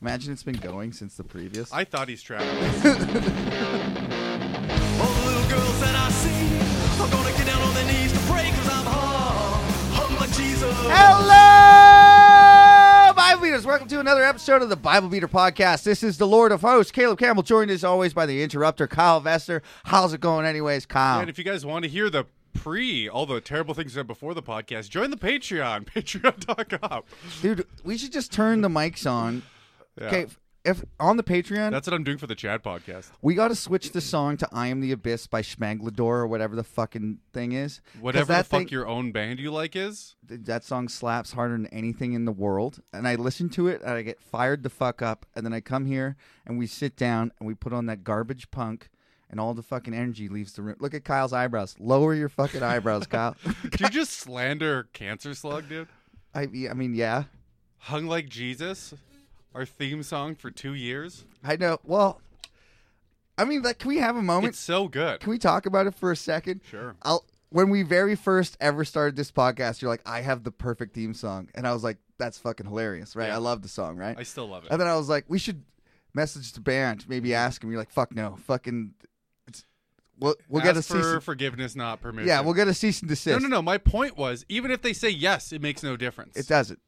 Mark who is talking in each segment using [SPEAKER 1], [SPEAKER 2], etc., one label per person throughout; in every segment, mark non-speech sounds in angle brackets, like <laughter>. [SPEAKER 1] Imagine it's been going since the previous.
[SPEAKER 2] I thought he's traveling.
[SPEAKER 3] All the little girls that I see are gonna get down on their knees to pray i I'm hung, hung like Jesus.
[SPEAKER 1] Hello, Bible Beaters. Welcome to another episode of the Bible Beater Podcast. This is the Lord of Hosts, Caleb Campbell, joined as always by the interrupter, Kyle Vester. How's it going, anyways, Kyle?
[SPEAKER 2] And if you guys want to hear the pre, all the terrible things that before the podcast, join the Patreon, <laughs> patreon.com.
[SPEAKER 1] Dude, we should just turn the mics on.
[SPEAKER 2] Yeah.
[SPEAKER 1] Okay, if, if on the Patreon,
[SPEAKER 2] That's what I'm doing for the Chad podcast.
[SPEAKER 1] we got to switch the song to "I Am the Abyss" by Schmanglador or whatever the fucking thing is. 'Cause
[SPEAKER 2] Whatever the
[SPEAKER 1] that
[SPEAKER 2] fuck
[SPEAKER 1] thing-
[SPEAKER 2] your own band you like is,
[SPEAKER 1] th- that song slaps harder than anything in the world. And I listen to it and I get fired the fuck up. And then I come here and we sit down and we put on that garbage punk and all the fucking energy leaves the room. Look at Kyle's eyebrows. Lower your fucking
[SPEAKER 2] <laughs>
[SPEAKER 1] eyebrows, Kyle.
[SPEAKER 2] do you just <laughs> slander Cancer Slug, dude?
[SPEAKER 1] I, I mean, yeah.
[SPEAKER 2] Hung Like Jesus, our theme song for two years.
[SPEAKER 1] I know. Well, I mean, like, can we have a moment?
[SPEAKER 2] It's so good.
[SPEAKER 1] Can we talk about it for a second?
[SPEAKER 2] Sure.
[SPEAKER 1] I'll, when we very first ever started this podcast, you're like, I have the perfect theme song. And I was like, that's fucking hilarious, right?
[SPEAKER 2] Yeah.
[SPEAKER 1] I love the song, right?
[SPEAKER 2] I still love
[SPEAKER 1] And
[SPEAKER 2] it.
[SPEAKER 1] then I was like, we should message the band, maybe ask him. You're like, fuck no, fucking. It's, we'll we'll get a
[SPEAKER 2] Ask for
[SPEAKER 1] cease.
[SPEAKER 2] forgiveness, not permission.
[SPEAKER 1] Yeah, we'll get a cease and
[SPEAKER 2] No,
[SPEAKER 1] desist.
[SPEAKER 2] no, no. My point was, even if they say yes, it makes no difference. <laughs>
[SPEAKER 1] It doesn't.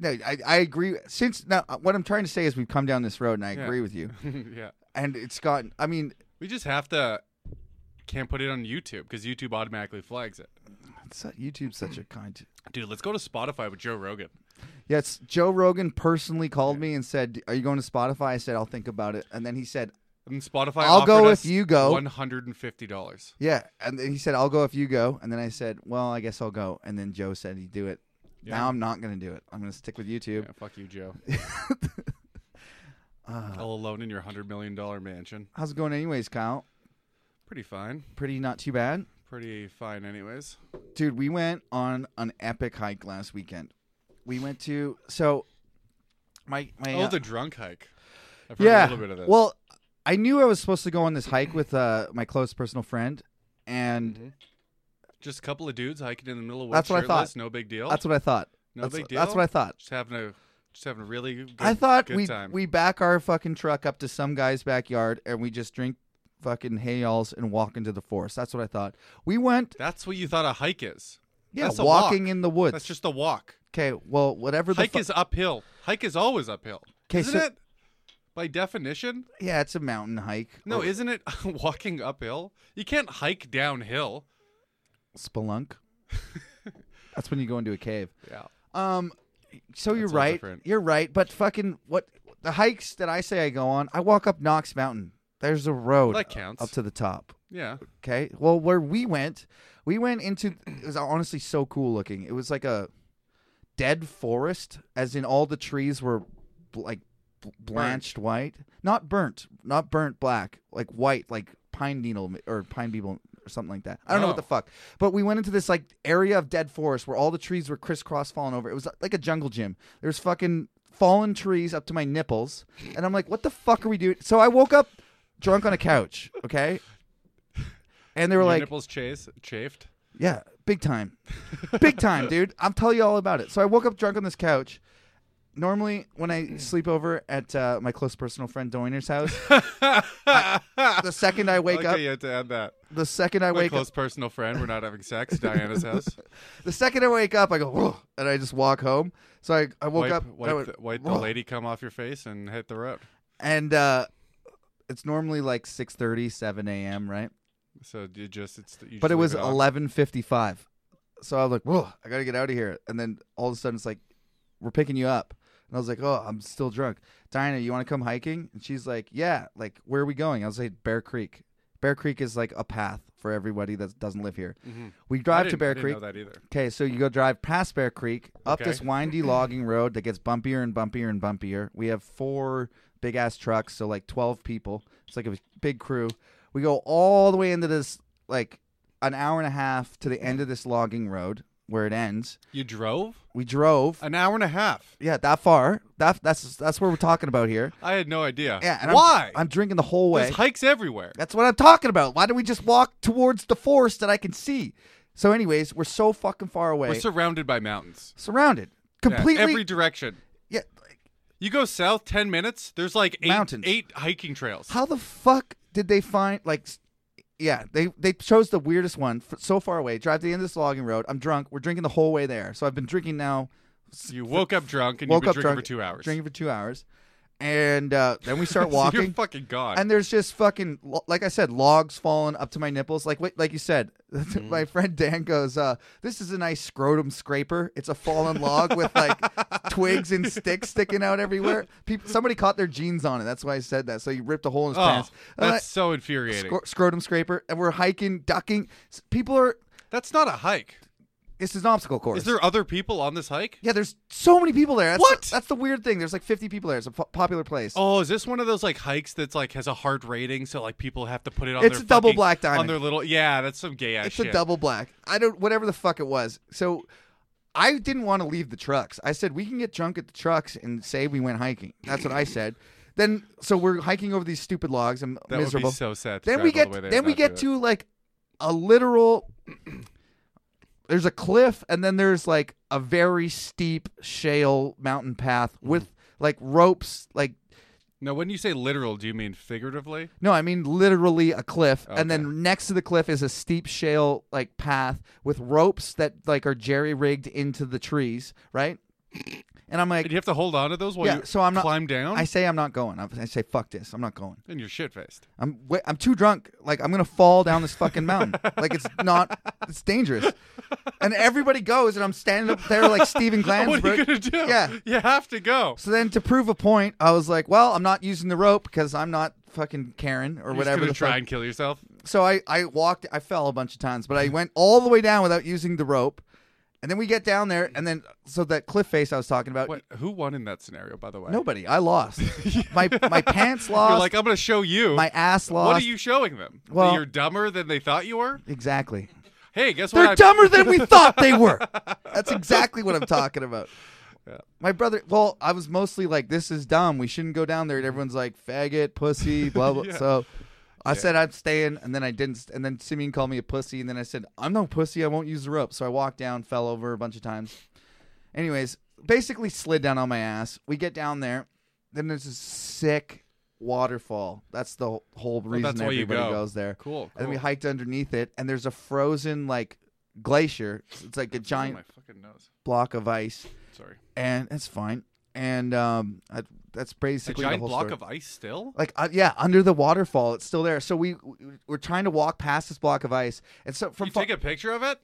[SPEAKER 1] No, I, I agree. Since now, what I'm trying to say is we've come down this road, and I
[SPEAKER 2] Yeah.
[SPEAKER 1] agree with
[SPEAKER 2] <laughs>
[SPEAKER 1] you.
[SPEAKER 2] yeah.
[SPEAKER 1] And it's gotten. I mean,
[SPEAKER 2] We just have to can't put it on YouTube because YouTube automatically flags it.
[SPEAKER 1] it's, YouTube's such a kind.
[SPEAKER 2] Dude, let's go to Spotify with Joe Rogan.
[SPEAKER 1] Yes, Joe Rogan personally called me and said, "Are you going to Spotify?" I said, "I'll think about it." And then he said,
[SPEAKER 2] And Spotify.
[SPEAKER 1] I'll go
[SPEAKER 2] offered
[SPEAKER 1] if
[SPEAKER 2] us
[SPEAKER 1] you go.
[SPEAKER 2] One hundred and fifty dollars.
[SPEAKER 1] "Yeah," and then he said, "I'll go if you go." And then I said, "Well, I guess I'll go." And then Joe said he'd do it.
[SPEAKER 2] Yeah.
[SPEAKER 1] Now I'm not going to do it. I'm going to stick with YouTube.
[SPEAKER 2] Yeah, fuck you,
[SPEAKER 1] <laughs>
[SPEAKER 2] Joe.
[SPEAKER 1] Uh.
[SPEAKER 2] All alone in your hundred million dollar mansion.
[SPEAKER 1] How's it going, anyways, Kyle?
[SPEAKER 2] Pretty fine.
[SPEAKER 1] Pretty not too bad,
[SPEAKER 2] Pretty fine, anyways.
[SPEAKER 1] dude. We went on an epic hike last weekend. We went to so my my
[SPEAKER 2] Oh,
[SPEAKER 1] uh,
[SPEAKER 2] the drunk hike. I've heard
[SPEAKER 1] yeah.
[SPEAKER 2] a little bit of this.
[SPEAKER 1] Well, I knew I was supposed to go on this hike with uh, my close personal friend, and
[SPEAKER 2] Mm-hmm. just a couple of dudes hiking in the middle of
[SPEAKER 1] That's what I
[SPEAKER 2] woods shirtless,
[SPEAKER 1] thought.
[SPEAKER 2] No big deal.
[SPEAKER 1] that's what I thought.
[SPEAKER 2] No
[SPEAKER 1] that's,
[SPEAKER 2] big
[SPEAKER 1] That's
[SPEAKER 2] deal?
[SPEAKER 1] what I thought.
[SPEAKER 2] just having a just having a really. Good,
[SPEAKER 1] I thought
[SPEAKER 2] good
[SPEAKER 1] we
[SPEAKER 2] time.
[SPEAKER 1] we back our fucking truck up to some guy's backyard and we just drink fucking hay y'alls and walk into the forest. That's what I thought. We went
[SPEAKER 2] That's what you thought a hike is.
[SPEAKER 1] yeah,
[SPEAKER 2] That's a walk.
[SPEAKER 1] walking in the woods.
[SPEAKER 2] That's just a walk.
[SPEAKER 1] okay, well, whatever the
[SPEAKER 2] Hike
[SPEAKER 1] fu-
[SPEAKER 2] is uphill. Hike is always uphill.
[SPEAKER 1] 'Kay,
[SPEAKER 2] Isn't
[SPEAKER 1] so-
[SPEAKER 2] it? By definition?
[SPEAKER 1] Yeah, it's a mountain hike. Oh,
[SPEAKER 2] No,
[SPEAKER 1] Or
[SPEAKER 2] isn't it <laughs> walking uphill? You can't hike downhill. <laughs>
[SPEAKER 1] spelunk. That's when you go into a cave.
[SPEAKER 2] Yeah.
[SPEAKER 1] Um, so you're
[SPEAKER 2] all
[SPEAKER 1] right.
[SPEAKER 2] different.
[SPEAKER 1] You're right. But fucking what the hikes that I say I go on, I walk up Knox Mountain. There's a road
[SPEAKER 2] That counts.
[SPEAKER 1] up to the top.
[SPEAKER 2] Yeah.
[SPEAKER 1] Okay. Well, where we went, we went into it was honestly so cool looking. It was like a dead forest, as in all the trees were bl- like bl- blanched white, not burnt, not burnt black, like white, like pine needle ma- or pine beetle or something like that. I don't know what the
[SPEAKER 2] Oh.
[SPEAKER 1] fuck. But we went into this like area of dead forest where all the trees were crisscross falling over. It was uh, like a jungle gym. There's fucking fallen trees up to my nipples, and I'm like, what the fuck are we doing? So I woke up drunk on a couch. Okay. And they were
[SPEAKER 2] Your
[SPEAKER 1] like,
[SPEAKER 2] nipples chase chafed.
[SPEAKER 1] yeah, big time. big time, dude. I'll tell you all about it. So I woke up drunk on this couch. Normally, when I sleep over at uh, my close personal friend Doiner's
[SPEAKER 2] <laughs>
[SPEAKER 1] house, I- the second I wake
[SPEAKER 2] okay,
[SPEAKER 1] up,
[SPEAKER 2] you had to add that.
[SPEAKER 1] the second I
[SPEAKER 2] My
[SPEAKER 1] wake
[SPEAKER 2] close
[SPEAKER 1] up,
[SPEAKER 2] personal friend. We're not having
[SPEAKER 1] <laughs>
[SPEAKER 2] sex. Diana's house.
[SPEAKER 1] the second I wake up, I go, "Ugh," and I just walk home. So I, I woke
[SPEAKER 2] Wipe,
[SPEAKER 1] up, and I
[SPEAKER 2] wipe,
[SPEAKER 1] went,
[SPEAKER 2] the, wipe the
[SPEAKER 1] "Ugh."
[SPEAKER 2] lady come off your face and hit the road.
[SPEAKER 1] and uh, it's normally like 6.30, 7 a.m., right?
[SPEAKER 2] So you just it's you
[SPEAKER 1] but
[SPEAKER 2] just
[SPEAKER 1] it
[SPEAKER 2] leave
[SPEAKER 1] was
[SPEAKER 2] it on.
[SPEAKER 1] eleven fifty five. So I was like, "Whoa, I gotta get out of here!" And then all of a sudden, it's like, "We're picking you up," and I was like, "Oh, I'm still drunk." Diana, you want to come hiking? And she's like, "Yeah." Like, where are we going? I was like, "Bear Creek." Bear Creek is like a path for everybody that doesn't live here. We
[SPEAKER 2] Mm-hmm. I
[SPEAKER 1] drive to
[SPEAKER 2] didn't-
[SPEAKER 1] Bear
[SPEAKER 2] I didn't
[SPEAKER 1] Creek.
[SPEAKER 2] know that either.
[SPEAKER 1] Okay, so you go drive past Bear Creek up
[SPEAKER 2] Okay.
[SPEAKER 1] this
[SPEAKER 2] <clears throat>
[SPEAKER 1] windy logging road that gets bumpier and bumpier and bumpier. We have four big ass trucks, so like 12 people. It's like a big crew. We go all the way into this, like an hour and a half to the end of this logging road where it ends.
[SPEAKER 2] You drove
[SPEAKER 1] We drove.
[SPEAKER 2] an hour and a half.
[SPEAKER 1] Yeah, that far. That, that's that's where we're talking about here.
[SPEAKER 2] I had no idea.
[SPEAKER 1] Yeah, and I'm-
[SPEAKER 2] Why?
[SPEAKER 1] I'm, drinking the whole way.
[SPEAKER 2] There's hikes everywhere.
[SPEAKER 1] That's what I'm talking about. Why don't we just walk towards the forest that I can see? So, anyways, we're so fucking far away.
[SPEAKER 2] We're surrounded by mountains.
[SPEAKER 1] surrounded.
[SPEAKER 2] Yeah,
[SPEAKER 1] Completely
[SPEAKER 2] every direction.
[SPEAKER 1] Yeah, like,
[SPEAKER 2] You go south ten minutes. There's like eight,
[SPEAKER 1] Mountains.
[SPEAKER 2] eight hiking trails.
[SPEAKER 1] How the fuck did they find like? s- Yeah, they they chose the weirdest one f- so far away. Drive to the end of this logging road. I'm drunk. We're drinking the whole way there. So I've been drinking now. s-
[SPEAKER 2] you woke up drunk and
[SPEAKER 1] woke
[SPEAKER 2] you've
[SPEAKER 1] up
[SPEAKER 2] been drinking
[SPEAKER 1] drunk
[SPEAKER 2] for two hours. <laughs>
[SPEAKER 1] Drinking for two hours, and uh, then we start
[SPEAKER 2] So
[SPEAKER 1] walking.
[SPEAKER 2] You're fucking gone.
[SPEAKER 1] and there's just fucking lo- like I said, logs falling up to my nipples. Like what, like you said, <laughs>
[SPEAKER 2] Mm-hmm.
[SPEAKER 1] my friend Dan goes, uh, "This is a nice scrotum scraper. It's a fallen log with
[SPEAKER 2] <laughs>
[SPEAKER 1] like twigs and sticks sticking out everywhere. People, somebody caught their jeans on it. That's why I said that. So he ripped Uh, a hole in his
[SPEAKER 2] oh,
[SPEAKER 1] pants. And
[SPEAKER 2] that's so
[SPEAKER 1] I-
[SPEAKER 2] infuriating.
[SPEAKER 1] scro- scrotum scraper, and we're hiking, ducking. S- People are.
[SPEAKER 2] that's not a hike.
[SPEAKER 1] This is an obstacle course.
[SPEAKER 2] Is there other people on this hike?
[SPEAKER 1] Yeah, there's so many people there. That's
[SPEAKER 2] What?
[SPEAKER 1] The, that's the weird thing. There's like 50 people there. It's a po- popular place.
[SPEAKER 2] Oh, is this one of those like hikes that's like has a hard rating, so like people have to put it on?
[SPEAKER 1] It's
[SPEAKER 2] their
[SPEAKER 1] a double
[SPEAKER 2] fucking-
[SPEAKER 1] black
[SPEAKER 2] on
[SPEAKER 1] diamond.
[SPEAKER 2] their little. Yeah, that's some gay ass.
[SPEAKER 1] It's
[SPEAKER 2] shit.
[SPEAKER 1] a double black. I don't whatever the fuck it was. So I didn't want to leave the trucks. I said we can get drunk at the trucks and say we went hiking. That's what I said. Then so we're hiking over these stupid logs. I'm
[SPEAKER 2] That would be
[SPEAKER 1] miserable.
[SPEAKER 2] so sad to
[SPEAKER 1] then we
[SPEAKER 2] drive
[SPEAKER 1] get
[SPEAKER 2] all the way there
[SPEAKER 1] then
[SPEAKER 2] and
[SPEAKER 1] we
[SPEAKER 2] not
[SPEAKER 1] get
[SPEAKER 2] do
[SPEAKER 1] to like a literal. <clears throat> There's a cliff, and then there's like a very steep shale mountain path with like ropes, like
[SPEAKER 2] No, when you say literal, do you mean figuratively?
[SPEAKER 1] No, I mean literally a cliff, and
[SPEAKER 2] Okay.
[SPEAKER 1] then next to the cliff is a steep shale like path with ropes that like are jerry rigged into the trees, right? And I'm
[SPEAKER 2] And
[SPEAKER 1] like,
[SPEAKER 2] you have to hold on to those while
[SPEAKER 1] yeah.
[SPEAKER 2] you
[SPEAKER 1] So I'm not
[SPEAKER 2] climb down.
[SPEAKER 1] I say I'm not going. I I say fuck this. I'm not going.
[SPEAKER 2] and you're shit faced.
[SPEAKER 1] I'm wa- I'm too drunk. Like I'm gonna fall down this fucking mountain. like
[SPEAKER 2] <laughs>
[SPEAKER 1] it's not. It's dangerous. And everybody goes, and I'm standing up there like Stephen Glansberg.
[SPEAKER 2] <laughs> What are you gonna do?
[SPEAKER 1] Yeah.
[SPEAKER 2] you have to go.
[SPEAKER 1] So then, to prove a point, I was like, "Well, I'm not using the rope because I'm not fucking Karen or
[SPEAKER 2] You're
[SPEAKER 1] whatever." the
[SPEAKER 2] Just gonna try
[SPEAKER 1] fuck-
[SPEAKER 2] and kill yourself.
[SPEAKER 1] so I, I walked i fell a bunch of times but i went all the way down without using the rope and then we get down there and then so that cliff face i was talking about
[SPEAKER 2] What? Who won in that scenario? By the way,
[SPEAKER 1] nobody i
[SPEAKER 2] <laughs>
[SPEAKER 1] lost my my pants lost
[SPEAKER 2] You're like, I'm gonna show you.
[SPEAKER 1] my ass lost
[SPEAKER 2] what are you showing them? That
[SPEAKER 1] Well-
[SPEAKER 2] you're dumber than they thought you were.
[SPEAKER 1] exactly
[SPEAKER 2] Hey, guess what?
[SPEAKER 1] they're
[SPEAKER 2] I-
[SPEAKER 1] dumber than we thought they were <laughs> that's exactly what i'm talking about my brother well i was mostly like this is dumb we shouldn't go down there and everyone's like faggot pussy blah <laughs> blah
[SPEAKER 2] Yeah.
[SPEAKER 1] so I said I'm staying, and then I didn't. st- And then Simeon called me a pussy, and then I said I'm no pussy. I won't use the rope. So I walked down, fell over a bunch of times. Anyways, basically slid down on my ass. We get down there, then there's this sick waterfall. That's the wh- whole reason
[SPEAKER 2] that's why you
[SPEAKER 1] everybody
[SPEAKER 2] go.
[SPEAKER 1] goes there.
[SPEAKER 2] Cool,
[SPEAKER 1] And then we
[SPEAKER 2] cool.
[SPEAKER 1] hiked underneath it, and there's a frozen like glacier. It's like a
[SPEAKER 2] Oh,
[SPEAKER 1] giant
[SPEAKER 2] my fucking nose.
[SPEAKER 1] block of ice,
[SPEAKER 2] Sorry.
[SPEAKER 1] and it's fine. And um, I, that's
[SPEAKER 2] A
[SPEAKER 1] basically the
[SPEAKER 2] giant
[SPEAKER 1] whole
[SPEAKER 2] block
[SPEAKER 1] story
[SPEAKER 2] of ice still.
[SPEAKER 1] like uh, yeah under the waterfall it's still there so we we- we're trying to walk past this block of ice and so from
[SPEAKER 2] You take a picture of it?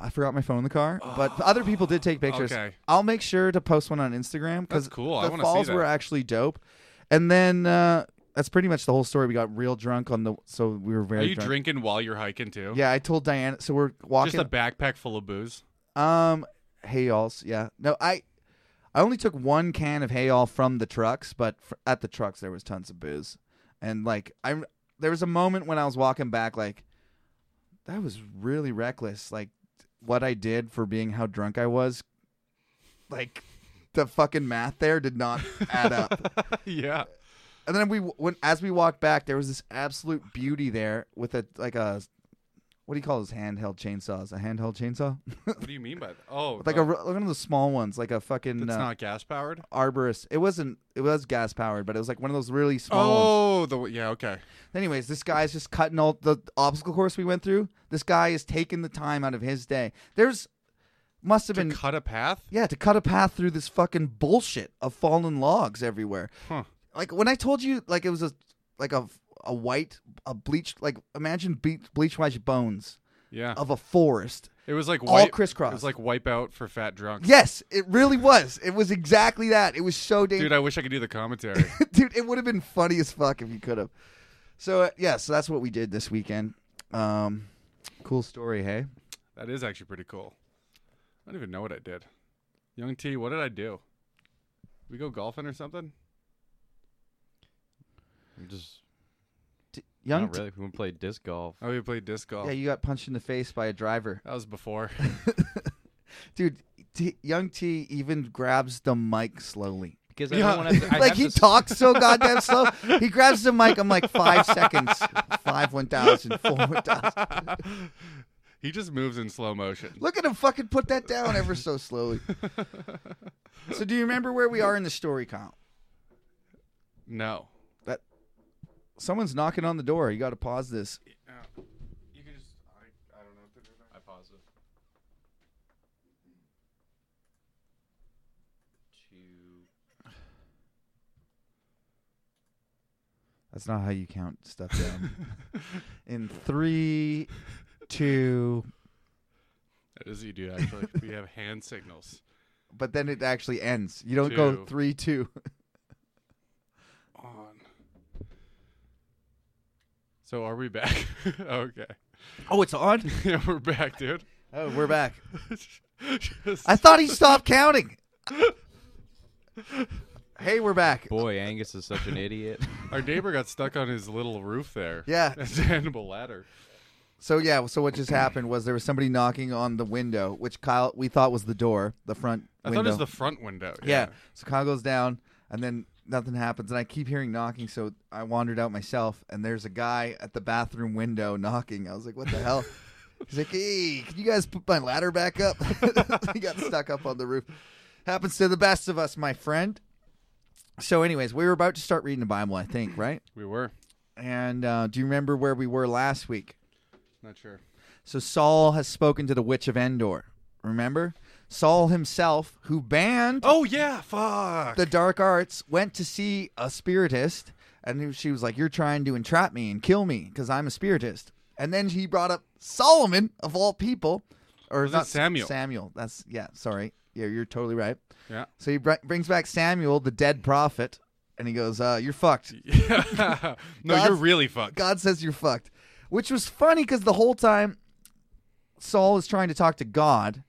[SPEAKER 1] i forgot my phone in the car
[SPEAKER 2] <sighs>
[SPEAKER 1] but other people did take pictures
[SPEAKER 2] Okay.
[SPEAKER 1] i'll make sure to post one on instagram because
[SPEAKER 2] That's cool. I
[SPEAKER 1] the
[SPEAKER 2] wanna see
[SPEAKER 1] falls were
[SPEAKER 2] that.
[SPEAKER 1] actually dope and then uh that's pretty much the whole story we got real drunk on the so we were very
[SPEAKER 2] Are you
[SPEAKER 1] drunk.
[SPEAKER 2] drinking while you're hiking too?
[SPEAKER 1] yeah i told diana so we're
[SPEAKER 2] Just
[SPEAKER 1] walking
[SPEAKER 2] a backpack full of booze. <laughs>
[SPEAKER 1] Um, hay alls. Yeah. No, I I only took one can of hay all from the trucks, but fr at the trucks there was tons of booze, and like I am there was a moment when I was walking back, like that was really reckless. Like what I did for being how drunk I was, like. The fucking math there did not add up.
[SPEAKER 2] yeah.
[SPEAKER 1] and then we when as we walked back, there was this absolute beauty there with a like a what do you call those handheld chainsaws? A handheld chainsaw? <laughs>
[SPEAKER 2] What do you mean by that? Oh,
[SPEAKER 1] like a
[SPEAKER 2] no,
[SPEAKER 1] one of those small ones, like a fucking
[SPEAKER 2] That's
[SPEAKER 1] uh,
[SPEAKER 2] not gas powered.
[SPEAKER 1] arborist. It wasn't. It was gas powered, but it was like one of those really small ones.
[SPEAKER 2] Oh, the yeah. Okay.
[SPEAKER 1] Anyways, this guy's just cutting all the obstacle course we went through. This guy is taking the time out of his day. There's must have
[SPEAKER 2] To
[SPEAKER 1] been
[SPEAKER 2] cut a path.
[SPEAKER 1] yeah to cut a path through this fucking bullshit of fallen logs everywhere.
[SPEAKER 2] Huh.
[SPEAKER 1] Like when I told you, like it was a like a a white a bleached like imagine be- bleach white bones
[SPEAKER 2] Yeah.
[SPEAKER 1] of a forest.
[SPEAKER 2] It was like
[SPEAKER 1] all
[SPEAKER 2] wipe,
[SPEAKER 1] crisscrossed.
[SPEAKER 2] It was like wipeout for fat drunk.
[SPEAKER 1] Yes, it really was. It was exactly that. It was so dangerous.
[SPEAKER 2] Dude, I wish I could do the commentary. <laughs>
[SPEAKER 1] dude it would have been funny as fuck if you could have so uh, yeah so that's what we did this weekend um cool story hey
[SPEAKER 2] that is actually pretty cool. I don't even know what I did. Young T, what did I do? We go golfing or something?
[SPEAKER 4] We just
[SPEAKER 1] young
[SPEAKER 4] not really. We went play disc golf.
[SPEAKER 2] Oh, we played disc golf.
[SPEAKER 1] yeah you got punched in the face by a driver
[SPEAKER 2] that was before. <laughs>
[SPEAKER 1] dude t- young t even grabs the mic slowly
[SPEAKER 4] Because
[SPEAKER 2] Yeah.
[SPEAKER 4] I don't
[SPEAKER 2] <laughs>
[SPEAKER 4] want to.
[SPEAKER 1] like he talks
[SPEAKER 4] <laughs>
[SPEAKER 1] so goddamn slow he grabs the mic i'm like five seconds five one thousand four one thousand
[SPEAKER 2] he just moves in slow motion.
[SPEAKER 4] <laughs>
[SPEAKER 1] look at him fucking put that down ever so slowly So do you remember where we are in the story, Kyle?
[SPEAKER 2] No.
[SPEAKER 1] That someone's knocking on the door. You got to pause this.
[SPEAKER 2] You can just. I, I don't know what to do.
[SPEAKER 4] I pause it. Two.
[SPEAKER 1] That's not how you count stuff
[SPEAKER 2] <laughs>
[SPEAKER 1] down. in three, two,
[SPEAKER 2] That is what you do
[SPEAKER 1] <laughs>
[SPEAKER 2] actually. we have hand signals.
[SPEAKER 1] but then it actually ends. You don't go
[SPEAKER 2] Two.
[SPEAKER 1] three, two.
[SPEAKER 2] on. So are we back? <laughs> okay.
[SPEAKER 1] <laughs> Oh, it's on.
[SPEAKER 2] Yeah, we're back, dude. <laughs>
[SPEAKER 1] Oh, we're back.
[SPEAKER 2] Just-
[SPEAKER 1] I thought he stopped counting. <laughs> hey, we're back.
[SPEAKER 4] Boy, Angus is such
[SPEAKER 2] <laughs>
[SPEAKER 4] an idiot.
[SPEAKER 2] Our neighbor got stuck on his little roof there. <laughs>
[SPEAKER 1] Yeah.
[SPEAKER 2] It's a animal ladder.
[SPEAKER 1] So yeah, so what just happened was there was somebody knocking on the window, which Kyle we thought was the door, the front
[SPEAKER 2] I
[SPEAKER 1] window.
[SPEAKER 2] thought it was the front window.
[SPEAKER 1] yeah. So Kyle goes down, and then nothing happens, and I keep hearing knocking. So I wandered out myself, and there's a guy at the bathroom window knocking. I was like, "What the hell?" He's like, "Hey, can you guys put my ladder back up?" <laughs> he got stuck up on the roof. Happens to the best of us, my friend. So, anyways, we were about to start reading the Bible, I think, right?
[SPEAKER 2] We were.
[SPEAKER 1] And uh, do you remember where we were last week?
[SPEAKER 2] Not sure.
[SPEAKER 1] So Saul has spoken to the witch of Endor. Remember? Saul himself, who banned
[SPEAKER 2] Oh yeah, fuck.
[SPEAKER 1] the dark arts, went to see a spiritist, and he- she was like, "You're trying to entrap me and kill me because I'm a spiritist." And then he brought up Solomon of all people, or
[SPEAKER 2] Was it
[SPEAKER 1] not
[SPEAKER 2] Samuel?
[SPEAKER 1] Samuel. That's yeah. Sorry. Yeah, you're totally right.
[SPEAKER 2] yeah. <laughs>
[SPEAKER 1] So he br- brings back Samuel, the dead prophet, and he goes, uh, "You're fucked."
[SPEAKER 2] Yeah. no,
[SPEAKER 1] God's-
[SPEAKER 2] you're really fucked.
[SPEAKER 1] God says you're fucked. Which was funny because the whole time Saul is trying to talk to God,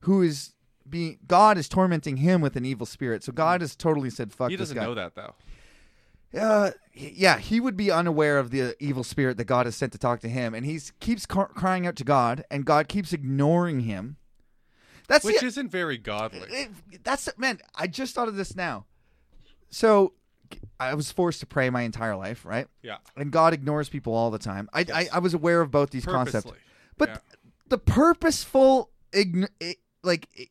[SPEAKER 1] who is being God is tormenting him with an evil spirit. So God has totally said fuck
[SPEAKER 2] He
[SPEAKER 1] this
[SPEAKER 2] doesn't
[SPEAKER 1] guy.
[SPEAKER 2] know that though.
[SPEAKER 1] Uh, he- yeah, he would be unaware of the evil spirit that God has sent to talk to him, and he keeps car- crying out to God, and God keeps ignoring him. That's
[SPEAKER 2] Which
[SPEAKER 1] the,
[SPEAKER 2] isn't very godly.
[SPEAKER 1] it- that's man. I just thought of this now. So I was forced to pray my entire life, right?
[SPEAKER 2] Yeah.
[SPEAKER 1] and God ignores people all the time. I I, I was aware of both these concepts,
[SPEAKER 2] Purposely.
[SPEAKER 1] but
[SPEAKER 2] Yeah.
[SPEAKER 1] the purposeful ign- i- like i-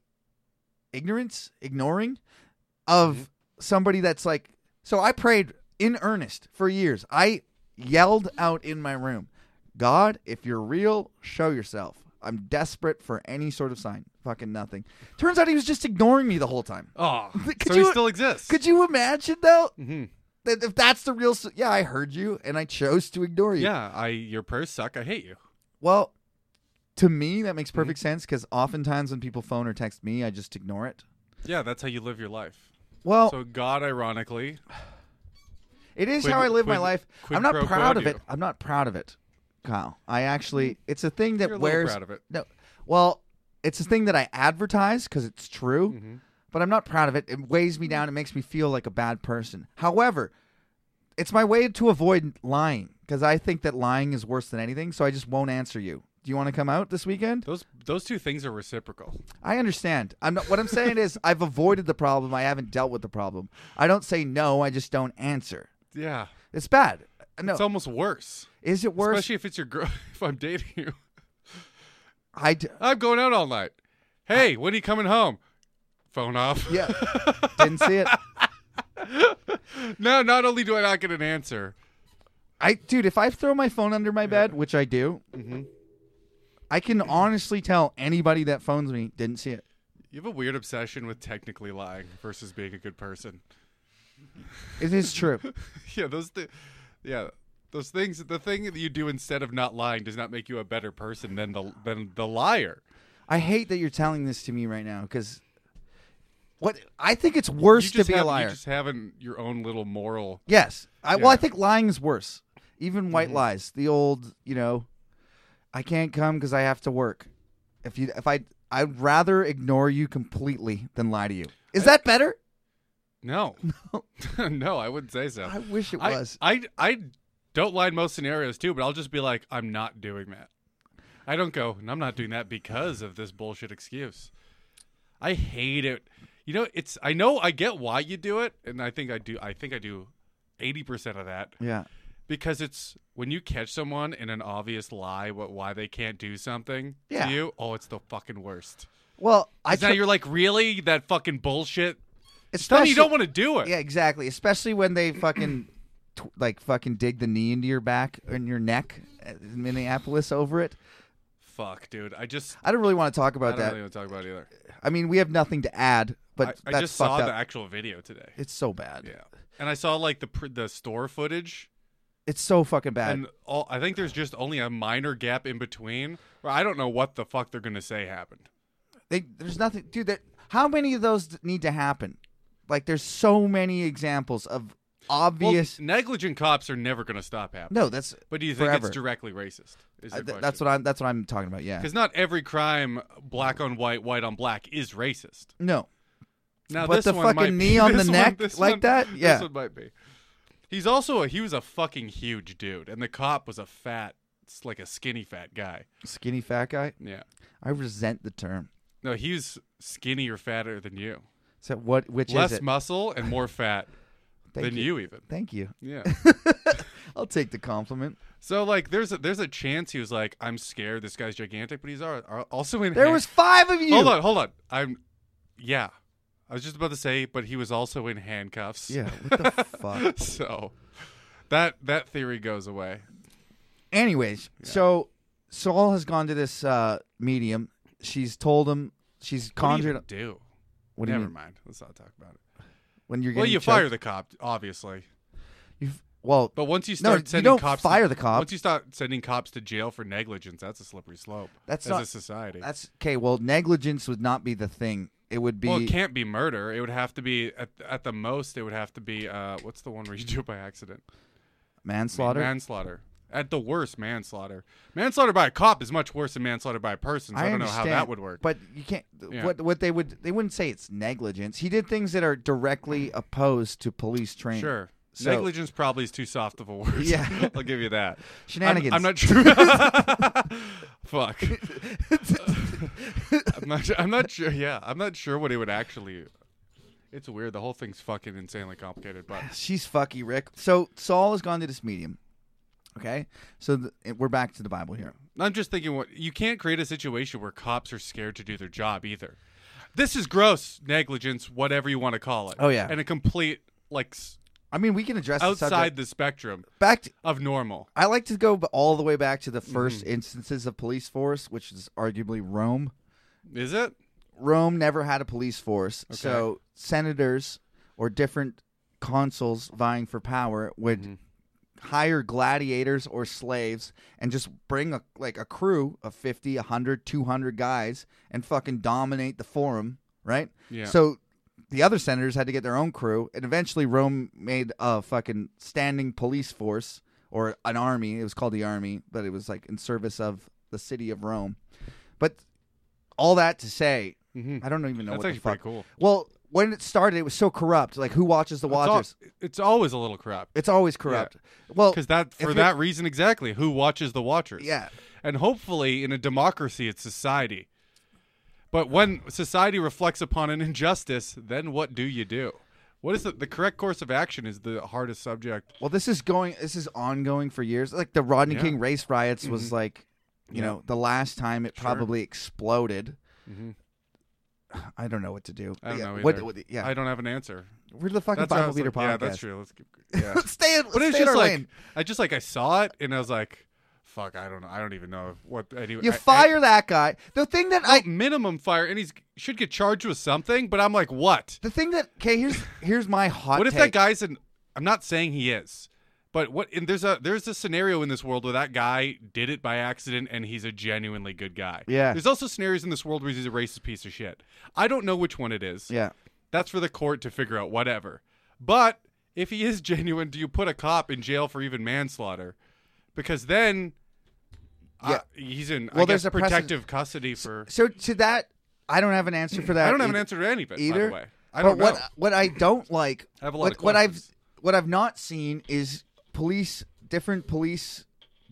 [SPEAKER 1] ignorance, ignoring of
[SPEAKER 2] Mm-hmm.
[SPEAKER 1] somebody that's like. So I prayed in earnest for years. I yelled out in my room, "God, if you're real, show yourself." I'm desperate for any sort of sign. Fucking nothing. Turns out he was just ignoring me the whole time.
[SPEAKER 2] Oh,
[SPEAKER 1] Could
[SPEAKER 2] so
[SPEAKER 1] you-
[SPEAKER 2] he still exists.
[SPEAKER 1] Could you imagine though?
[SPEAKER 2] hmm
[SPEAKER 1] That if that's the real, s- yeah, I heard you and I chose to ignore you.
[SPEAKER 2] Yeah, I your prayers suck. I hate you.
[SPEAKER 1] Well, to me, that makes
[SPEAKER 2] Mm-hmm.
[SPEAKER 1] perfect sense 'cause sense because oftentimes when people phone or text me, I just ignore it.
[SPEAKER 2] Yeah, that's how you live your life.
[SPEAKER 1] Well,
[SPEAKER 2] So God, ironically,
[SPEAKER 1] it is
[SPEAKER 2] quid-
[SPEAKER 1] how I live my
[SPEAKER 2] quid-
[SPEAKER 1] life.
[SPEAKER 2] quid
[SPEAKER 1] I'm not
[SPEAKER 2] pro quo
[SPEAKER 1] proud of
[SPEAKER 2] do.
[SPEAKER 1] it. I'm not proud of it, Kyle. I actually, it's a thing that
[SPEAKER 2] You're a little
[SPEAKER 1] wears.
[SPEAKER 2] proud of it.
[SPEAKER 1] No, well, it's a thing that I advertise because it's true,
[SPEAKER 2] Mm-hmm.
[SPEAKER 1] but I'm not proud of it. It weighs me down. It makes me feel like a bad person. However, it's my way to avoid lying because I think that lying is worse than anything. So I just won't answer you. Do you want to come out this weekend?
[SPEAKER 2] those those two things are reciprocal.
[SPEAKER 1] I understand. I'm not. What I'm saying is, <laughs> I've avoided the problem. I haven't dealt with the problem. I don't say no. I just don't answer.
[SPEAKER 2] Yeah,
[SPEAKER 1] It's bad. No,
[SPEAKER 2] it's almost worse.
[SPEAKER 1] is it Oh. worse?
[SPEAKER 2] Especially if it's your girl. <laughs> If I'm dating you,
[SPEAKER 1] I d-
[SPEAKER 2] I'm going out all night. Hey, when are you coming home? Phone off.
[SPEAKER 1] yeah,
[SPEAKER 2] <laughs>
[SPEAKER 1] didn't see it.
[SPEAKER 2] no, not only do I not get an answer,
[SPEAKER 1] I dude, if I throw my phone under my bed, which I do,
[SPEAKER 2] Mm-hmm.
[SPEAKER 1] I can honestly tell anybody that phones me didn't see it.
[SPEAKER 2] you have a weird obsession with technically lying versus being a good person. <laughs>
[SPEAKER 1] It is true.
[SPEAKER 2] yeah, those th- yeah, those things. The thing that you do instead of not lying does not make you a better person than the than the liar.
[SPEAKER 1] I hate that you're telling this to me right now because what I think it's worse
[SPEAKER 2] You
[SPEAKER 1] to
[SPEAKER 2] just
[SPEAKER 1] be
[SPEAKER 2] have-
[SPEAKER 1] a liar.
[SPEAKER 2] You just having your own little moral.
[SPEAKER 1] Yes. I well, I
[SPEAKER 2] Yeah.
[SPEAKER 1] think lying is worse. Even white lies. The old, you know, I can't come because I have to work. If you, if I, I'd rather ignore you completely than lie to you. Is that better? <laughs>
[SPEAKER 2] No, <laughs> no, I wouldn't say so.
[SPEAKER 1] I wish it
[SPEAKER 2] I-
[SPEAKER 1] was.
[SPEAKER 2] I, I don't lie in most scenarios too, but I'll just be like, I'm not doing that. I don't go, and I'm not doing that because of this bullshit excuse. I hate it. You know, it's I know I get why you do it, and I think I do I think I do eighty percent of that.
[SPEAKER 1] yeah.
[SPEAKER 2] Because it's when you catch someone in an obvious lie what why they can't do something
[SPEAKER 1] Yeah.
[SPEAKER 2] to you, oh it's the fucking worst.
[SPEAKER 1] Well, I.
[SPEAKER 2] 'Cause now
[SPEAKER 1] tr-
[SPEAKER 2] you're like, really? That fucking bullshit? Tell me
[SPEAKER 1] especially
[SPEAKER 2] you don't want to do it.
[SPEAKER 1] yeah, exactly. Especially when they fucking tw- like fucking dig the knee into your back and your neck uh, in Minneapolis over it.
[SPEAKER 2] Fuck, dude. I just
[SPEAKER 1] I don't really want to talk
[SPEAKER 2] I
[SPEAKER 1] about
[SPEAKER 2] don't
[SPEAKER 1] that.
[SPEAKER 2] really want to talk about it either.
[SPEAKER 1] I mean, we have nothing to add, but
[SPEAKER 2] I, I
[SPEAKER 1] that's
[SPEAKER 2] just
[SPEAKER 1] fucked
[SPEAKER 2] saw
[SPEAKER 1] up.
[SPEAKER 2] the actual video today.
[SPEAKER 1] It's so bad.
[SPEAKER 2] Yeah, and I saw like the pr- the store footage,
[SPEAKER 1] It's so fucking bad.
[SPEAKER 2] and all I think there's just only a minor gap in between. Where I don't know what the fuck they're gonna say happened.
[SPEAKER 1] They, there's nothing, dude. That how many of those d- need to happen? Like, there's so many examples of
[SPEAKER 2] Well,
[SPEAKER 1] obvious.
[SPEAKER 2] negligent cops are never gonna stop happening.
[SPEAKER 1] no, that's.
[SPEAKER 2] but do you think
[SPEAKER 1] forever.
[SPEAKER 2] it's directly racist? Is
[SPEAKER 1] I-
[SPEAKER 2] the
[SPEAKER 1] th- that's what I'm. That's what I'm talking about. Yeah.
[SPEAKER 2] Because not every crime, black on white, white on black, is racist.
[SPEAKER 1] No,
[SPEAKER 2] Now
[SPEAKER 1] But
[SPEAKER 2] this
[SPEAKER 1] the fucking
[SPEAKER 2] one might <laughs>
[SPEAKER 1] knee
[SPEAKER 2] be.
[SPEAKER 1] on the
[SPEAKER 2] This one-
[SPEAKER 1] neck
[SPEAKER 2] this
[SPEAKER 1] like
[SPEAKER 2] one-
[SPEAKER 1] that? Yeah.
[SPEAKER 2] this one might be. He's also a, he was a fucking huge dude, and the cop was a fat, s- like a skinny fat guy.
[SPEAKER 1] skinny fat guy.
[SPEAKER 2] Yeah,
[SPEAKER 1] I resent the term.
[SPEAKER 2] no, he was skinnier, fatter than you,
[SPEAKER 1] So what? Which
[SPEAKER 2] less
[SPEAKER 1] is it?
[SPEAKER 2] muscle and
[SPEAKER 1] <laughs>
[SPEAKER 2] more fat
[SPEAKER 1] Thank
[SPEAKER 2] than you. even.
[SPEAKER 1] Thank
[SPEAKER 2] <laughs>
[SPEAKER 1] you. <laughs>
[SPEAKER 2] Yeah.
[SPEAKER 1] I'll take the compliment.
[SPEAKER 2] so like, there's a, there's a chance he was like, I'm scared. This guy's gigantic, but he's al- al- also in.
[SPEAKER 1] There
[SPEAKER 2] ha- <laughs>
[SPEAKER 1] was five of you.
[SPEAKER 2] Hold on, hold on. I'm. Yeah, I was just about to say, but he was also in handcuffs.
[SPEAKER 1] Yeah. What the fuck?
[SPEAKER 2] <laughs> so that that theory goes away.
[SPEAKER 1] Anyways, so Saul has gone to this uh, medium. She's told him. She's conjured.
[SPEAKER 2] What do you do?
[SPEAKER 1] What do you
[SPEAKER 2] Never
[SPEAKER 1] mean?
[SPEAKER 2] mind. Let's not talk about it.
[SPEAKER 1] When you're
[SPEAKER 2] Well,
[SPEAKER 1] getting
[SPEAKER 2] you fire
[SPEAKER 1] choked?
[SPEAKER 2] the cop, obviously.
[SPEAKER 1] You f- well,
[SPEAKER 2] But once you
[SPEAKER 1] No,
[SPEAKER 2] start
[SPEAKER 1] you
[SPEAKER 2] sending
[SPEAKER 1] don't
[SPEAKER 2] cops,
[SPEAKER 1] fire
[SPEAKER 2] to,
[SPEAKER 1] the cop.
[SPEAKER 2] Once you start sending cops to jail for negligence, that's a slippery slope.
[SPEAKER 1] That's
[SPEAKER 2] as
[SPEAKER 1] not-
[SPEAKER 2] a society.
[SPEAKER 1] That's okay. Well, negligence would not be the thing. It would be.
[SPEAKER 2] well, it can't be murder. It would have to be at, at the most. It would have to be uh, what's the one where you do it by accident?
[SPEAKER 1] manslaughter.
[SPEAKER 2] Manslaughter. At the worst, manslaughter. Manslaughter by a cop is much worse than manslaughter by a person. So I, don't know how
[SPEAKER 1] understand,
[SPEAKER 2] that would work.
[SPEAKER 1] But you can't.
[SPEAKER 2] Yeah.
[SPEAKER 1] What what they would they wouldn't say it's negligence. He did things that are directly opposed to police training.
[SPEAKER 2] Sure.
[SPEAKER 1] So-
[SPEAKER 2] Negligence probably is too soft of a word.
[SPEAKER 1] Yeah.
[SPEAKER 2] <laughs> I'll give you that. I'm-
[SPEAKER 1] Shenanigans.
[SPEAKER 2] I'm, not sure. <laughs>
[SPEAKER 1] <laughs>
[SPEAKER 2] Fuck. I'm not, su- I'm not sure. Yeah, I'm not sure what it would actually. It's weird. The whole thing's fucking insanely complicated. But
[SPEAKER 1] She's fucky, Rick. So Saul has gone to this medium. Okay, so th- we're back to the Bible here.
[SPEAKER 2] I'm just thinking, what you can't create a situation where cops are scared to do their job either. This is gross negligence, whatever you want to call it.
[SPEAKER 1] Oh, yeah.
[SPEAKER 2] and a complete like s-
[SPEAKER 1] I mean, we can address the
[SPEAKER 2] outside
[SPEAKER 1] subject.
[SPEAKER 2] the spectrum
[SPEAKER 1] back. To,
[SPEAKER 2] of normal.
[SPEAKER 1] I like to go b- all the way back to the 1st
[SPEAKER 2] Mm-hmm.
[SPEAKER 1] instances of police force, which is arguably Rome.
[SPEAKER 2] Is it?
[SPEAKER 1] Rome never had a police force, so senators or different consuls vying for power would hire gladiators or slaves and just bring a, like a crew of 50, 100, 200 guys and fucking dominate the forum, right?
[SPEAKER 2] Yeah.
[SPEAKER 1] So the other senators had to get their own crew, and eventually Rome made a fucking standing police force or an army. It was called the army, but it was like in service of the city of Rome. But all that to say, I don't even know
[SPEAKER 2] Mm-hmm. That's
[SPEAKER 1] what the
[SPEAKER 2] actually pretty
[SPEAKER 1] fuck.
[SPEAKER 2] cool.
[SPEAKER 1] Well, when it started, it was so corrupt. Like, who watches the
[SPEAKER 2] It's,
[SPEAKER 1] Watchers?
[SPEAKER 2] al- it's always a little corrupt.
[SPEAKER 1] It's always corrupt. Well,
[SPEAKER 2] because that
[SPEAKER 1] Oh, if
[SPEAKER 2] for
[SPEAKER 1] you're-
[SPEAKER 2] that reason exactly who watches the watchers
[SPEAKER 1] Yeah.
[SPEAKER 2] and hopefully in a democracy it's society but when society reflects upon an injustice then what do you do what is the, the correct course of action is the hardest subject
[SPEAKER 1] Well, this is going. This is ongoing for years. Like the Rodney
[SPEAKER 2] Yeah. Mm-hmm.
[SPEAKER 1] King race riots was like, you
[SPEAKER 2] Yeah.
[SPEAKER 1] know, the last time it probably exploded. I don't know what to do.
[SPEAKER 2] Mm-hmm. i don't
[SPEAKER 1] yeah.
[SPEAKER 2] know either.
[SPEAKER 1] What, what- yeah,
[SPEAKER 2] i don't have an answer
[SPEAKER 1] we're the fucking
[SPEAKER 2] that's what I
[SPEAKER 1] Bible
[SPEAKER 2] was
[SPEAKER 1] Leader
[SPEAKER 2] like, yeah
[SPEAKER 1] podcast.
[SPEAKER 2] that's true let's keep, yeah
[SPEAKER 1] Let's <laughs> stay in,
[SPEAKER 2] but
[SPEAKER 1] let's
[SPEAKER 2] it's
[SPEAKER 1] stay in
[SPEAKER 2] just
[SPEAKER 1] our
[SPEAKER 2] like
[SPEAKER 1] lane.
[SPEAKER 2] i just like i saw it and i was like fuck i don't know i don't even know what anyway
[SPEAKER 1] You
[SPEAKER 2] I- Oh, I-
[SPEAKER 1] fire that guy. The thing that I,
[SPEAKER 2] minimum fire and he's should get charged with something but i'm like what
[SPEAKER 1] the thing that, okay, here's here's my hot.
[SPEAKER 2] What if
[SPEAKER 1] take.
[SPEAKER 2] that guy's an? I'm not saying he is, but what? And there's a there's a scenario in this world where that guy did it by accident, and he's a genuinely good guy.
[SPEAKER 1] Yeah.
[SPEAKER 2] There's also scenarios in this world where he's a racist piece of shit. I don't know which one it is.
[SPEAKER 1] Yeah.
[SPEAKER 2] That's for the court to figure out. Whatever. But if he is <laughs> genuine, do you put a cop in jail for even manslaughter? Because then. I-
[SPEAKER 1] Yeah.
[SPEAKER 2] he's in. I
[SPEAKER 1] Well,
[SPEAKER 2] guess
[SPEAKER 1] there's a precedent.
[SPEAKER 2] protective custody for.
[SPEAKER 1] So to that, I don't have an answer for that.
[SPEAKER 2] I don't have an
[SPEAKER 1] either-
[SPEAKER 2] answer to any of it.
[SPEAKER 1] uh, e- Either.
[SPEAKER 2] By the way, I
[SPEAKER 1] but
[SPEAKER 2] don't know.
[SPEAKER 1] what what I don't like,
[SPEAKER 2] I have a lot
[SPEAKER 1] what,
[SPEAKER 2] of
[SPEAKER 1] what I've
[SPEAKER 2] questions.
[SPEAKER 1] what I've not seen is police, different police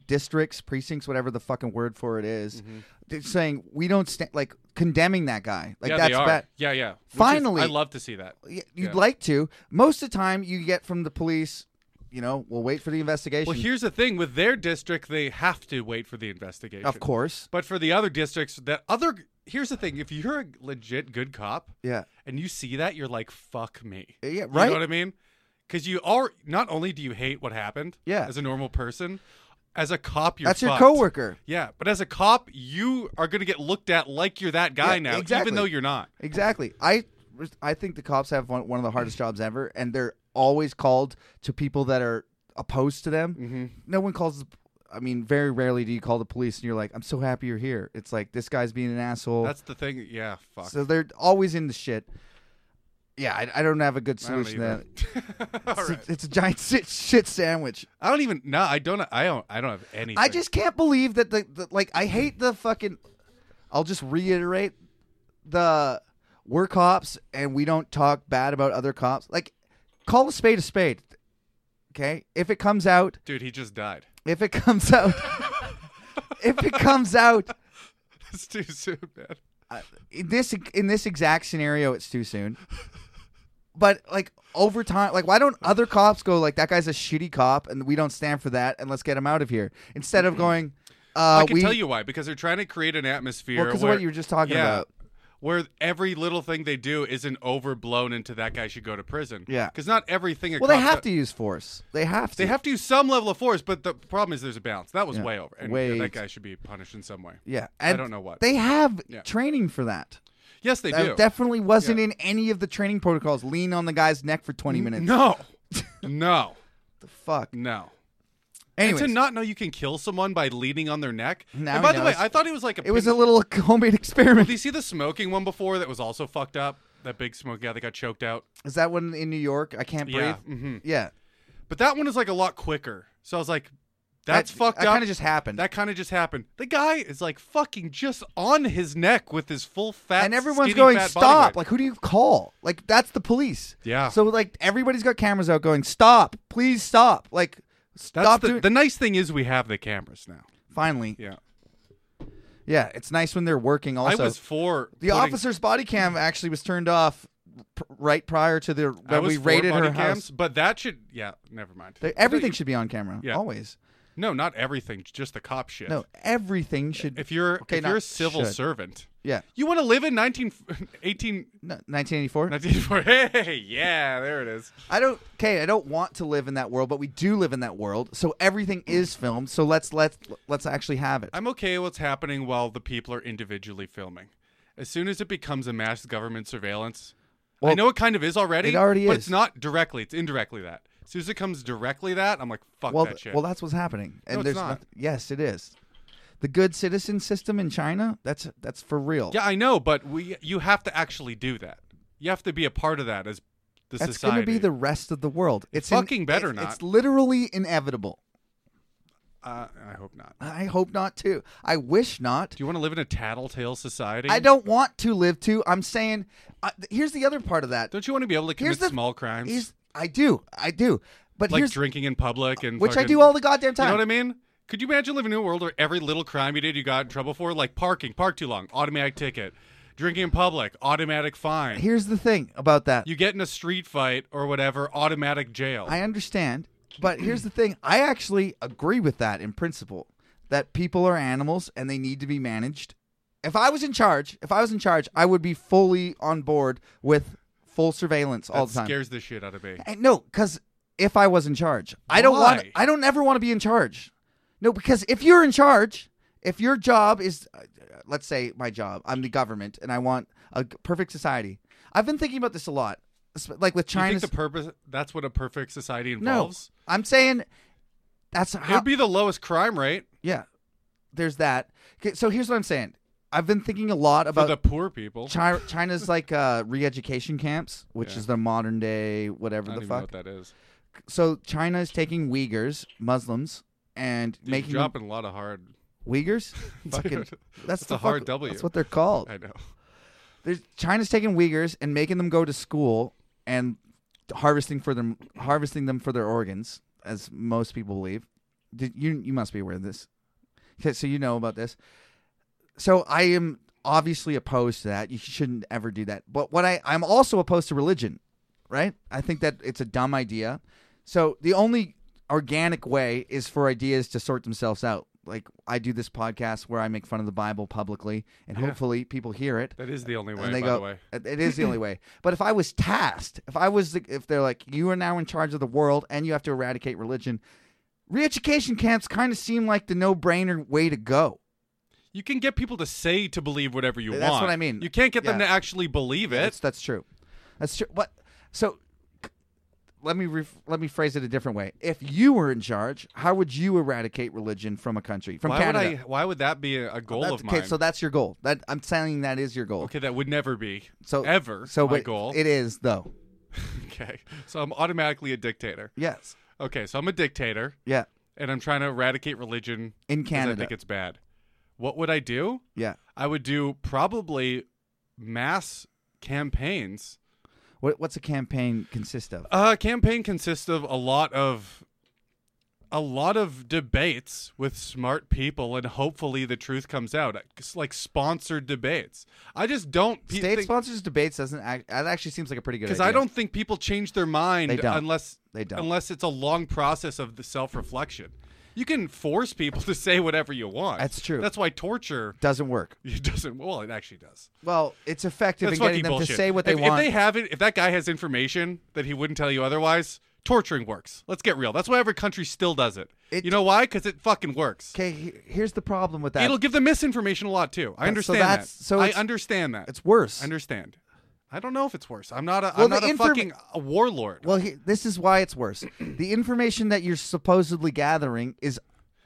[SPEAKER 1] districts, precincts, whatever the fucking word for it is,
[SPEAKER 2] Mm-hmm.
[SPEAKER 1] they're saying we don't stand like condemning that guy. Like
[SPEAKER 2] yeah,
[SPEAKER 1] that's
[SPEAKER 2] they are.
[SPEAKER 1] bad.
[SPEAKER 2] Yeah, yeah. Which is-
[SPEAKER 1] Finally-
[SPEAKER 2] I love to see that.
[SPEAKER 1] Y- You'd
[SPEAKER 2] Yeah.
[SPEAKER 1] like to. Most of the time, you get from the police. You know, we'll wait for the investigation.
[SPEAKER 2] Well, here's the thing: with their district, they have to wait for the investigation.
[SPEAKER 1] of course.
[SPEAKER 2] But for the other districts, that other here's the thing: if you're a legit good cop
[SPEAKER 1] Yeah.
[SPEAKER 2] and you see that, you're like, "Fuck me."
[SPEAKER 1] Yeah,
[SPEAKER 2] You know what
[SPEAKER 1] right?
[SPEAKER 2] I mean? Because you are not only do you hate what happened,
[SPEAKER 1] Yeah.
[SPEAKER 2] as a normal person, as a cop, you're
[SPEAKER 1] That's your
[SPEAKER 2] fucked.
[SPEAKER 1] coworker.
[SPEAKER 2] Yeah, but as a cop, you are going to get looked at like you're that guy
[SPEAKER 1] Yeah,
[SPEAKER 2] now,
[SPEAKER 1] exactly.
[SPEAKER 2] even though you're not.
[SPEAKER 1] Exactly. I I think the cops have one, one of the
[SPEAKER 2] <laughs>
[SPEAKER 1] hardest jobs ever, and they're always called to people that are opposed to them. Mm-hmm. No one calls. the- I mean, very rarely do you call the police and you're like, "I'm so happy you're here." It's like this guy's being an asshole.
[SPEAKER 2] That's the thing. Yeah, fuck.
[SPEAKER 1] so they're always in the shit. Yeah, I, I don't have a good
[SPEAKER 2] I don't
[SPEAKER 1] solution to that.
[SPEAKER 2] even. <laughs> All
[SPEAKER 1] It's,
[SPEAKER 2] right.
[SPEAKER 1] a, it's a giant <laughs> shit, shit sandwich.
[SPEAKER 2] I don't even. No, I don't. I don't. I don't have anything.
[SPEAKER 1] I just can't believe that the, the like I hate the fucking. I'll just reiterate the we're cops and we don't talk bad about other cops. Like, call a spade a spade. Okay, if it comes out,
[SPEAKER 2] Dude, he just died.
[SPEAKER 1] if it <laughs> comes out, if it comes out
[SPEAKER 2] It's too soon, man.
[SPEAKER 1] Uh, in this in this exact scenario, it's too soon. But like over time, like why don't other cops go like that guy's a shitty cop and we don't stand for that and let's get him out of here instead
[SPEAKER 2] <clears throat>
[SPEAKER 1] of going. Uh,
[SPEAKER 2] I can
[SPEAKER 1] we,
[SPEAKER 2] tell you why because they're trying to create an atmosphere.
[SPEAKER 1] Well, because of
[SPEAKER 2] where,
[SPEAKER 1] what you were just talking
[SPEAKER 2] yeah,
[SPEAKER 1] about.
[SPEAKER 2] where every little thing they do isn't overblown into that guy should go to prison.
[SPEAKER 1] Yeah.
[SPEAKER 2] because not everything. a
[SPEAKER 1] Well, they
[SPEAKER 2] cop
[SPEAKER 1] have
[SPEAKER 2] do-
[SPEAKER 1] to use force. They have to.
[SPEAKER 2] They have to use some level of force, but the problem is there's a balance. That was
[SPEAKER 1] Yeah.
[SPEAKER 2] way over. And
[SPEAKER 1] Way
[SPEAKER 2] yeah,
[SPEAKER 1] t-
[SPEAKER 2] that guy should be punished in some way.
[SPEAKER 1] Yeah,
[SPEAKER 2] I
[SPEAKER 1] and
[SPEAKER 2] don't know what.
[SPEAKER 1] They have
[SPEAKER 2] Yeah.
[SPEAKER 1] training for that.
[SPEAKER 2] yes, they
[SPEAKER 1] that
[SPEAKER 2] do.
[SPEAKER 1] Uh, definitely wasn't in any of the training protocols. Lean on the guy's neck for twenty minutes. <laughs>
[SPEAKER 2] no, no,
[SPEAKER 1] the fuck.
[SPEAKER 2] no.
[SPEAKER 1] Anyways,
[SPEAKER 2] And to not know you can kill someone by leaning on their neck.
[SPEAKER 1] Now
[SPEAKER 2] and
[SPEAKER 1] he
[SPEAKER 2] by the way,
[SPEAKER 1] knows.
[SPEAKER 2] I thought it was like a.
[SPEAKER 1] it was
[SPEAKER 2] pin-
[SPEAKER 1] a little <laughs> homemade
[SPEAKER 2] Did
[SPEAKER 1] experiment.
[SPEAKER 2] you see the smoking one before that was also fucked up? That big smoking guy that got choked out.
[SPEAKER 1] Is that one in New York? I can't breathe.
[SPEAKER 2] Yeah, mhm.
[SPEAKER 1] Yeah,
[SPEAKER 2] But that one is like a lot quicker. So I was like, that's
[SPEAKER 1] that,
[SPEAKER 2] fucked
[SPEAKER 1] That
[SPEAKER 2] up.
[SPEAKER 1] kind of just happened.
[SPEAKER 2] that kind of just happened. The guy is like fucking just on his neck with his full fat
[SPEAKER 1] and everyone's
[SPEAKER 2] skinny,
[SPEAKER 1] going
[SPEAKER 2] fat body
[SPEAKER 1] stop.
[SPEAKER 2] weight.
[SPEAKER 1] Like, who do you call? Like, that's the police.
[SPEAKER 2] Yeah.
[SPEAKER 1] So like, everybody's got cameras out, going stop, please stop. Like,
[SPEAKER 2] that's
[SPEAKER 1] stop.
[SPEAKER 2] the,
[SPEAKER 1] doing-
[SPEAKER 2] the nice thing is we have the cameras now.
[SPEAKER 1] Finally, yeah.
[SPEAKER 2] Yeah.
[SPEAKER 1] it's nice when they're working. Also,
[SPEAKER 2] I was for
[SPEAKER 1] The
[SPEAKER 2] putting-
[SPEAKER 1] officer's body cam actually was turned off p- right prior to the
[SPEAKER 2] I
[SPEAKER 1] when
[SPEAKER 2] was
[SPEAKER 1] we
[SPEAKER 2] for
[SPEAKER 1] raided her
[SPEAKER 2] body
[SPEAKER 1] house.
[SPEAKER 2] cams, but that should yeah, never mind.
[SPEAKER 1] They- everything should be on camera.
[SPEAKER 2] Yeah.
[SPEAKER 1] Always.
[SPEAKER 2] No, not everything, just the cop shit.
[SPEAKER 1] No, everything should.
[SPEAKER 2] If you're
[SPEAKER 1] okay,
[SPEAKER 2] if
[SPEAKER 1] not
[SPEAKER 2] you're a civil
[SPEAKER 1] should.
[SPEAKER 2] servant,
[SPEAKER 1] yeah,
[SPEAKER 2] you want to live in <laughs> 19 18
[SPEAKER 1] no, 1984.
[SPEAKER 2] 1940. <laughs> Hey, yeah, there it is.
[SPEAKER 1] I don't. Okay, I don't want to live in that world, but we do live in that world. So everything is filmed. So let's let's let's actually have it.
[SPEAKER 2] I'm okay with what's happening while the people are individually filming. As soon as it becomes a mass government surveillance, I
[SPEAKER 1] Well,
[SPEAKER 2] know it kind of is already.
[SPEAKER 1] it already
[SPEAKER 2] but
[SPEAKER 1] is.
[SPEAKER 2] it's not directly; it's indirectly that. As soon as it comes directly that, I'm like, fuck
[SPEAKER 1] well,
[SPEAKER 2] that shit.
[SPEAKER 1] well, that's what's happening. And
[SPEAKER 2] it's
[SPEAKER 1] there's
[SPEAKER 2] not.
[SPEAKER 1] yes, it is. The good citizen system in China. That's that's for real.
[SPEAKER 2] yeah, I know, but we you have to actually do that. You have to be a part of that as the
[SPEAKER 1] that's
[SPEAKER 2] society.
[SPEAKER 1] going to be the rest of the world. It's
[SPEAKER 2] fucking better
[SPEAKER 1] it's-
[SPEAKER 2] not.
[SPEAKER 1] It's literally inevitable.
[SPEAKER 2] Uh, I hope not.
[SPEAKER 1] I hope not too. I wish not.
[SPEAKER 2] Do you want to live in a tattletale society?
[SPEAKER 1] I don't want to live too. I'm saying, uh, th- here's the other part of that.
[SPEAKER 2] Don't you want to be able to
[SPEAKER 1] Here's
[SPEAKER 2] commit
[SPEAKER 1] the
[SPEAKER 2] small crimes,
[SPEAKER 1] Here's, I do, I do. But
[SPEAKER 2] like
[SPEAKER 1] here's
[SPEAKER 2] drinking in public and
[SPEAKER 1] which I
[SPEAKER 2] fucking-
[SPEAKER 1] do all the goddamn time.
[SPEAKER 2] You know what I mean? Could you imagine living in a world where every little crime you did, you got in trouble for? Like parking, park too long, automatic ticket. Drinking in public, automatic fine.
[SPEAKER 1] Here's the thing about that.
[SPEAKER 2] you get in a street fight or whatever, automatic jail.
[SPEAKER 1] I understand, but here's the thing. I actually agree with that in principle. That people are animals and they need to be managed. If I was in charge, if I was in charge, I would be fully on board with full surveillance all
[SPEAKER 2] That
[SPEAKER 1] the time.
[SPEAKER 2] scares the shit out of me.
[SPEAKER 1] I- Eh, no, because if I was in charge, I don't want.
[SPEAKER 2] Why?
[SPEAKER 1] I don't ever want to be in charge. No, because if you're in charge, if your job is, uh, let's say my job, I'm the government, and I want a g- perfect society. I've been thinking about this a lot, sp- like with
[SPEAKER 2] Do you
[SPEAKER 1] China.
[SPEAKER 2] think the purpose that's what a perfect society
[SPEAKER 1] no,
[SPEAKER 2] involves?
[SPEAKER 1] I'm saying that's how.
[SPEAKER 2] It'd be the lowest crime rate
[SPEAKER 1] yeah, there's that. 'Kay, so here's what I'm saying. I've been thinking a lot
[SPEAKER 2] for
[SPEAKER 1] about
[SPEAKER 2] the poor people.
[SPEAKER 1] Chi- China's like uh, re-education camps, which is the modern day whatever
[SPEAKER 2] I
[SPEAKER 1] the
[SPEAKER 2] don't even know
[SPEAKER 1] fuck.
[SPEAKER 2] what that is.
[SPEAKER 1] so China is taking Uyghurs, Muslims, and
[SPEAKER 2] You're
[SPEAKER 1] making them
[SPEAKER 2] dropping a lot of hard.
[SPEAKER 1] Uyghurs. Fucking,
[SPEAKER 2] <laughs> Dude,
[SPEAKER 1] that's
[SPEAKER 2] that's
[SPEAKER 1] the
[SPEAKER 2] a hard
[SPEAKER 1] fuck-
[SPEAKER 2] W.
[SPEAKER 1] That's what they're called.
[SPEAKER 2] I know. <laughs>
[SPEAKER 1] There's, China's taking Uyghurs and making them go to school and harvesting for them, harvesting them for their organs, as most people believe. Did, you you must be aware of this, 'Kay, so you know about this. So I am obviously opposed to that. You shouldn't ever do that. But what I I'm also opposed to religion, right? I think that it's a dumb idea. So the only organic way is for ideas to sort themselves out. like I do this podcast where I make fun of the Bible publicly, and hopefully people hear it.
[SPEAKER 2] That is the only way,
[SPEAKER 1] and they
[SPEAKER 2] by
[SPEAKER 1] go,
[SPEAKER 2] the way.
[SPEAKER 1] "It- it is the only
[SPEAKER 2] <laughs>
[SPEAKER 1] way. But if I was tasked, if I was, the, if they're like, you are now in charge of the world and you have to eradicate religion, re-education camps kind of seem like the no-brainer way to go.
[SPEAKER 2] You can get people to say to believe whatever you
[SPEAKER 1] That's
[SPEAKER 2] want.
[SPEAKER 1] what I mean.
[SPEAKER 2] You can't get them
[SPEAKER 1] Yeah.
[SPEAKER 2] to actually believe
[SPEAKER 1] That's
[SPEAKER 2] it.
[SPEAKER 1] that's true. That's true. What? So c- let me ref let me phrase it a different way. If you were in charge, how would you eradicate religion from a country from
[SPEAKER 2] Why
[SPEAKER 1] Canada?
[SPEAKER 2] would I? Why would that be a a goal
[SPEAKER 1] That's-
[SPEAKER 2] of mine?
[SPEAKER 1] Okay, so that's your goal. That I'm saying that is your goal.
[SPEAKER 2] okay, that would never be
[SPEAKER 1] So
[SPEAKER 2] ever
[SPEAKER 1] So
[SPEAKER 2] my
[SPEAKER 1] but
[SPEAKER 2] goal.
[SPEAKER 1] It is though.
[SPEAKER 2] <laughs> okay, so I'm automatically a dictator.
[SPEAKER 1] Yes.
[SPEAKER 2] Okay, so I'm a dictator,
[SPEAKER 1] Yeah.
[SPEAKER 2] and I'm trying to eradicate religion
[SPEAKER 1] In
[SPEAKER 2] 'cause
[SPEAKER 1] Canada.
[SPEAKER 2] I think it's bad. What would I do?
[SPEAKER 1] yeah.
[SPEAKER 2] I would do probably mass campaigns.
[SPEAKER 1] What, what's a campaign consist of?
[SPEAKER 2] Uh, campaign consists of a lot of a lot of debates with smart people, and hopefully the truth comes out. It's like sponsored debates. I just don't pe-
[SPEAKER 1] State
[SPEAKER 2] think-
[SPEAKER 1] sponsors debates doesn't. Act, that actually seems like a pretty good.
[SPEAKER 2] because
[SPEAKER 1] idea.
[SPEAKER 2] I don't think people change their mind
[SPEAKER 1] They don't.
[SPEAKER 2] unless
[SPEAKER 1] They don't.
[SPEAKER 2] unless it's a long process of the self reflection. You can force people <laughs> to say whatever you want.
[SPEAKER 1] That's true.
[SPEAKER 2] That's why torture <laughs>
[SPEAKER 1] Doesn't work.
[SPEAKER 2] it doesn't. Well, it actually does.
[SPEAKER 1] Well, it's effective
[SPEAKER 2] That's
[SPEAKER 1] in getting
[SPEAKER 2] fucking
[SPEAKER 1] them
[SPEAKER 2] bullshit.
[SPEAKER 1] to say what they
[SPEAKER 2] if,
[SPEAKER 1] want.
[SPEAKER 2] If they have it, if that guy has information that he wouldn't tell you otherwise, torturing works. Let's get real. That's why every country still does it.
[SPEAKER 1] It-
[SPEAKER 2] you know why? Because it fucking works.
[SPEAKER 1] okay, he- here's the problem with that.
[SPEAKER 2] It'll give them misinformation a lot too. I
[SPEAKER 1] That- so
[SPEAKER 2] understand
[SPEAKER 1] that's-
[SPEAKER 2] that.
[SPEAKER 1] so
[SPEAKER 2] I
[SPEAKER 1] it's-
[SPEAKER 2] understand that.
[SPEAKER 1] it's worse.
[SPEAKER 2] I understand. I don't know if it's worse. I'm not a.
[SPEAKER 1] Well,
[SPEAKER 2] am not
[SPEAKER 1] the
[SPEAKER 2] a
[SPEAKER 1] inform-
[SPEAKER 2] fucking a warlord.
[SPEAKER 1] Well, he, this is why it's
[SPEAKER 2] <clears throat>
[SPEAKER 1] worse. The information that you're supposedly gathering is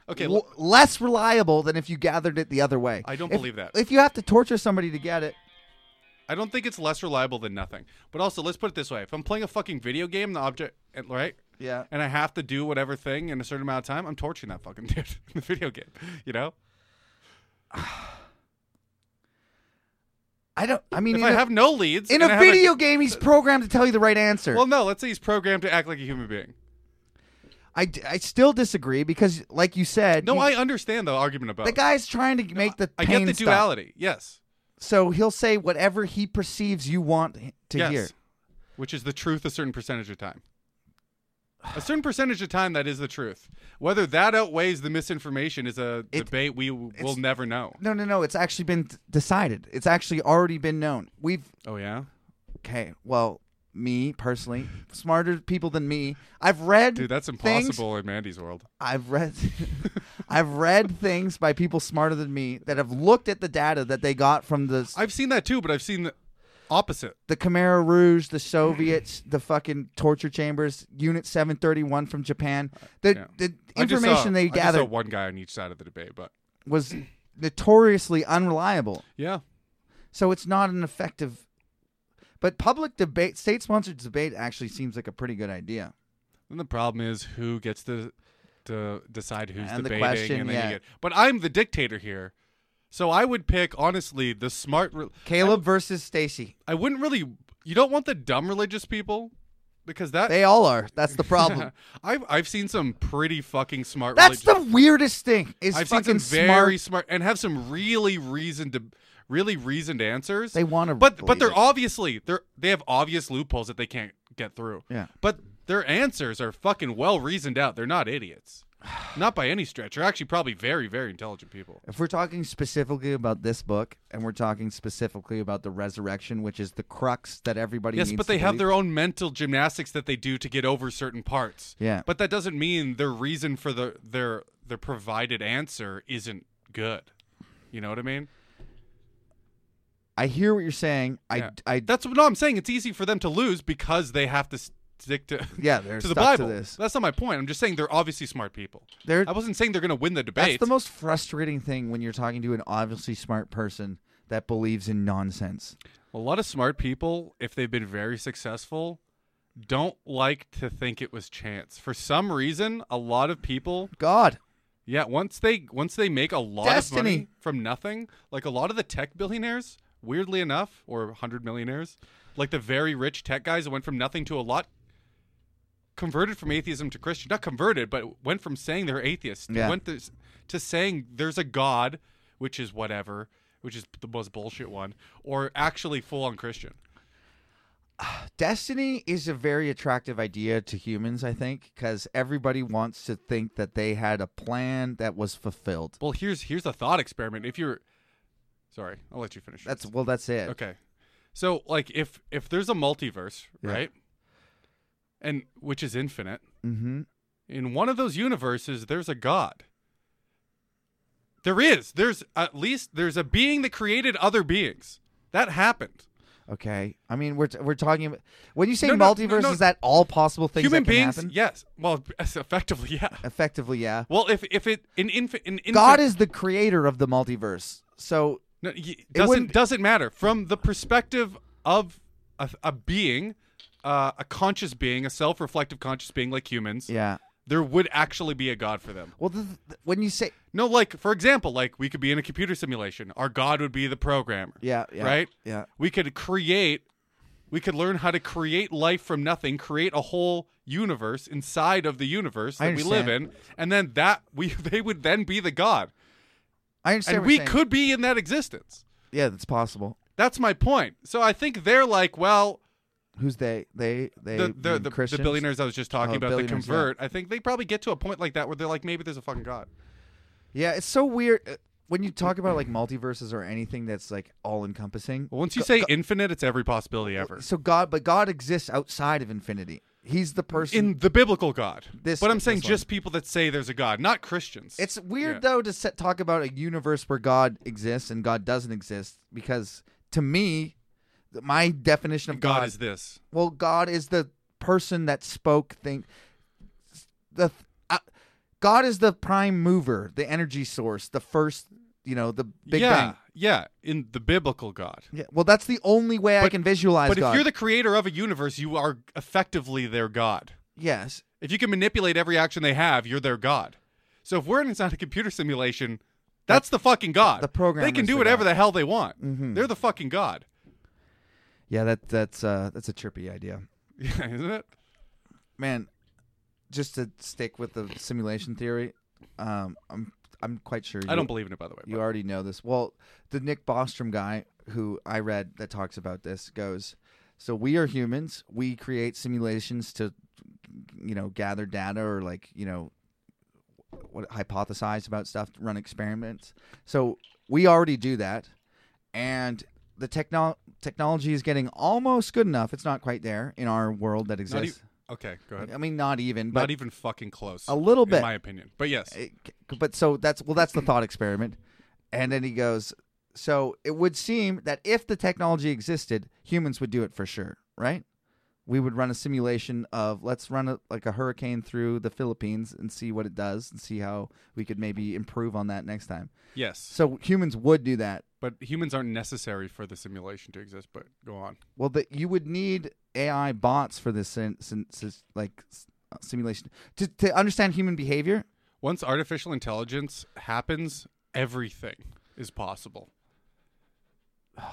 [SPEAKER 2] Okay,
[SPEAKER 1] w- less reliable than if you gathered it the other way.
[SPEAKER 2] I don't
[SPEAKER 1] If-
[SPEAKER 2] believe that.
[SPEAKER 1] If you have to torture somebody to get it,
[SPEAKER 2] I don't think it's less reliable than nothing. But also, let's put it this way: if I'm playing a fucking video game, the object, and- right?
[SPEAKER 1] Yeah.
[SPEAKER 2] And I have to do whatever thing in a certain amount of time, I'm torturing that fucking <laughs> dude in the video game. You know,
[SPEAKER 1] I don't. I mean,
[SPEAKER 2] if
[SPEAKER 1] in
[SPEAKER 2] I
[SPEAKER 1] a-
[SPEAKER 2] have no leads
[SPEAKER 1] in
[SPEAKER 2] and I
[SPEAKER 1] a
[SPEAKER 2] have
[SPEAKER 1] video game, he's programmed to tell you the right answer.
[SPEAKER 2] well, no. Let's say he's programmed to act like a human being.
[SPEAKER 1] I, d- I still disagree because, like you said,
[SPEAKER 2] No,
[SPEAKER 1] he-
[SPEAKER 2] I understand the argument about.
[SPEAKER 1] the guy's trying to make the
[SPEAKER 2] I
[SPEAKER 1] pain
[SPEAKER 2] get the
[SPEAKER 1] stop.
[SPEAKER 2] duality. Yes.
[SPEAKER 1] So he'll say whatever he perceives you want h- to
[SPEAKER 2] yes.
[SPEAKER 1] hear.
[SPEAKER 2] Which is the truth a certain percentage of time. A certain percentage of time that is the truth. Whether that outweighs the misinformation is a
[SPEAKER 1] It-
[SPEAKER 2] debate we w- will never know.
[SPEAKER 1] No, no, no. It's actually been d- decided. It's actually already been known. We've
[SPEAKER 2] Oh yeah.
[SPEAKER 1] okay, well, me personally, smarter people than me, I've read
[SPEAKER 2] Dude, <laughs> that's
[SPEAKER 1] things-
[SPEAKER 2] impossible in Mandy's world.
[SPEAKER 1] I've read <laughs> I've read things by people smarter than me that have looked at the data that they got from the
[SPEAKER 2] I've seen that too, but I've seen the opposite.
[SPEAKER 1] the Khmer Rouge, the Soviets, the fucking torture chambers, Unit 731 from Japan. The
[SPEAKER 2] Yeah.
[SPEAKER 1] the
[SPEAKER 2] I just
[SPEAKER 1] information
[SPEAKER 2] saw-
[SPEAKER 1] they
[SPEAKER 2] I just saw
[SPEAKER 1] gathered
[SPEAKER 2] one guy on each side of the debate, but
[SPEAKER 1] was notoriously unreliable.
[SPEAKER 2] yeah,
[SPEAKER 1] So it's not an effective but public debate, state sponsored debate actually seems like a pretty good idea.
[SPEAKER 2] And the problem is who gets to to decide who's
[SPEAKER 1] And the
[SPEAKER 2] debating,
[SPEAKER 1] question,
[SPEAKER 2] and then
[SPEAKER 1] yeah.
[SPEAKER 2] you get. But I'm the dictator here, so I would pick honestly the smart. Re-
[SPEAKER 1] Caleb versus Stacy.
[SPEAKER 2] I wouldn't really. You don't want the dumb religious people because that.
[SPEAKER 1] They all are. That's the problem.
[SPEAKER 2] <laughs> I've I've seen some pretty fucking smart.
[SPEAKER 1] That's
[SPEAKER 2] religious,
[SPEAKER 1] the weirdest thing. Is
[SPEAKER 2] I've seen
[SPEAKER 1] fucking
[SPEAKER 2] some very
[SPEAKER 1] smart.
[SPEAKER 2] smart and have some really reasoned to really reasoned answers.
[SPEAKER 1] They wanna
[SPEAKER 2] but but
[SPEAKER 1] believe
[SPEAKER 2] they're
[SPEAKER 1] it.
[SPEAKER 2] obviously they're they have obvious loopholes that they can't get through.
[SPEAKER 1] Yeah.
[SPEAKER 2] but their answers are fucking well reasoned out. They're not idiots, <sighs> not by any stretch. They're actually probably very very intelligent people.
[SPEAKER 1] If we're talking specifically about this book, and we're talking specifically about the resurrection, which is the crux that everybody
[SPEAKER 2] Yes,
[SPEAKER 1] needs
[SPEAKER 2] but
[SPEAKER 1] to
[SPEAKER 2] they have
[SPEAKER 1] believe-
[SPEAKER 2] their own mental gymnastics that they do to get over certain parts.
[SPEAKER 1] Yeah.
[SPEAKER 2] but that doesn't mean their reason for the their their provided answer isn't good. You know what I mean?
[SPEAKER 1] I hear what you're saying. I,
[SPEAKER 2] Yeah.
[SPEAKER 1] I,
[SPEAKER 2] That's what no, I'm saying. It's easy for them to lose because they have to stick to
[SPEAKER 1] Yeah,
[SPEAKER 2] <laughs>
[SPEAKER 1] they're
[SPEAKER 2] to the
[SPEAKER 1] stuck to
[SPEAKER 2] Bible.
[SPEAKER 1] this.
[SPEAKER 2] That's not my point. I'm just saying they're obviously smart people.
[SPEAKER 1] They're-
[SPEAKER 2] I wasn't saying they're going to win the
[SPEAKER 1] that's
[SPEAKER 2] debate.
[SPEAKER 1] the most frustrating thing when you're talking to an obviously smart person that believes in nonsense.
[SPEAKER 2] a lot of smart people, if they've been very successful, don't like to think it was chance. For some reason, a lot of people,
[SPEAKER 1] God,
[SPEAKER 2] yeah, once they once they make a lot of
[SPEAKER 1] Destiny.
[SPEAKER 2] money from nothing, like a lot of the tech billionaires, weirdly enough, or hundred millionaires, like the very rich tech guys that went from nothing to a lot, converted from atheism to Christian. Not converted, but went from saying they're atheists
[SPEAKER 1] Yeah.
[SPEAKER 2] went to, to saying there's a god, which is whatever, which is the most bullshit one, or actually full on Christian.
[SPEAKER 1] Destiny is a very attractive idea to humans, I think, because everybody wants to think that they had a plan that was fulfilled.
[SPEAKER 2] Well, here's here's a thought experiment. If you're sorry, I'll let you finish.
[SPEAKER 1] That's well, that's it.
[SPEAKER 2] okay. So like if if there's a multiverse,
[SPEAKER 1] Yeah.
[SPEAKER 2] right? And which is infinite.
[SPEAKER 1] Mm-hmm.
[SPEAKER 2] In one of those universes, there's a god. There is. There's at least there's a being that created other beings. That happened.
[SPEAKER 1] Okay. I mean, we're t- we're talking about when you say
[SPEAKER 2] No, no,
[SPEAKER 1] multiverse,
[SPEAKER 2] no, no.
[SPEAKER 1] is that all possible things
[SPEAKER 2] Human
[SPEAKER 1] that can
[SPEAKER 2] beings,
[SPEAKER 1] happen?
[SPEAKER 2] yes. Well, <laughs> effectively, yeah.
[SPEAKER 1] Effectively, yeah.
[SPEAKER 2] Well, if if it an infant, an infant
[SPEAKER 1] God is the creator of the multiverse, so
[SPEAKER 2] No, y- doesn't
[SPEAKER 1] wouldn't-
[SPEAKER 2] doesn't matter from the perspective of a, a being, uh, a conscious being, a self-reflective conscious being like humans.
[SPEAKER 1] yeah.
[SPEAKER 2] There would actually be a god for them.
[SPEAKER 1] Well, the, the, when you say
[SPEAKER 2] No, like for example, like we could be in a computer simulation. Our god would be the programmer.
[SPEAKER 1] yeah, yeah,
[SPEAKER 2] Right?
[SPEAKER 1] yeah,
[SPEAKER 2] We could create. We could learn how to create life from nothing, create a whole universe inside of the universe
[SPEAKER 1] I
[SPEAKER 2] that we live in,
[SPEAKER 1] understand.
[SPEAKER 2] and then that <laughs> we they would then be the god,
[SPEAKER 1] I understand.
[SPEAKER 2] and
[SPEAKER 1] what
[SPEAKER 2] we
[SPEAKER 1] you're saying.
[SPEAKER 2] could be in that existence.
[SPEAKER 1] yeah, that's possible.
[SPEAKER 2] That's my point. So I think they're like, well,
[SPEAKER 1] Who's they? They they
[SPEAKER 2] the the,
[SPEAKER 1] mean
[SPEAKER 2] the, the
[SPEAKER 1] Christians?
[SPEAKER 2] billionaires I was just talking
[SPEAKER 1] Oh,
[SPEAKER 2] about that
[SPEAKER 1] billionaires, yeah.
[SPEAKER 2] convert. I think they probably get to a point like that where they're like, maybe there's a fucking god.
[SPEAKER 1] Yeah, it's so weird uh, when you talk about like multiverses or anything that's like all encompassing.
[SPEAKER 2] Well, once you say infinite, it's every possibility ever.
[SPEAKER 1] So God, but God exists outside of infinity. He's the person.
[SPEAKER 2] In the biblical God,
[SPEAKER 1] This-
[SPEAKER 2] but I'm saying
[SPEAKER 1] this one.
[SPEAKER 2] just people that say there's a God, not Christians.
[SPEAKER 1] it's weird
[SPEAKER 2] Yeah.
[SPEAKER 1] though to set, talk about a universe where God exists and God doesn't exist because to me, th- my definition of
[SPEAKER 2] God,
[SPEAKER 1] God,
[SPEAKER 2] is this.
[SPEAKER 1] well, God is the person that spoke thing. The th- uh, God is the prime mover, the energy source, the first, you know, the big
[SPEAKER 2] yeah,
[SPEAKER 1] bang.
[SPEAKER 2] yeah. In the biblical God,
[SPEAKER 1] Yeah, well, that's the only way I
[SPEAKER 2] But-
[SPEAKER 1] can visualize.
[SPEAKER 2] but if
[SPEAKER 1] God.
[SPEAKER 2] you're the creator of a universe, you are effectively their God.
[SPEAKER 1] yes,
[SPEAKER 2] If you can manipulate every action they have, you're their god. So if we're inside a computer simulation, that's the fucking god.
[SPEAKER 1] the programmer's
[SPEAKER 2] They can do
[SPEAKER 1] the
[SPEAKER 2] whatever
[SPEAKER 1] god. Mm-hmm.
[SPEAKER 2] the hell they want. They're the fucking god. <laughs>
[SPEAKER 1] yeah, that that's uh, that's a trippy idea,
[SPEAKER 2] Yeah, isn't it?
[SPEAKER 1] man. Just to stick with the simulation theory, um, I'm I'm quite sure. You,
[SPEAKER 2] I don't believe in it, by the way.
[SPEAKER 1] you already know this. Well, the Nick Bostrom guy who I read that talks about this goes, so we are humans. We create simulations to, you know, gather data or like you know, what hypothesize about stuff, run experiments. So we already do that, and the techno- technology is getting almost good enough. It's not quite there in our world that
[SPEAKER 2] Not e-
[SPEAKER 1] exists.
[SPEAKER 2] okay, go ahead.
[SPEAKER 1] I mean, not even, but
[SPEAKER 2] Not even fucking close.
[SPEAKER 1] a little
[SPEAKER 2] in
[SPEAKER 1] bit.
[SPEAKER 2] my opinion. But yes,
[SPEAKER 1] it, but so that's well that's the thought experiment and then he goes so it would seem that if the technology existed humans would do it for sure right we would run a simulation of let's run a, like a hurricane through the philippines and see what it does and see how we could maybe improve on that next time
[SPEAKER 2] yes.
[SPEAKER 1] so humans would do that
[SPEAKER 2] but humans aren't necessary for the simulation to exist. But go on.
[SPEAKER 1] well that you would need ai bots for this sin, sin, sis- like s- uh, simulation to, to understand human behavior
[SPEAKER 2] Once artificial intelligence happens, everything is possible.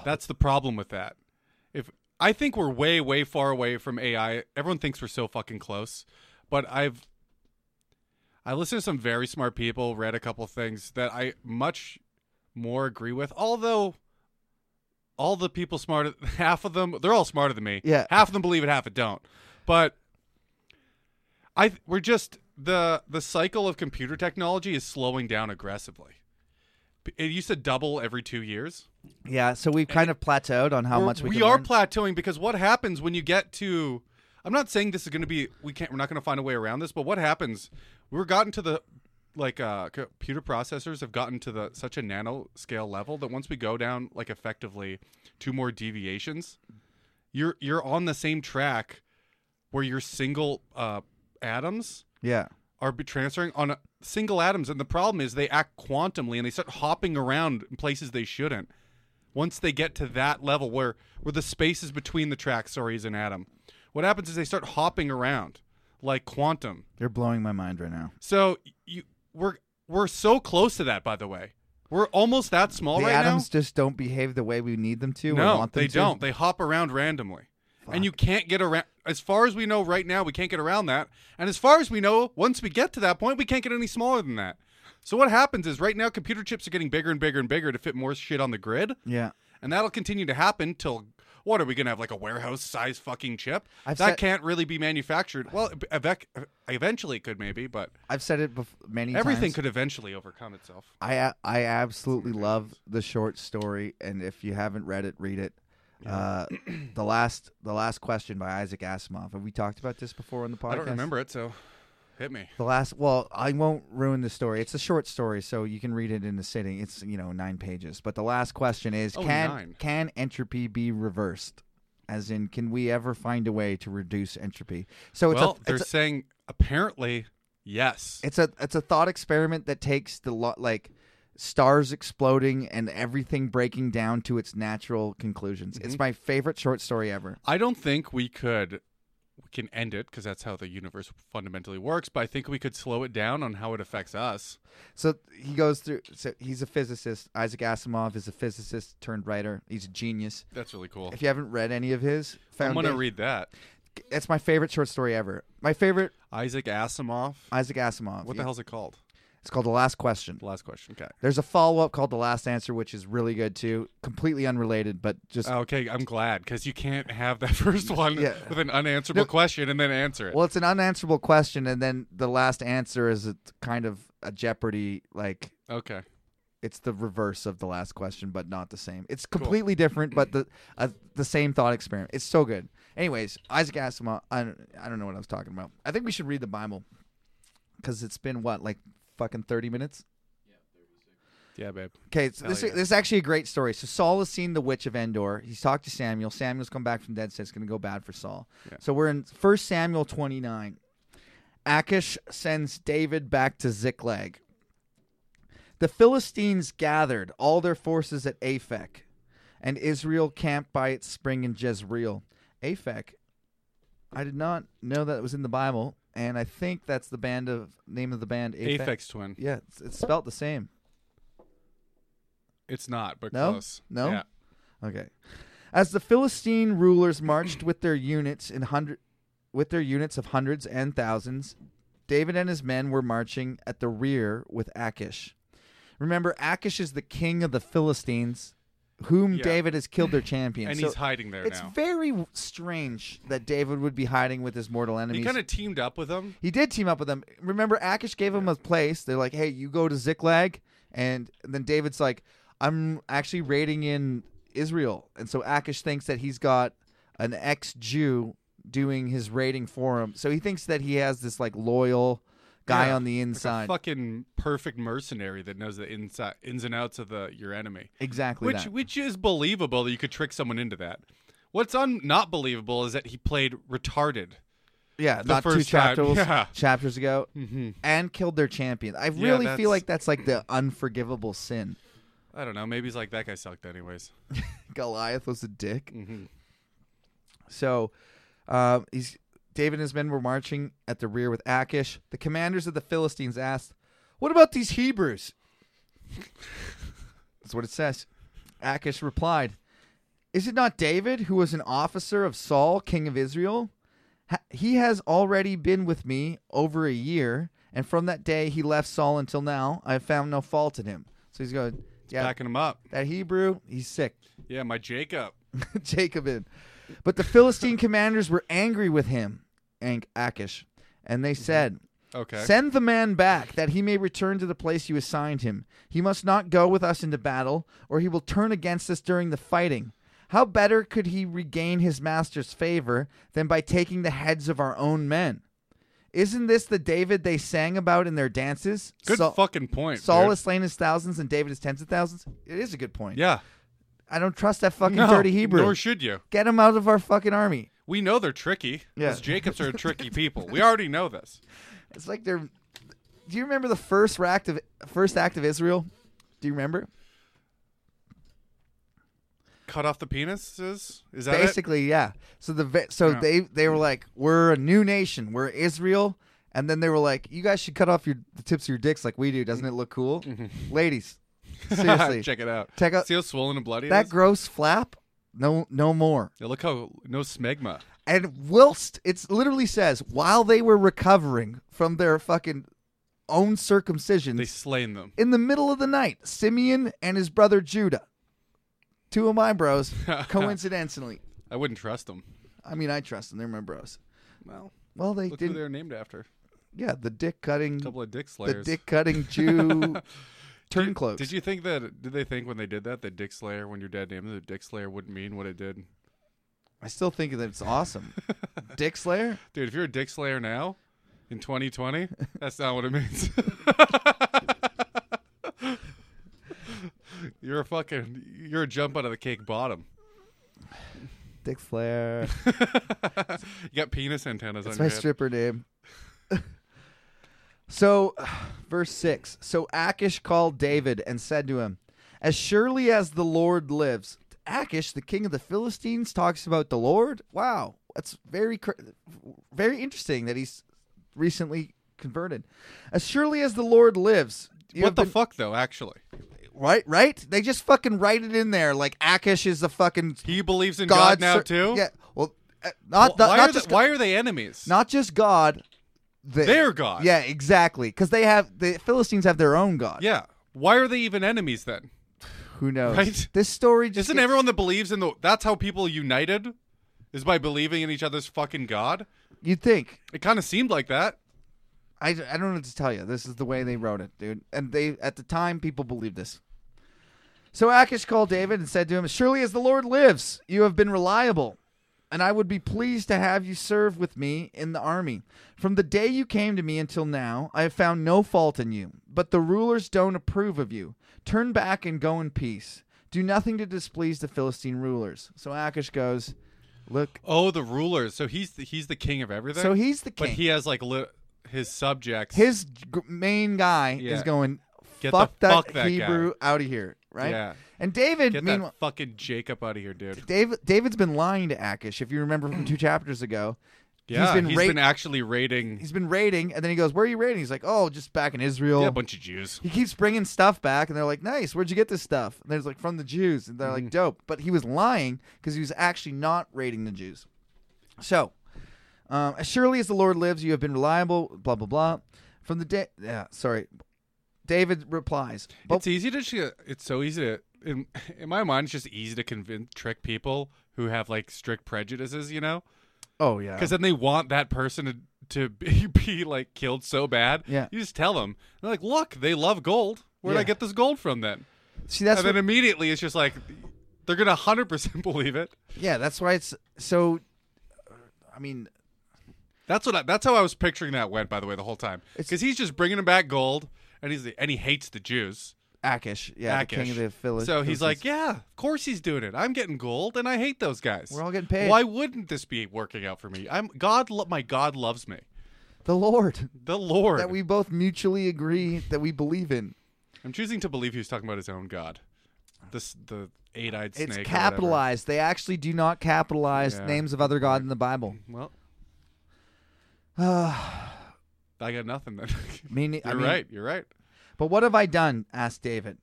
[SPEAKER 2] That's the problem with that. If I think we're way, way far away from AI, everyone thinks we're so fucking close. But I've I listened to some very smart people, read a couple things that I much more agree with. Although all the people smarter, <laughs> half of them, they're all smarter than me.
[SPEAKER 1] Yeah.
[SPEAKER 2] half of them believe it, half it don't. But I we're just the the cycle of computer technology is slowing down aggressively. It used to double every two years.
[SPEAKER 1] yeah so we've kind of plateaued on how
[SPEAKER 2] We're-
[SPEAKER 1] much we,
[SPEAKER 2] we
[SPEAKER 1] can
[SPEAKER 2] are
[SPEAKER 1] learn.
[SPEAKER 2] plateauing because what happens when you get to I'm not saying this is going to be we can't we're not going to find a way around this, but what happens we're gotten to the like uh, computer processors have gotten to the such a nano scale level that once we go down like effectively two more deviations, you're you're on the same track where your single uh, atoms
[SPEAKER 1] yeah
[SPEAKER 2] are be transferring on a, single atoms, and the problem is they act quantumly and they start hopping around in places they shouldn't. Once they get to that level where where the spaces between the tracks, sorry, is an atom, what happens is they start hopping around like quantum.
[SPEAKER 1] You're blowing my mind right now.
[SPEAKER 2] So you we're we're so close to that, by the way. We're almost that small
[SPEAKER 1] the
[SPEAKER 2] right
[SPEAKER 1] atoms just don't behave the way we need them to.
[SPEAKER 2] now.
[SPEAKER 1] or
[SPEAKER 2] no,
[SPEAKER 1] want them
[SPEAKER 2] they
[SPEAKER 1] to.
[SPEAKER 2] don't. They hop around randomly. And you can't get around. As far as we know right now, we can't get around that. And as far as we know, once we get to that point, we can't get any smaller than that. So what happens is right now, computer chips are getting bigger and bigger and bigger to fit more shit on the grid,
[SPEAKER 1] Yeah,
[SPEAKER 2] and that'll continue to happen till what are we gonna have like a warehouse size fucking chip
[SPEAKER 1] I've
[SPEAKER 2] that
[SPEAKER 1] said-
[SPEAKER 2] can't really be manufactured? Well, ev- eventually it could maybe, but
[SPEAKER 1] I've said it bef- many
[SPEAKER 2] everything
[SPEAKER 1] times.
[SPEAKER 2] could eventually overcome itself.
[SPEAKER 1] I a- I absolutely love the short story, and if you haven't read it, read it. Uh, <clears throat> the last the last question by Isaac Asimov. Have we talked about this before on the podcast?
[SPEAKER 2] I don't remember it, so hit me.
[SPEAKER 1] The last, well, I won't ruin the story. It's a short story, so you can read it in the sitting. It's you know nine pages. But the last question is:
[SPEAKER 2] Oh,
[SPEAKER 1] Can
[SPEAKER 2] nine.
[SPEAKER 1] can entropy be reversed? As in, can we ever find a way to reduce entropy? So Oh, it's
[SPEAKER 2] well,
[SPEAKER 1] a
[SPEAKER 2] they're
[SPEAKER 1] it's a,
[SPEAKER 2] saying apparently yes.
[SPEAKER 1] it's a it's a thought experiment that takes the lot like stars exploding and everything breaking down to its natural conclusions.
[SPEAKER 2] Mm-hmm.
[SPEAKER 1] It's my favorite short story ever.
[SPEAKER 2] I don't think we could we can end it because that's how the universe fundamentally works. But I think we could slow it down on how it affects us.
[SPEAKER 1] So he goes through. So he's a physicist. Isaac Asimov is a physicist turned writer. He's a genius.
[SPEAKER 2] That's really cool.
[SPEAKER 1] If you haven't read any of his,
[SPEAKER 2] I'm gonna
[SPEAKER 1] Founda-
[SPEAKER 2] read that.
[SPEAKER 1] That's my favorite short story ever. My favorite
[SPEAKER 2] Isaac Asimov.
[SPEAKER 1] Isaac Asimov.
[SPEAKER 2] What the hell's it called?
[SPEAKER 1] It's called The Last Question.
[SPEAKER 2] Last question. Okay.
[SPEAKER 1] There's a follow up called The Last Answer, which is really good too. Completely unrelated, but just
[SPEAKER 2] Oh, Okay, I'm glad because you can't have that <laughs> first one
[SPEAKER 1] Yeah.
[SPEAKER 2] with an unanswerable
[SPEAKER 1] No.
[SPEAKER 2] question and then answer it.
[SPEAKER 1] well, it's an unanswerable question, and then the last answer is a kind of a Jeopardy like.
[SPEAKER 2] okay.
[SPEAKER 1] It's the reverse of the last question, but not the same. It's completely different, but the uh, the same thought experiment. It's so good. Anyways, Isaac Asimov. I don't, I don't know what I was talking about. I think we should read the Bible because it's been what like fucking thirty minutes.
[SPEAKER 2] Yeah, babe.
[SPEAKER 1] Okay, so
[SPEAKER 2] Hell
[SPEAKER 1] this,
[SPEAKER 2] yeah.
[SPEAKER 1] this is actually a great story. So Saul has seen the witch of Endor. He's talked to Samuel. Samuel's come back from dead, so it's going to go bad for Saul. So we're in 1 Samuel 29. Achish sends David back to Ziklag. The Philistines gathered all their forces at Aphek, and Israel camped by its spring in Jezreel. Aphek, I did not know that it was in the Bible, and I think that's the band of name of the band Aphek.
[SPEAKER 2] Aphex Twin.
[SPEAKER 1] Yeah, it's, it's spelt the same.
[SPEAKER 2] It's not, but
[SPEAKER 1] No?
[SPEAKER 2] close.
[SPEAKER 1] No?
[SPEAKER 2] Yeah.
[SPEAKER 1] Okay. As the Philistine rulers marched with their units in hundred with their units of hundreds and thousands, David and his men were marching at the rear with Achish. Remember, Achish is the king of the Philistines, whom
[SPEAKER 2] Yeah.
[SPEAKER 1] David has killed
[SPEAKER 2] <laughs>
[SPEAKER 1] their champion.
[SPEAKER 2] And
[SPEAKER 1] So
[SPEAKER 2] he's hiding there
[SPEAKER 1] It's
[SPEAKER 2] now.
[SPEAKER 1] very w- strange that David would be hiding with his mortal enemies.
[SPEAKER 2] He kind of teamed up with him.
[SPEAKER 1] He did team up with them. Remember, Akish gave him a place. They're like, "Hey, you go to Ziklag," and then David's like, "I'm actually raiding in Israel," and so Akish thinks that he's got an ex-Jew doing his raiding for him. So he thinks that he has this like loyal guy
[SPEAKER 2] Yeah,
[SPEAKER 1] on the
[SPEAKER 2] like a
[SPEAKER 1] inside.
[SPEAKER 2] fucking perfect mercenary that knows the inside ins and outs of the your enemy.
[SPEAKER 1] exactly.
[SPEAKER 2] which
[SPEAKER 1] that.
[SPEAKER 2] which is believable that you could trick someone into that. What's un- not believable is that he played retarded.
[SPEAKER 1] yeah, not two
[SPEAKER 2] first time,
[SPEAKER 1] chapters
[SPEAKER 2] <laughs> yeah. Mm-hmm.
[SPEAKER 1] chapters ago, and killed their champion. I really
[SPEAKER 2] that's-
[SPEAKER 1] feel like that's like the unforgivable sin.
[SPEAKER 2] I don't know. Maybe he's like that guy sucked anyways.
[SPEAKER 1] Goliath was a dick. So, uh, he's David and his men were marching at the rear with Achish. The commanders of the Philistines asked, "What about these Hebrews?" <laughs> That's what it says. Achish replied, "Is it not David who was an officer of Saul, king of Israel? Ha- he has already been with me over a year, and from that day he left Saul until now, I have found no fault in him." So he's going, "Yeah,
[SPEAKER 2] Backing him up.
[SPEAKER 1] that Hebrew, he's sick."
[SPEAKER 2] Yeah, my Jacob.
[SPEAKER 1] <laughs> Jacobin. But the Philistine commanders were angry with him, and Achish, and they said,
[SPEAKER 2] Mm-hmm. Okay.
[SPEAKER 1] Send the man back, that he may return to the place you assigned him. He must not go with us into battle, or he will turn against us during the fighting. How better could he regain his master's favor than by taking the heads of our own men? Isn't this the David they sang about in their dances?
[SPEAKER 2] Good
[SPEAKER 1] Saul-
[SPEAKER 2] fucking point.
[SPEAKER 1] Saul
[SPEAKER 2] dude.
[SPEAKER 1] has slain his thousands and David his tens of thousands. It is a good point.
[SPEAKER 2] Yeah.
[SPEAKER 1] I don't trust that fucking <laughs>
[SPEAKER 2] No,
[SPEAKER 1] dirty Hebrew.
[SPEAKER 2] Nor should you.
[SPEAKER 1] Get him out of our fucking army.
[SPEAKER 2] We know they're tricky.
[SPEAKER 1] Yeah.
[SPEAKER 2] Those Jacobs
[SPEAKER 1] <laughs>
[SPEAKER 2] are tricky people. We already know this.
[SPEAKER 1] It's like they're. Do you remember the first act of first act of Israel? Do you remember?
[SPEAKER 2] Cut off the penises. Is that
[SPEAKER 1] Basically, yeah. So the ve- so
[SPEAKER 2] Yeah.
[SPEAKER 1] they they were like, we're a new nation, we're Israel, and then they were like, you guys should cut off your the tips of your dicks like we do. Doesn't it look cool, <laughs> ladies?
[SPEAKER 2] it?
[SPEAKER 1] Seriously,
[SPEAKER 2] <laughs> Mm-hmm. <laughs> Check it out.
[SPEAKER 1] Check out-
[SPEAKER 2] See how swollen and bloody it
[SPEAKER 1] that
[SPEAKER 2] is?
[SPEAKER 1] gross flap. No, no more.
[SPEAKER 2] Yeah, look how no smegma.
[SPEAKER 1] And whilst it's literally says while they were recovering from their fucking own circumcisions,
[SPEAKER 2] They slain them.
[SPEAKER 1] in the middle of the night,
[SPEAKER 2] <laughs>
[SPEAKER 1] Simeon and his brother Judah, two of my bros, coincidentally,
[SPEAKER 2] I wouldn't trust them.
[SPEAKER 1] I mean, I trust them. They remember us.
[SPEAKER 2] Well,
[SPEAKER 1] Well, they
[SPEAKER 2] look who
[SPEAKER 1] didn't.
[SPEAKER 2] they're named after.
[SPEAKER 1] Yeah, the dick cutting,
[SPEAKER 2] A couple of dick
[SPEAKER 1] the
[SPEAKER 2] slayers.
[SPEAKER 1] dick cutting Jew
[SPEAKER 2] <laughs> Did you-
[SPEAKER 1] turncloaks.
[SPEAKER 2] Did you think that? Did they think when they did that that Dick Slayer, when your dad named it, that Dick Slayer wouldn't mean what it did?
[SPEAKER 1] I still think that it's
[SPEAKER 2] <laughs>
[SPEAKER 1] awesome. dick Slayer.
[SPEAKER 2] Dude, if you're a Dick Slayer now, in 2020, that's not what it means. <laughs> you're a fucking. You're a jump out of the cake bottom.
[SPEAKER 1] Dick Slayer.
[SPEAKER 2] you got penis antennas
[SPEAKER 1] That's
[SPEAKER 2] on
[SPEAKER 1] my
[SPEAKER 2] your head.
[SPEAKER 1] stripper name. <laughs> so, <sighs> verse 6. So Achish called David and said to him, As surely as the Lord lives. Achish, the king of the Philistines, talks about the Lord. Wow. That's very, cr- very interesting that he's recently converted. As surely as the Lord lives. you
[SPEAKER 2] What
[SPEAKER 1] have
[SPEAKER 2] the
[SPEAKER 1] been-
[SPEAKER 2] fuck though? Actually,
[SPEAKER 1] Right, right? They just fucking write it in there like Achish is a fucking
[SPEAKER 2] he believes in God,
[SPEAKER 1] God
[SPEAKER 2] now
[SPEAKER 1] ser-
[SPEAKER 2] too.
[SPEAKER 1] Yeah. Well, uh, not,
[SPEAKER 2] Why,
[SPEAKER 1] not, not
[SPEAKER 2] are
[SPEAKER 1] just
[SPEAKER 2] they, why are they enemies?
[SPEAKER 1] not just God. The,
[SPEAKER 2] Their God.
[SPEAKER 1] Yeah, exactly. Because they have the Philistines have their own God.
[SPEAKER 2] yeah. Why are they even enemies then?
[SPEAKER 1] Who knows?
[SPEAKER 2] Right?
[SPEAKER 1] This story just
[SPEAKER 2] Isn't
[SPEAKER 1] gets-
[SPEAKER 2] everyone that believes in the that's how people united? Is by believing in each other's fucking god?
[SPEAKER 1] You'd think.
[SPEAKER 2] It kind of seemed like that.
[SPEAKER 1] I, I don't know what to tell you. This is the way they wrote it, dude. And they at the time people believed this. So Achish called David and said to him, "Surely as the Lord lives, you have been reliable, and I would be pleased to have you serve with me in the army. From the day you came to me until now, I have found no fault in you, but the rulers don't approve of you. Turn back and go in peace. Do nothing to displease the Philistine rulers." So Achish goes, "Look,
[SPEAKER 2] Oh, the rulers. So he's the, he's the king of everything.
[SPEAKER 1] so he's the king.
[SPEAKER 2] but he has like li- his subjects.
[SPEAKER 1] his g- main guy
[SPEAKER 2] Yeah.
[SPEAKER 1] is going
[SPEAKER 2] Get the
[SPEAKER 1] fuck, that
[SPEAKER 2] fuck that
[SPEAKER 1] Hebrew out of here, right?
[SPEAKER 2] Yeah.
[SPEAKER 1] And David,
[SPEAKER 2] get
[SPEAKER 1] meanwhile,
[SPEAKER 2] that fucking Jacob out of here, dude.
[SPEAKER 1] David, David's been lying to Akish. If you remember from two
[SPEAKER 2] <clears throat>
[SPEAKER 1] chapters ago,
[SPEAKER 2] Yeah,
[SPEAKER 1] he's been ra-
[SPEAKER 2] actually raiding.
[SPEAKER 1] he's been raiding, and then he goes, "Where are you raiding?" He's like, "Oh, just back in Israel."
[SPEAKER 2] yeah, a bunch of Jews.
[SPEAKER 1] he keeps bringing stuff back, and they're like, "Nice, where'd you get this stuff?" And there's like, "From the Jews," and they're
[SPEAKER 2] Mm-hmm.
[SPEAKER 1] like, "Dope." But he was lying because he was actually not raiding the Jews. So, um, as surely as the Lord lives, you have been reliable. Blah blah blah. From the day, yeah, sorry. David replies, but
[SPEAKER 2] It's e-, easy to. sh- It's so easy to. In, <laughs> in my mind, it's just easy to convince trick people who have like strict prejudices. You know.
[SPEAKER 1] Oh yeah.
[SPEAKER 2] because then they want that person to to <laughs> be, be like killed so bad.
[SPEAKER 1] Yeah.
[SPEAKER 2] you just tell them. They're like, look, they love gold. Where'd I
[SPEAKER 1] Yeah.
[SPEAKER 2] get this gold from then?
[SPEAKER 1] See that's
[SPEAKER 2] and then
[SPEAKER 1] what-
[SPEAKER 2] immediately it's just like they're gonna hundred percent <laughs> believe it.
[SPEAKER 1] yeah, that's why it's so I mean,
[SPEAKER 2] That's what I, that's how I was picturing that went. By the way, the whole time
[SPEAKER 1] It's-
[SPEAKER 2] because he's just bringing them back gold, and he's the, and he hates the Jews.
[SPEAKER 1] Akish, yeah, the king
[SPEAKER 2] Akish.
[SPEAKER 1] of the Philistines.
[SPEAKER 2] So he's like, yeah, of course he's doing it. I'm getting gold, and I hate those guys.
[SPEAKER 1] We're all getting paid."
[SPEAKER 2] Why wouldn't this be working out for me? I'm God. Lo- my God loves me.
[SPEAKER 1] the Lord
[SPEAKER 2] The Lord.
[SPEAKER 1] that we both mutually agree that we believe in.
[SPEAKER 2] I'm choosing to believe he was talking about his own god, this the eight-eyed snake.
[SPEAKER 1] It's
[SPEAKER 2] or whatever.
[SPEAKER 1] capitalized. They actually do not capitalize
[SPEAKER 2] Yeah.
[SPEAKER 1] names of other god in the Bible. <sighs>
[SPEAKER 2] Well, I got nothing then. <laughs>
[SPEAKER 1] Meaning,
[SPEAKER 2] you're
[SPEAKER 1] I mean,
[SPEAKER 2] right. You're right.
[SPEAKER 1] But what have I done? asked David.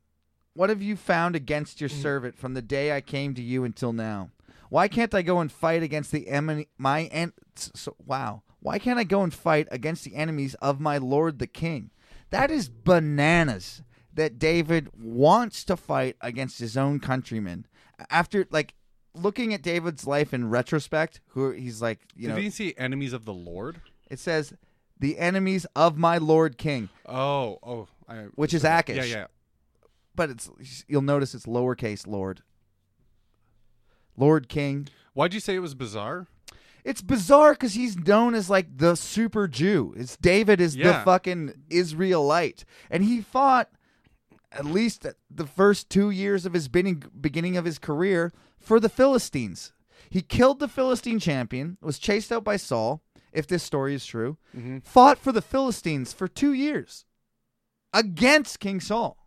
[SPEAKER 1] What have you found against your servant from the day I came to you until now? Why can't I go and fight against the enemy? My en- s- so, wow. Why can't I go and fight against the enemies of my lord the king? That is bananas. That David wants to fight against his own countrymen. After like looking at David's life in retrospect, who he's like, you know,
[SPEAKER 2] Did you see enemies of the Lord?
[SPEAKER 1] it says the enemies of my lord king,
[SPEAKER 2] Oh, oh, I,
[SPEAKER 1] which is Akish
[SPEAKER 2] yeah, yeah.
[SPEAKER 1] but it's you'll notice it's lowercase lord lord king
[SPEAKER 2] Why'd you say it was bizarre?
[SPEAKER 1] it's bizarre because he's known as like the super jew it's david is the
[SPEAKER 2] Yeah.
[SPEAKER 1] fucking israelite and he fought at least the first two years of his beginning, beginning of his career for the philistines he killed the philistine champion was chased out by saul if this story is true
[SPEAKER 2] Mm-hmm.
[SPEAKER 1] fought for the philistines for two years against king saul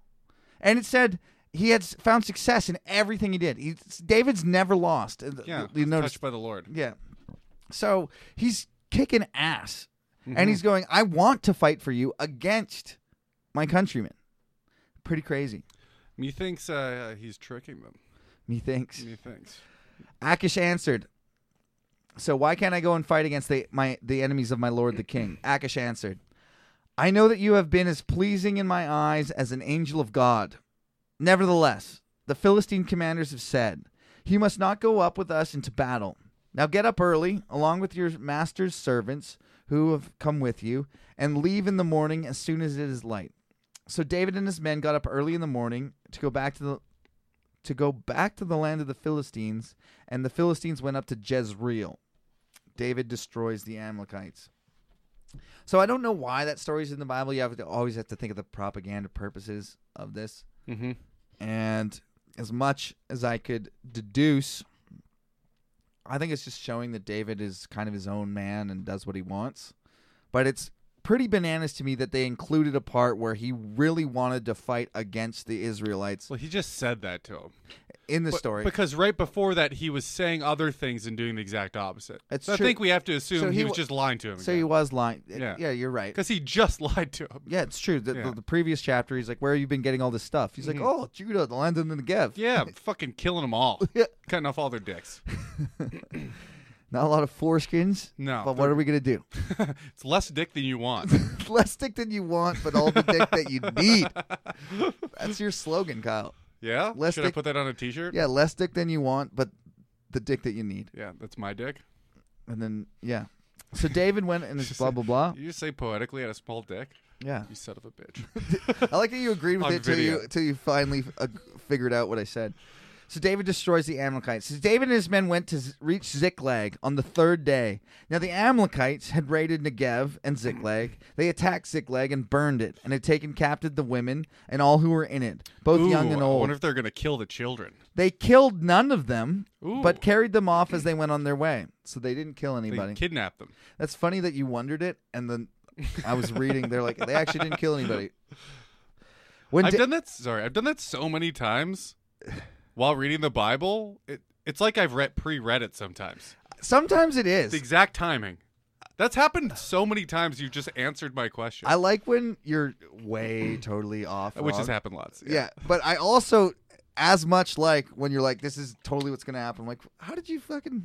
[SPEAKER 1] and it said he had s- found success in everything he did. He, David's never lost. Uh,
[SPEAKER 2] Yeah,
[SPEAKER 1] you notice
[SPEAKER 2] touched by the Lord.
[SPEAKER 1] yeah. So he's kicking ass. And he's going, I want to fight for you against my countrymen. Pretty crazy.
[SPEAKER 2] Methinks uh, he's tricking them.
[SPEAKER 1] Methinks.
[SPEAKER 2] Methinks.
[SPEAKER 1] Akish answered, So why can't I go and fight against the my the enemies of my lord the king? <clears throat> Akish answered, I know that you have been as pleasing in my eyes as an angel of God. Nevertheless, the Philistine commanders have said, He must not go up with us into battle. Now get up early, along with your master's servants who have come with you, and leave in the morning as soon as it is light. So David and his men got up early in the morning to go back to the to go back to the land of the Philistines, and the Philistines went up to Jezreel. David destroys the Amalekites. So I don't know why that story's in the Bible. You have to always have to think of the propaganda purposes of this.
[SPEAKER 2] Mm-hmm.
[SPEAKER 1] And as much as I could deduce, I think it's just showing that David is kind of his own man and does what he wants. But it's pretty bananas to me that they included a part where he really wanted to fight against the Israelites
[SPEAKER 2] Well, he just said that to him.
[SPEAKER 1] in the
[SPEAKER 2] But-
[SPEAKER 1] story.
[SPEAKER 2] Because right before that, he was saying other things and doing the exact opposite.
[SPEAKER 1] That's
[SPEAKER 2] so
[SPEAKER 1] true.
[SPEAKER 2] I think we have to assume
[SPEAKER 1] So
[SPEAKER 2] he,
[SPEAKER 1] he
[SPEAKER 2] was
[SPEAKER 1] wa-
[SPEAKER 2] just lying to him.
[SPEAKER 1] so he was lying. Eh, Yeah,
[SPEAKER 2] Yeah.
[SPEAKER 1] you're right.
[SPEAKER 2] Because he just <laughs> lied to him.
[SPEAKER 1] Yeah, it's true. The, the,
[SPEAKER 2] Yeah. Mm-hmm.
[SPEAKER 1] the previous chapter, he's like, "Where have you been getting all this stuff?" He's like, "Oh, Judah, the land of the Negev." <laughs>
[SPEAKER 2] Yeah, fucking killing them all.
[SPEAKER 1] Yeah.
[SPEAKER 2] Cutting off all
[SPEAKER 1] <laughs>
[SPEAKER 2] their dicks.
[SPEAKER 1] Not a lot of foreskins.
[SPEAKER 2] No.
[SPEAKER 1] But what are we gonna do? <laughs>
[SPEAKER 2] It's less dick than you want.
[SPEAKER 1] Less dick than you want, but all the dick that
[SPEAKER 2] <laughs>
[SPEAKER 1] you need. That's your slogan, Kyle.
[SPEAKER 2] Yeah?
[SPEAKER 1] Less
[SPEAKER 2] Should I
[SPEAKER 1] dick-
[SPEAKER 2] put that on a t shirt?
[SPEAKER 1] Yeah, less dick than you want, but the dick that you need.
[SPEAKER 2] Yeah, that's my dick.
[SPEAKER 1] And then yeah. So David went and
[SPEAKER 2] <laughs>
[SPEAKER 1] it's blah blah blah.
[SPEAKER 2] You just say poetically at a small dick.
[SPEAKER 1] Yeah.
[SPEAKER 2] You son of a bitch.
[SPEAKER 1] I like that you agreed with
[SPEAKER 2] On
[SPEAKER 1] it till you
[SPEAKER 2] video.
[SPEAKER 1] till you finally uh, figured out what I said. So David destroys the Amalekites. So David and his men went to Z- reach Ziklag on the third day. Now the Amalekites had raided Negev and Ziklag. They attacked Ziklag and burned it, and had taken captive the women and all who were in it, <laughs> both
[SPEAKER 2] Ooh,
[SPEAKER 1] young and
[SPEAKER 2] I
[SPEAKER 1] old.
[SPEAKER 2] wonder if they're gonna kill the children.
[SPEAKER 1] they killed none of them,
[SPEAKER 2] Ooh.
[SPEAKER 1] but carried them off as they went on their way. So they didn't kill
[SPEAKER 2] They
[SPEAKER 1] anybody.
[SPEAKER 2] kidnap them.
[SPEAKER 1] That's funny that you wondered it, and then I was reading. They're like, they actually didn't kill
[SPEAKER 2] <laughs>
[SPEAKER 1] anybody. When
[SPEAKER 2] I've
[SPEAKER 1] Da-
[SPEAKER 2] done that. Sorry, I've done that so many
[SPEAKER 1] <sighs>
[SPEAKER 2] times while reading the Bible. It, it's like I've read pre-read it sometimes.
[SPEAKER 1] sometimes it is.
[SPEAKER 2] The exact timing. That's happened so many times. You just answered my question,
[SPEAKER 1] I like when you're way <clears throat> totally off,
[SPEAKER 2] which has
[SPEAKER 1] wrong.
[SPEAKER 2] happened lots.
[SPEAKER 1] Yeah. but I also as much like when you're like, this is totally what's gonna happen. I'm like, how did you fucking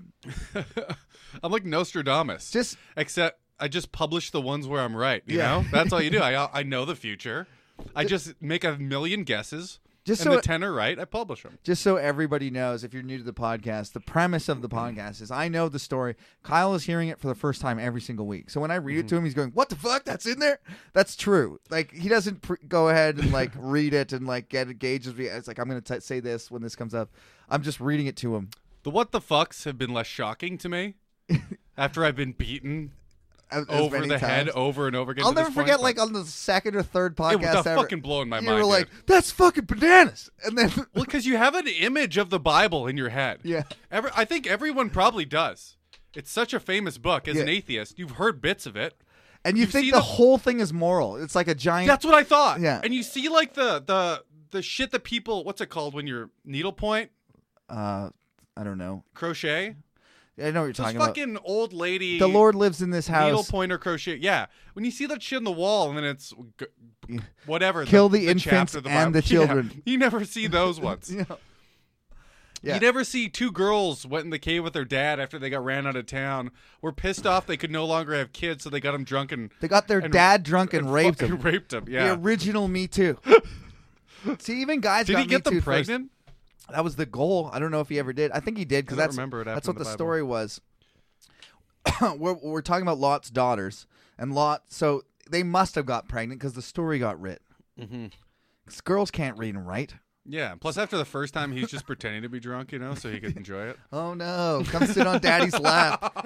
[SPEAKER 2] <laughs> I'm like Nostradamus.
[SPEAKER 1] just?
[SPEAKER 2] except I just publish the ones where I'm right. You
[SPEAKER 1] Yeah.
[SPEAKER 2] know, that's all
[SPEAKER 1] <laughs>
[SPEAKER 2] you do. I I know the future. I just make a million guesses.
[SPEAKER 1] Just
[SPEAKER 2] and
[SPEAKER 1] so
[SPEAKER 2] the
[SPEAKER 1] it-
[SPEAKER 2] ten are right, I publish them.
[SPEAKER 1] Just so everybody knows, if you're new to the podcast, the premise of the podcast is I know the story. Kyle is hearing it for the first time every single week. So when I
[SPEAKER 2] Mm-hmm.
[SPEAKER 1] read it to him, he's going, "What the fuck? That's in there? That's true." Like he doesn't pr go ahead and like <laughs> read it and like get engaged with me. It's like I'm gonna t- say this when this comes up. I'm just reading it to him.
[SPEAKER 2] The what the fucks have been less shocking
[SPEAKER 1] <laughs>
[SPEAKER 2] to me after I've been beaten
[SPEAKER 1] as- as
[SPEAKER 2] over
[SPEAKER 1] many
[SPEAKER 2] the head
[SPEAKER 1] times.
[SPEAKER 2] over and over again.
[SPEAKER 1] I'll
[SPEAKER 2] to this
[SPEAKER 1] never forget,
[SPEAKER 2] point,
[SPEAKER 1] like
[SPEAKER 2] but-
[SPEAKER 1] on the second or third podcast
[SPEAKER 2] it was
[SPEAKER 1] ever,
[SPEAKER 2] fucking blowing my
[SPEAKER 1] you
[SPEAKER 2] mind.
[SPEAKER 1] were like,
[SPEAKER 2] dude.
[SPEAKER 1] "That's fucking bananas," and then <laughs>
[SPEAKER 2] well, because you have an image of the Bible in your head.
[SPEAKER 1] Yeah.
[SPEAKER 2] Every, I think everyone probably does. It's such a famous book. As an
[SPEAKER 1] Yeah.
[SPEAKER 2] atheist, you've heard bits of it.
[SPEAKER 1] and you
[SPEAKER 2] You've
[SPEAKER 1] think
[SPEAKER 2] seen
[SPEAKER 1] the,
[SPEAKER 2] the-
[SPEAKER 1] whole thing is moral. It's like a giant.
[SPEAKER 2] That's what I thought.
[SPEAKER 1] Yeah.
[SPEAKER 2] And you see, like the the the shit that people. What's it called when you're needlepoint
[SPEAKER 1] uh, I don't know.
[SPEAKER 2] crochet?
[SPEAKER 1] I know what you're
[SPEAKER 2] Those
[SPEAKER 1] talking about.
[SPEAKER 2] fucking old lady.
[SPEAKER 1] The Lord lives in this house.
[SPEAKER 2] Needlepoint or crochet, yeah. When you see that shit on the wall, and then it's g- g- whatever.
[SPEAKER 1] Kill the infants
[SPEAKER 2] chapter of
[SPEAKER 1] and
[SPEAKER 2] Bible.
[SPEAKER 1] the
[SPEAKER 2] <laughs> Yeah.
[SPEAKER 1] children.
[SPEAKER 2] You never see those ones.
[SPEAKER 1] <laughs> Yeah. Yeah.
[SPEAKER 2] You never see two girls went in the cave with their dad after they got ran out of town. Were pissed off they could no longer have kids, so they got him drunk and
[SPEAKER 1] They got their
[SPEAKER 2] and-
[SPEAKER 1] dad drunk and, raped
[SPEAKER 2] fucking
[SPEAKER 1] him.
[SPEAKER 2] <laughs> Raped him. Yeah.
[SPEAKER 1] The original Me
[SPEAKER 2] <laughs>
[SPEAKER 1] Too. See, even guys
[SPEAKER 2] Did
[SPEAKER 1] got
[SPEAKER 2] he get
[SPEAKER 1] Me Too
[SPEAKER 2] them
[SPEAKER 1] first.
[SPEAKER 2] pregnant?
[SPEAKER 1] That was the goal. I don't know if he ever did. I think he did because
[SPEAKER 2] I don't
[SPEAKER 1] that's
[SPEAKER 2] remember it
[SPEAKER 1] that's what
[SPEAKER 2] happened
[SPEAKER 1] the,
[SPEAKER 2] in the Bible.
[SPEAKER 1] story was. <coughs> we're we're talking about Lot's daughters and Lot. So they must have got pregnant because the story got writ.
[SPEAKER 2] Mm-hmm.
[SPEAKER 1] Because girls can't read and write.
[SPEAKER 2] Yeah. Plus, after the first time, he's just pretending to be drunk, you know, so he could enjoy it. <laughs>
[SPEAKER 1] Oh no! Come sit on Daddy's lap.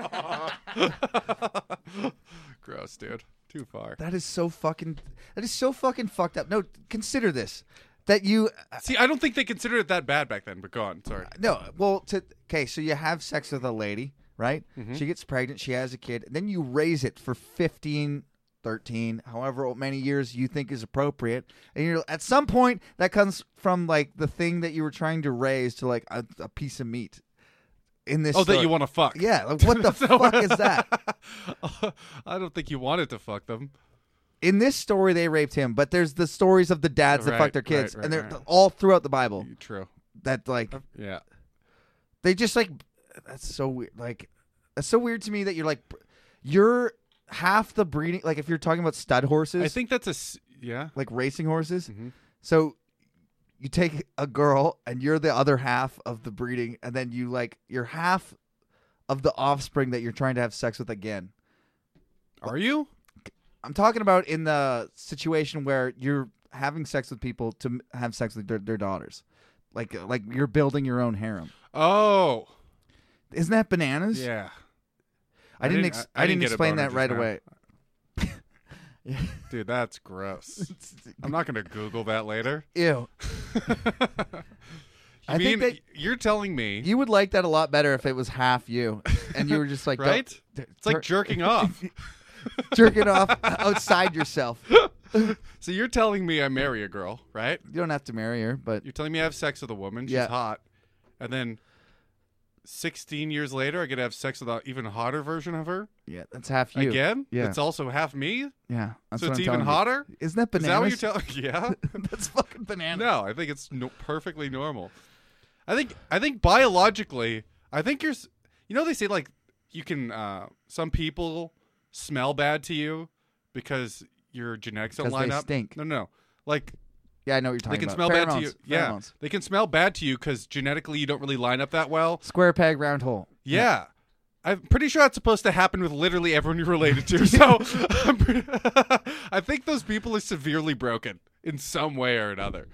[SPEAKER 2] Gross, dude. Too far.
[SPEAKER 1] That is so fucking. That is so fucking fucked up. No, consider this. That you
[SPEAKER 2] See, I don't think they considered it that bad back then. But go on. Sorry.
[SPEAKER 1] No, well, to okay, so you have sex with a lady, right?
[SPEAKER 2] Mm-hmm.
[SPEAKER 1] She gets pregnant, she has a kid, and then you raise it for 15, 13, however many years you think is appropriate. And you're at some point that comes from like the thing that you were trying to raise to like a, a piece of meat in this
[SPEAKER 2] Oh, that
[SPEAKER 1] story.
[SPEAKER 2] you want to
[SPEAKER 1] <laughs>
[SPEAKER 2] fuck?
[SPEAKER 1] Yeah, like, what the fuck is that?
[SPEAKER 2] <laughs> I don't think you wanted to fuck them.
[SPEAKER 1] In this story, they raped him, but there's the stories of the dads that
[SPEAKER 2] Right,
[SPEAKER 1] fuck their
[SPEAKER 2] right,
[SPEAKER 1] kids,
[SPEAKER 2] right,
[SPEAKER 1] and they're
[SPEAKER 2] right.
[SPEAKER 1] all throughout the Bible.
[SPEAKER 2] True.
[SPEAKER 1] That like
[SPEAKER 2] Yeah.
[SPEAKER 1] they just like that's so weird like that's so weird to me that you're like you're half the breeding like if you're talking about stud horses
[SPEAKER 2] I think that's a s- yeah.
[SPEAKER 1] like racing horses so you take a girl and you're the other half of the breeding, and then you like you're half of the offspring that you're trying to have sex with again.
[SPEAKER 2] Are you?
[SPEAKER 1] I'm talking about in the situation where you're having sex with people to m- have sex with their, their daughters, like like you're building your own harem.
[SPEAKER 2] Oh,
[SPEAKER 1] Isn't that bananas?
[SPEAKER 2] yeah.
[SPEAKER 1] I didn't.
[SPEAKER 2] didn't-
[SPEAKER 1] ex-
[SPEAKER 2] I- I
[SPEAKER 1] I didn't
[SPEAKER 2] didn't get a
[SPEAKER 1] explain
[SPEAKER 2] boner
[SPEAKER 1] that right
[SPEAKER 2] just now.
[SPEAKER 1] away.
[SPEAKER 2] Dude,
[SPEAKER 1] <laughs>
[SPEAKER 2] that's gross. I'm not gonna Google that later. <laughs>
[SPEAKER 1] Ew.
[SPEAKER 2] You
[SPEAKER 1] I
[SPEAKER 2] mean
[SPEAKER 1] think that
[SPEAKER 2] you're telling me,
[SPEAKER 1] you would like that a lot better if it was half you, and you were just
[SPEAKER 2] <laughs>
[SPEAKER 1] like don't-
[SPEAKER 2] right?
[SPEAKER 1] d-
[SPEAKER 2] It's like
[SPEAKER 1] tur- <laughs>
[SPEAKER 2] jerking off.
[SPEAKER 1] jerking off
[SPEAKER 2] <laughs>
[SPEAKER 1] outside yourself.
[SPEAKER 2] so you're telling me I marry a girl, right?
[SPEAKER 1] You don't have to marry her, but
[SPEAKER 2] You're telling me I have sex with a woman. She's
[SPEAKER 1] Yeah.
[SPEAKER 2] hot, and then 16 years later, I get to have sex with an even hotter version of her
[SPEAKER 1] yeah, that's half you.
[SPEAKER 2] again.
[SPEAKER 1] Yeah.
[SPEAKER 2] it's also half me.
[SPEAKER 1] Yeah, that's
[SPEAKER 2] so
[SPEAKER 1] what
[SPEAKER 2] it's
[SPEAKER 1] I'm
[SPEAKER 2] even
[SPEAKER 1] telling you.
[SPEAKER 2] hotter.
[SPEAKER 1] Isn't that
[SPEAKER 2] Is that
[SPEAKER 1] bananas?
[SPEAKER 2] what you're telling?
[SPEAKER 1] <laughs>
[SPEAKER 2] <laughs> Yeah.
[SPEAKER 1] that's fucking bananas.
[SPEAKER 2] No, I think it's no- perfectly normal. I think I think biologically, I think you're. s- You know, they say like you can. Uh, some people smell bad to you because your genetics don't
[SPEAKER 1] Because
[SPEAKER 2] line
[SPEAKER 1] they
[SPEAKER 2] up.
[SPEAKER 1] stink.
[SPEAKER 2] No, no, like
[SPEAKER 1] Yeah, I know what you're talking
[SPEAKER 2] they can
[SPEAKER 1] about.
[SPEAKER 2] smell bad to you.
[SPEAKER 1] Pheromones,
[SPEAKER 2] Yeah,
[SPEAKER 1] pheromones.
[SPEAKER 2] they can smell bad to you because genetically you don't really line up that well.
[SPEAKER 1] Square peg, round hole.
[SPEAKER 2] Yeah. I'm pretty sure that's supposed to happen with literally everyone you're related to.
[SPEAKER 1] <laughs>
[SPEAKER 2] So I'm pre- <laughs> I think those people are severely broken in some way or another.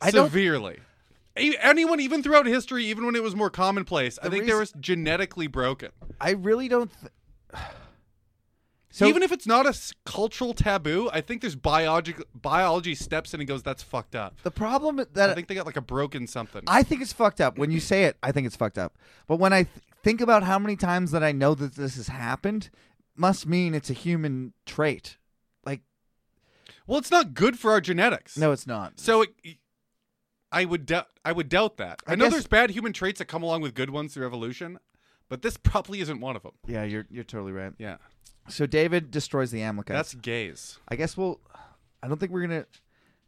[SPEAKER 1] I don't-
[SPEAKER 2] severely. E- Anyone, even throughout history, even when it was more commonplace, I
[SPEAKER 1] The
[SPEAKER 2] think there was
[SPEAKER 1] reason-
[SPEAKER 2] genetically broken.
[SPEAKER 1] I really don't. Th- so
[SPEAKER 2] even if it's not a s- cultural taboo, I think there's biology biology steps in and goes, "That's fucked up."
[SPEAKER 1] the problem
[SPEAKER 2] I
[SPEAKER 1] that
[SPEAKER 2] think they got like a broken something.
[SPEAKER 1] I think it's fucked up. When you say it, I think it's fucked up. But when I th- think about how many times that I know that this has happened, must mean it's a human trait. Like,
[SPEAKER 2] well, it's not good for our genetics.
[SPEAKER 1] no, it's not.
[SPEAKER 2] So it, I would doubt. I would doubt that. I,
[SPEAKER 1] I
[SPEAKER 2] know
[SPEAKER 1] guess-
[SPEAKER 2] there's bad human traits that come along with good ones through evolution, but this probably isn't one of them.
[SPEAKER 1] Yeah, you're you're totally right.
[SPEAKER 2] Yeah,
[SPEAKER 1] So David destroys the Amalekites.
[SPEAKER 2] that's gays.
[SPEAKER 1] I guess we'll. I don't think we're gonna.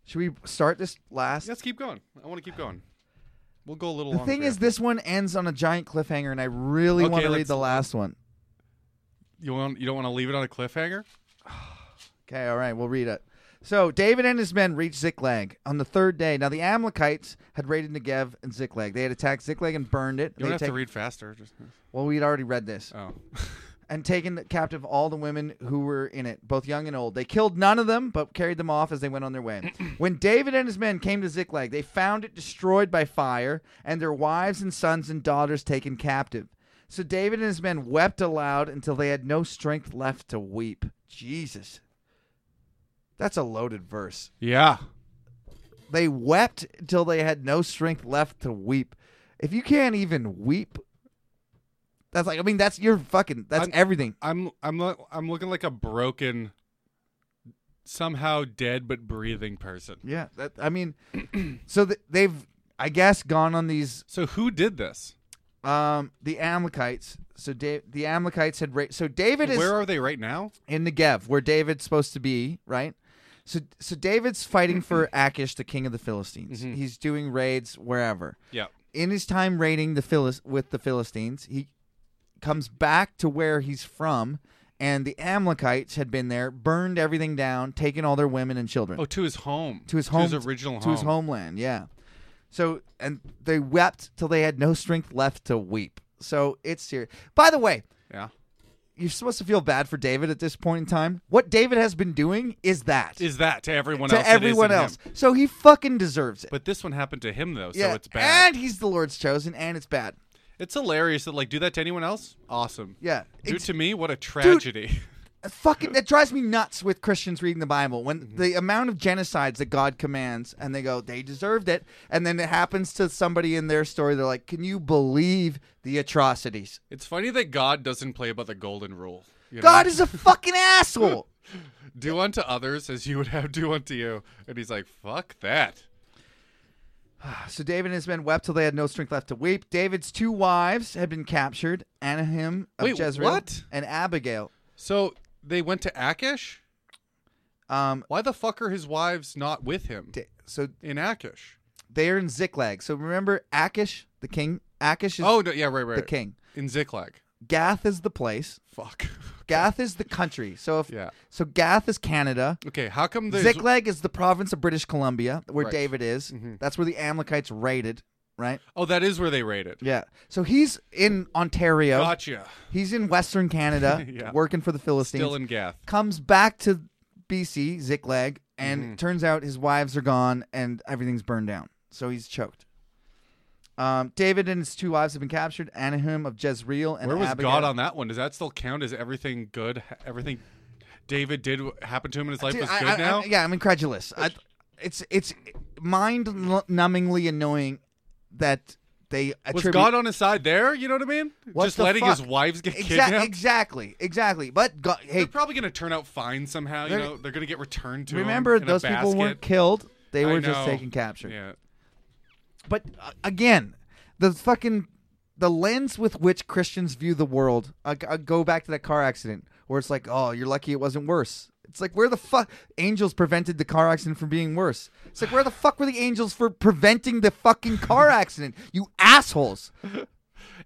[SPEAKER 1] Should we start this last?
[SPEAKER 2] Let's keep going. I want to keep going. We'll go a little.
[SPEAKER 1] the
[SPEAKER 2] longer
[SPEAKER 1] thing is,
[SPEAKER 2] after.
[SPEAKER 1] this one ends on a giant cliffhanger, and I really
[SPEAKER 2] Okay,
[SPEAKER 1] want to read
[SPEAKER 2] let's-
[SPEAKER 1] the last one.
[SPEAKER 2] you want you don't want to leave it on a cliffhanger.
[SPEAKER 1] Okay, all right, we'll read it. So David and his men reached Ziklag on the third day. Now the Amalekites had raided Negev and Ziklag. They had attacked Ziklag and burned it.
[SPEAKER 2] You don't
[SPEAKER 1] They
[SPEAKER 2] have to
[SPEAKER 1] take-
[SPEAKER 2] read faster. Just,
[SPEAKER 1] Well, we'd already read this
[SPEAKER 2] oh, <laughs>
[SPEAKER 1] and taken captive all the women who were in it, both young and old. They killed none of them, but carried them off as they went on their way. when David and his men came to Ziklag, they found it destroyed by fire, and their wives and sons and daughters taken captive. So David and his men wept aloud until they had no strength left to weep. Jesus. That's a loaded verse.
[SPEAKER 2] yeah.
[SPEAKER 1] They wept till they had no strength left to weep. If you can't even weep, that's like I mean that's your fucking that's
[SPEAKER 2] I'm-
[SPEAKER 1] everything.
[SPEAKER 2] I'm I'm lo- I'm looking like a broken, somehow dead but breathing person.
[SPEAKER 1] Yeah, that, I
[SPEAKER 2] <clears throat>
[SPEAKER 1] mean, so th- they've, I guess, gone on these
[SPEAKER 2] So who did this?
[SPEAKER 1] um the Amalekites. So da- the Amalekites had ra- so David is
[SPEAKER 2] Where are they right now?
[SPEAKER 1] in Negev, where David's supposed to be, right? So so David's
[SPEAKER 2] <clears throat>
[SPEAKER 1] fighting for Achish, the king of the Philistines.
[SPEAKER 2] Mm-hmm.
[SPEAKER 1] He's doing raids wherever.
[SPEAKER 2] Yeah.
[SPEAKER 1] In his time raiding the Philis- with the Philistines, he comes back to where he's from. And the Amalekites had been there, burned everything down, taken all their women and children.
[SPEAKER 2] Oh, to his home.
[SPEAKER 1] to his home
[SPEAKER 2] To his original
[SPEAKER 1] to
[SPEAKER 2] home.
[SPEAKER 1] his homeland yeah so and they wept till they had no strength left to weep so it's serious by the way
[SPEAKER 2] Yeah.
[SPEAKER 1] you're supposed to feel bad for david at this point in time what david has been doing is that
[SPEAKER 2] is that to everyone
[SPEAKER 1] to
[SPEAKER 2] else. it is
[SPEAKER 1] everyone
[SPEAKER 2] in him.
[SPEAKER 1] else so he fucking deserves it
[SPEAKER 2] But this one happened to him though,
[SPEAKER 1] yeah
[SPEAKER 2] so it's bad.
[SPEAKER 1] and he's the lord's chosen and it's bad
[SPEAKER 2] it's hilarious that like do that to anyone else. Awesome.
[SPEAKER 1] Yeah,
[SPEAKER 2] Do it
[SPEAKER 1] it's-
[SPEAKER 2] to me, what a tragedy. <laughs>
[SPEAKER 1] Uh, fucking that drives me nuts with Christians reading the Bible when
[SPEAKER 2] Mm-hmm.
[SPEAKER 1] the amount of genocides that God commands and they go they deserved it and then it happens to somebody in their story they're like can you believe the atrocities
[SPEAKER 2] it's funny that God doesn't play by the golden rule. you know?
[SPEAKER 1] God is a fucking
[SPEAKER 2] <laughs>
[SPEAKER 1] asshole
[SPEAKER 2] do unto others as you would have do unto you, and he's like, "Fuck that."
[SPEAKER 1] so David and his men wept till they had no strength left to weep David's two wives had been captured Anahim of
[SPEAKER 2] Wait,
[SPEAKER 1] Jezreel
[SPEAKER 2] what?
[SPEAKER 1] and Abigail
[SPEAKER 2] So they went to Akish.
[SPEAKER 1] um
[SPEAKER 2] Why the fuck are his wives not with him
[SPEAKER 1] da- so
[SPEAKER 2] in Akish?
[SPEAKER 1] they're in Ziklag so remember Akish the king Akish is
[SPEAKER 2] Oh no, yeah, right, right.
[SPEAKER 1] the
[SPEAKER 2] right.
[SPEAKER 1] king
[SPEAKER 2] in Ziklag.
[SPEAKER 1] Gath is the place
[SPEAKER 2] Fuck. <laughs>
[SPEAKER 1] Gath is the country. So if
[SPEAKER 2] Yeah.
[SPEAKER 1] so, Gath is Canada.
[SPEAKER 2] Okay, how come there's
[SPEAKER 1] Ziklag is the province of British Columbia, where
[SPEAKER 2] Right. Mm-hmm.
[SPEAKER 1] David is. That's where the Amalekites raided, right?
[SPEAKER 2] Oh, that is where they raided.
[SPEAKER 1] Yeah. So he's in Ontario.
[SPEAKER 2] Gotcha.
[SPEAKER 1] He's in Western Canada,
[SPEAKER 2] <laughs> Yeah.
[SPEAKER 1] working for the Philistines.
[SPEAKER 2] Still in Gath.
[SPEAKER 1] Comes back to BC, Ziklag, and
[SPEAKER 2] Mm-hmm.
[SPEAKER 1] turns out his wives are gone and everything's burned down. So he's choked. Um, David and his two wives have been captured. Anakim of Jezreel and
[SPEAKER 2] Where was
[SPEAKER 1] Abigail.
[SPEAKER 2] God on that one? Does that still count as everything good? Ha- Everything David did w- happened to him in his life
[SPEAKER 1] Dude,
[SPEAKER 2] was
[SPEAKER 1] I-
[SPEAKER 2] good
[SPEAKER 1] I- I-
[SPEAKER 2] now?
[SPEAKER 1] yeah, I'm incredulous. I, it's it's mind-numbingly annoying that they
[SPEAKER 2] was
[SPEAKER 1] attribute
[SPEAKER 2] God on his side there? You know what I mean?
[SPEAKER 1] What
[SPEAKER 2] Just
[SPEAKER 1] the
[SPEAKER 2] letting
[SPEAKER 1] fuck?
[SPEAKER 2] his wives get
[SPEAKER 1] Exa-
[SPEAKER 2] kidnapped?
[SPEAKER 1] Exactly, exactly. But God, hey,
[SPEAKER 2] They're probably going to turn out fine somehow. You
[SPEAKER 1] They're-
[SPEAKER 2] know, they're going to get returned to
[SPEAKER 1] remember
[SPEAKER 2] him in a
[SPEAKER 1] those people weren't
[SPEAKER 2] basket.
[SPEAKER 1] killed; they
[SPEAKER 2] I
[SPEAKER 1] were just
[SPEAKER 2] know.
[SPEAKER 1] taken captured.
[SPEAKER 2] Yeah.
[SPEAKER 1] But uh, again, the fucking the lens with which Christians view the world. I, I go back to that car accident where it's like, oh, you're lucky it wasn't worse. It's like where the fuck angels prevented the car accident from being worse. It's like where the fuck were the angels for preventing the fucking car accident? You assholes!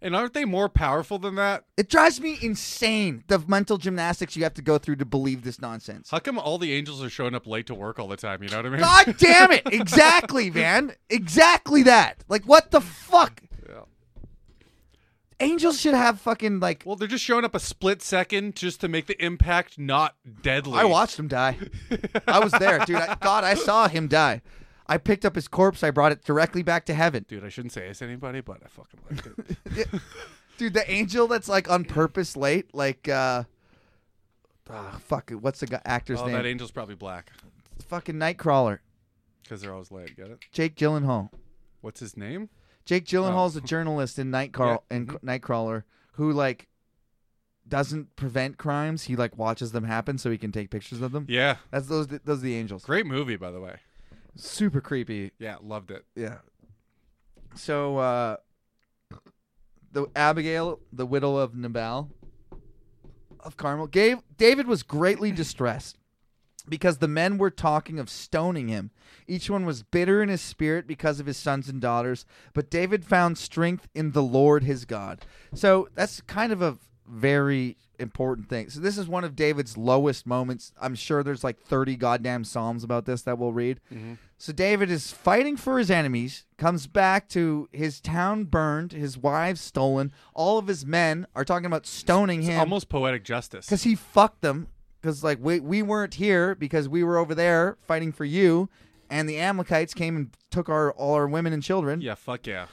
[SPEAKER 2] And aren't they more powerful than that?
[SPEAKER 1] It drives me insane the mental gymnastics you have to go through to believe this nonsense.
[SPEAKER 2] How come all the angels are showing up late to work all the time? You know what I mean?
[SPEAKER 1] God damn it!
[SPEAKER 2] <laughs>
[SPEAKER 1] Exactly, man. Exactly that. Like, what the fuck?
[SPEAKER 2] Yeah.
[SPEAKER 1] Angels should have fucking like.
[SPEAKER 2] Well, they're just showing up a split second just to make the impact not deadly.
[SPEAKER 1] I watched him die. I was there, dude.
[SPEAKER 2] <laughs>
[SPEAKER 1] I, God, I saw him die. I picked up his corpse. I brought it directly back to heaven,
[SPEAKER 2] Dude, I shouldn't say this to anybody, but I fucking liked
[SPEAKER 1] <laughs>
[SPEAKER 2] it.
[SPEAKER 1] dude. The angel that's like on purpose late, like uh, ah, fuck it. What's the guy, actor's
[SPEAKER 2] oh,
[SPEAKER 1] name?
[SPEAKER 2] that angel's probably black
[SPEAKER 1] Fucking Nightcrawler,
[SPEAKER 2] because they're always late. Get it?
[SPEAKER 1] Jake Gyllenhaal.
[SPEAKER 2] What's his name?
[SPEAKER 1] Jake Gyllenhaal's a journalist in Nightcrawl in Nightcrawler who like doesn't prevent crimes. He like watches them happen so he can take pictures of them.
[SPEAKER 2] Yeah.
[SPEAKER 1] That's those those are the angels.
[SPEAKER 2] Great movie, by the way.
[SPEAKER 1] Super creepy.
[SPEAKER 2] Yeah, loved it.
[SPEAKER 1] Yeah. So uh the Abigail, the widow of Nabal of Carmel, gave David was greatly distressed because the men were talking of stoning him. Each one was bitter in his spirit because of his sons and daughters, but David found strength in the Lord his God. So that's kind of a very important thing. So this is one of David's lowest moments. I'm sure there's like 30 goddamn psalms about this that we'll read. So David is fighting for his enemies, comes back to his town burned, his wives stolen, all of his men are talking about stoning him
[SPEAKER 2] Almost poetic justice.
[SPEAKER 1] because he fucked them. Because like we we weren't here because we were over there fighting for you, and the Amalekites came and took our all our women and children.
[SPEAKER 2] Yeah, fuck yeah.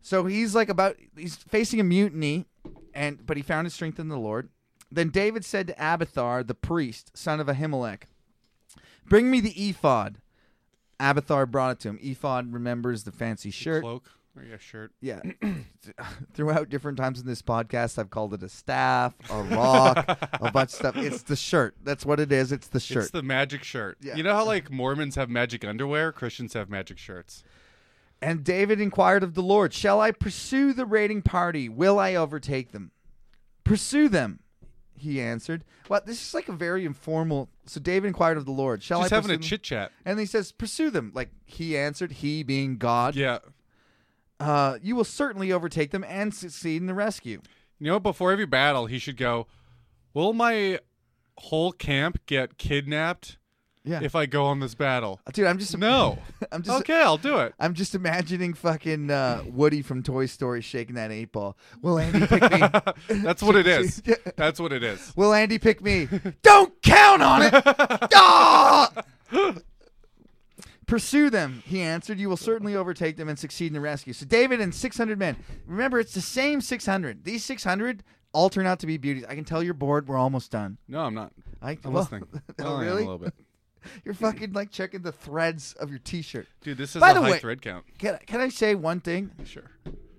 [SPEAKER 1] So he's like about he's facing a mutiny, and but he found his strength in the Lord. Then David said to Abathar the priest, son of Ahimelech, "Bring me the ephod." Abathar brought it to him. Ephod remembers the fancy shirt.
[SPEAKER 2] Cloak. Or yeah, shirt. <clears throat>
[SPEAKER 1] Yeah. <clears throat> Throughout different times in this podcast, I've called it a staff, a rock, a bunch of stuff. It's the shirt. That's what it is. It's the shirt.
[SPEAKER 2] It's the magic shirt.
[SPEAKER 1] Yeah.
[SPEAKER 2] You know how like Mormons have magic underwear? Christians have magic shirts.
[SPEAKER 1] and David inquired of the Lord, Shall I pursue the raiding party? Will I overtake them? Pursue them, he answered. Well, this is like a very informal. So David inquired of the Lord, Shall
[SPEAKER 2] Just
[SPEAKER 1] I
[SPEAKER 2] having
[SPEAKER 1] pursue
[SPEAKER 2] a
[SPEAKER 1] them?
[SPEAKER 2] chit chat.
[SPEAKER 1] and he says, Pursue them. Like he answered, he being God.
[SPEAKER 2] Yeah.
[SPEAKER 1] Uh, you will certainly overtake them and succeed in the rescue.
[SPEAKER 2] You know, before every battle, he should go, Will my whole camp get kidnapped
[SPEAKER 1] Yeah.
[SPEAKER 2] if I go on
[SPEAKER 1] <laughs>
[SPEAKER 2] this battle?
[SPEAKER 1] Dude, I'm just
[SPEAKER 2] No.
[SPEAKER 1] I'm <laughs> just
[SPEAKER 2] okay, I'll do it. <laughs>
[SPEAKER 1] I'm just imagining fucking uh, Woody from Toy Story shaking that eight ball. Will Andy pick me?
[SPEAKER 2] That's what it is.
[SPEAKER 1] <laughs> Yeah.
[SPEAKER 2] That's what it is.
[SPEAKER 1] Will Andy pick me? Don't count on it. Ah! Pursue them, he answered. You will certainly overtake them and succeed in the rescue. So David and 600 men. Remember, it's the same 600. These 600 all turn out to be beauties. I can tell you're bored. We're almost done.
[SPEAKER 2] No, I'm not.
[SPEAKER 1] I,
[SPEAKER 2] I'm
[SPEAKER 1] well, <laughs>
[SPEAKER 2] listening.
[SPEAKER 1] Oh,
[SPEAKER 4] I am
[SPEAKER 1] really?
[SPEAKER 4] A little bit.
[SPEAKER 1] You're fucking like checking the threads of your T-shirt.
[SPEAKER 2] Dude, this is
[SPEAKER 1] By
[SPEAKER 2] a
[SPEAKER 1] the
[SPEAKER 2] high
[SPEAKER 1] way-
[SPEAKER 2] thread count.
[SPEAKER 1] Can can I say one thing?
[SPEAKER 2] Sure.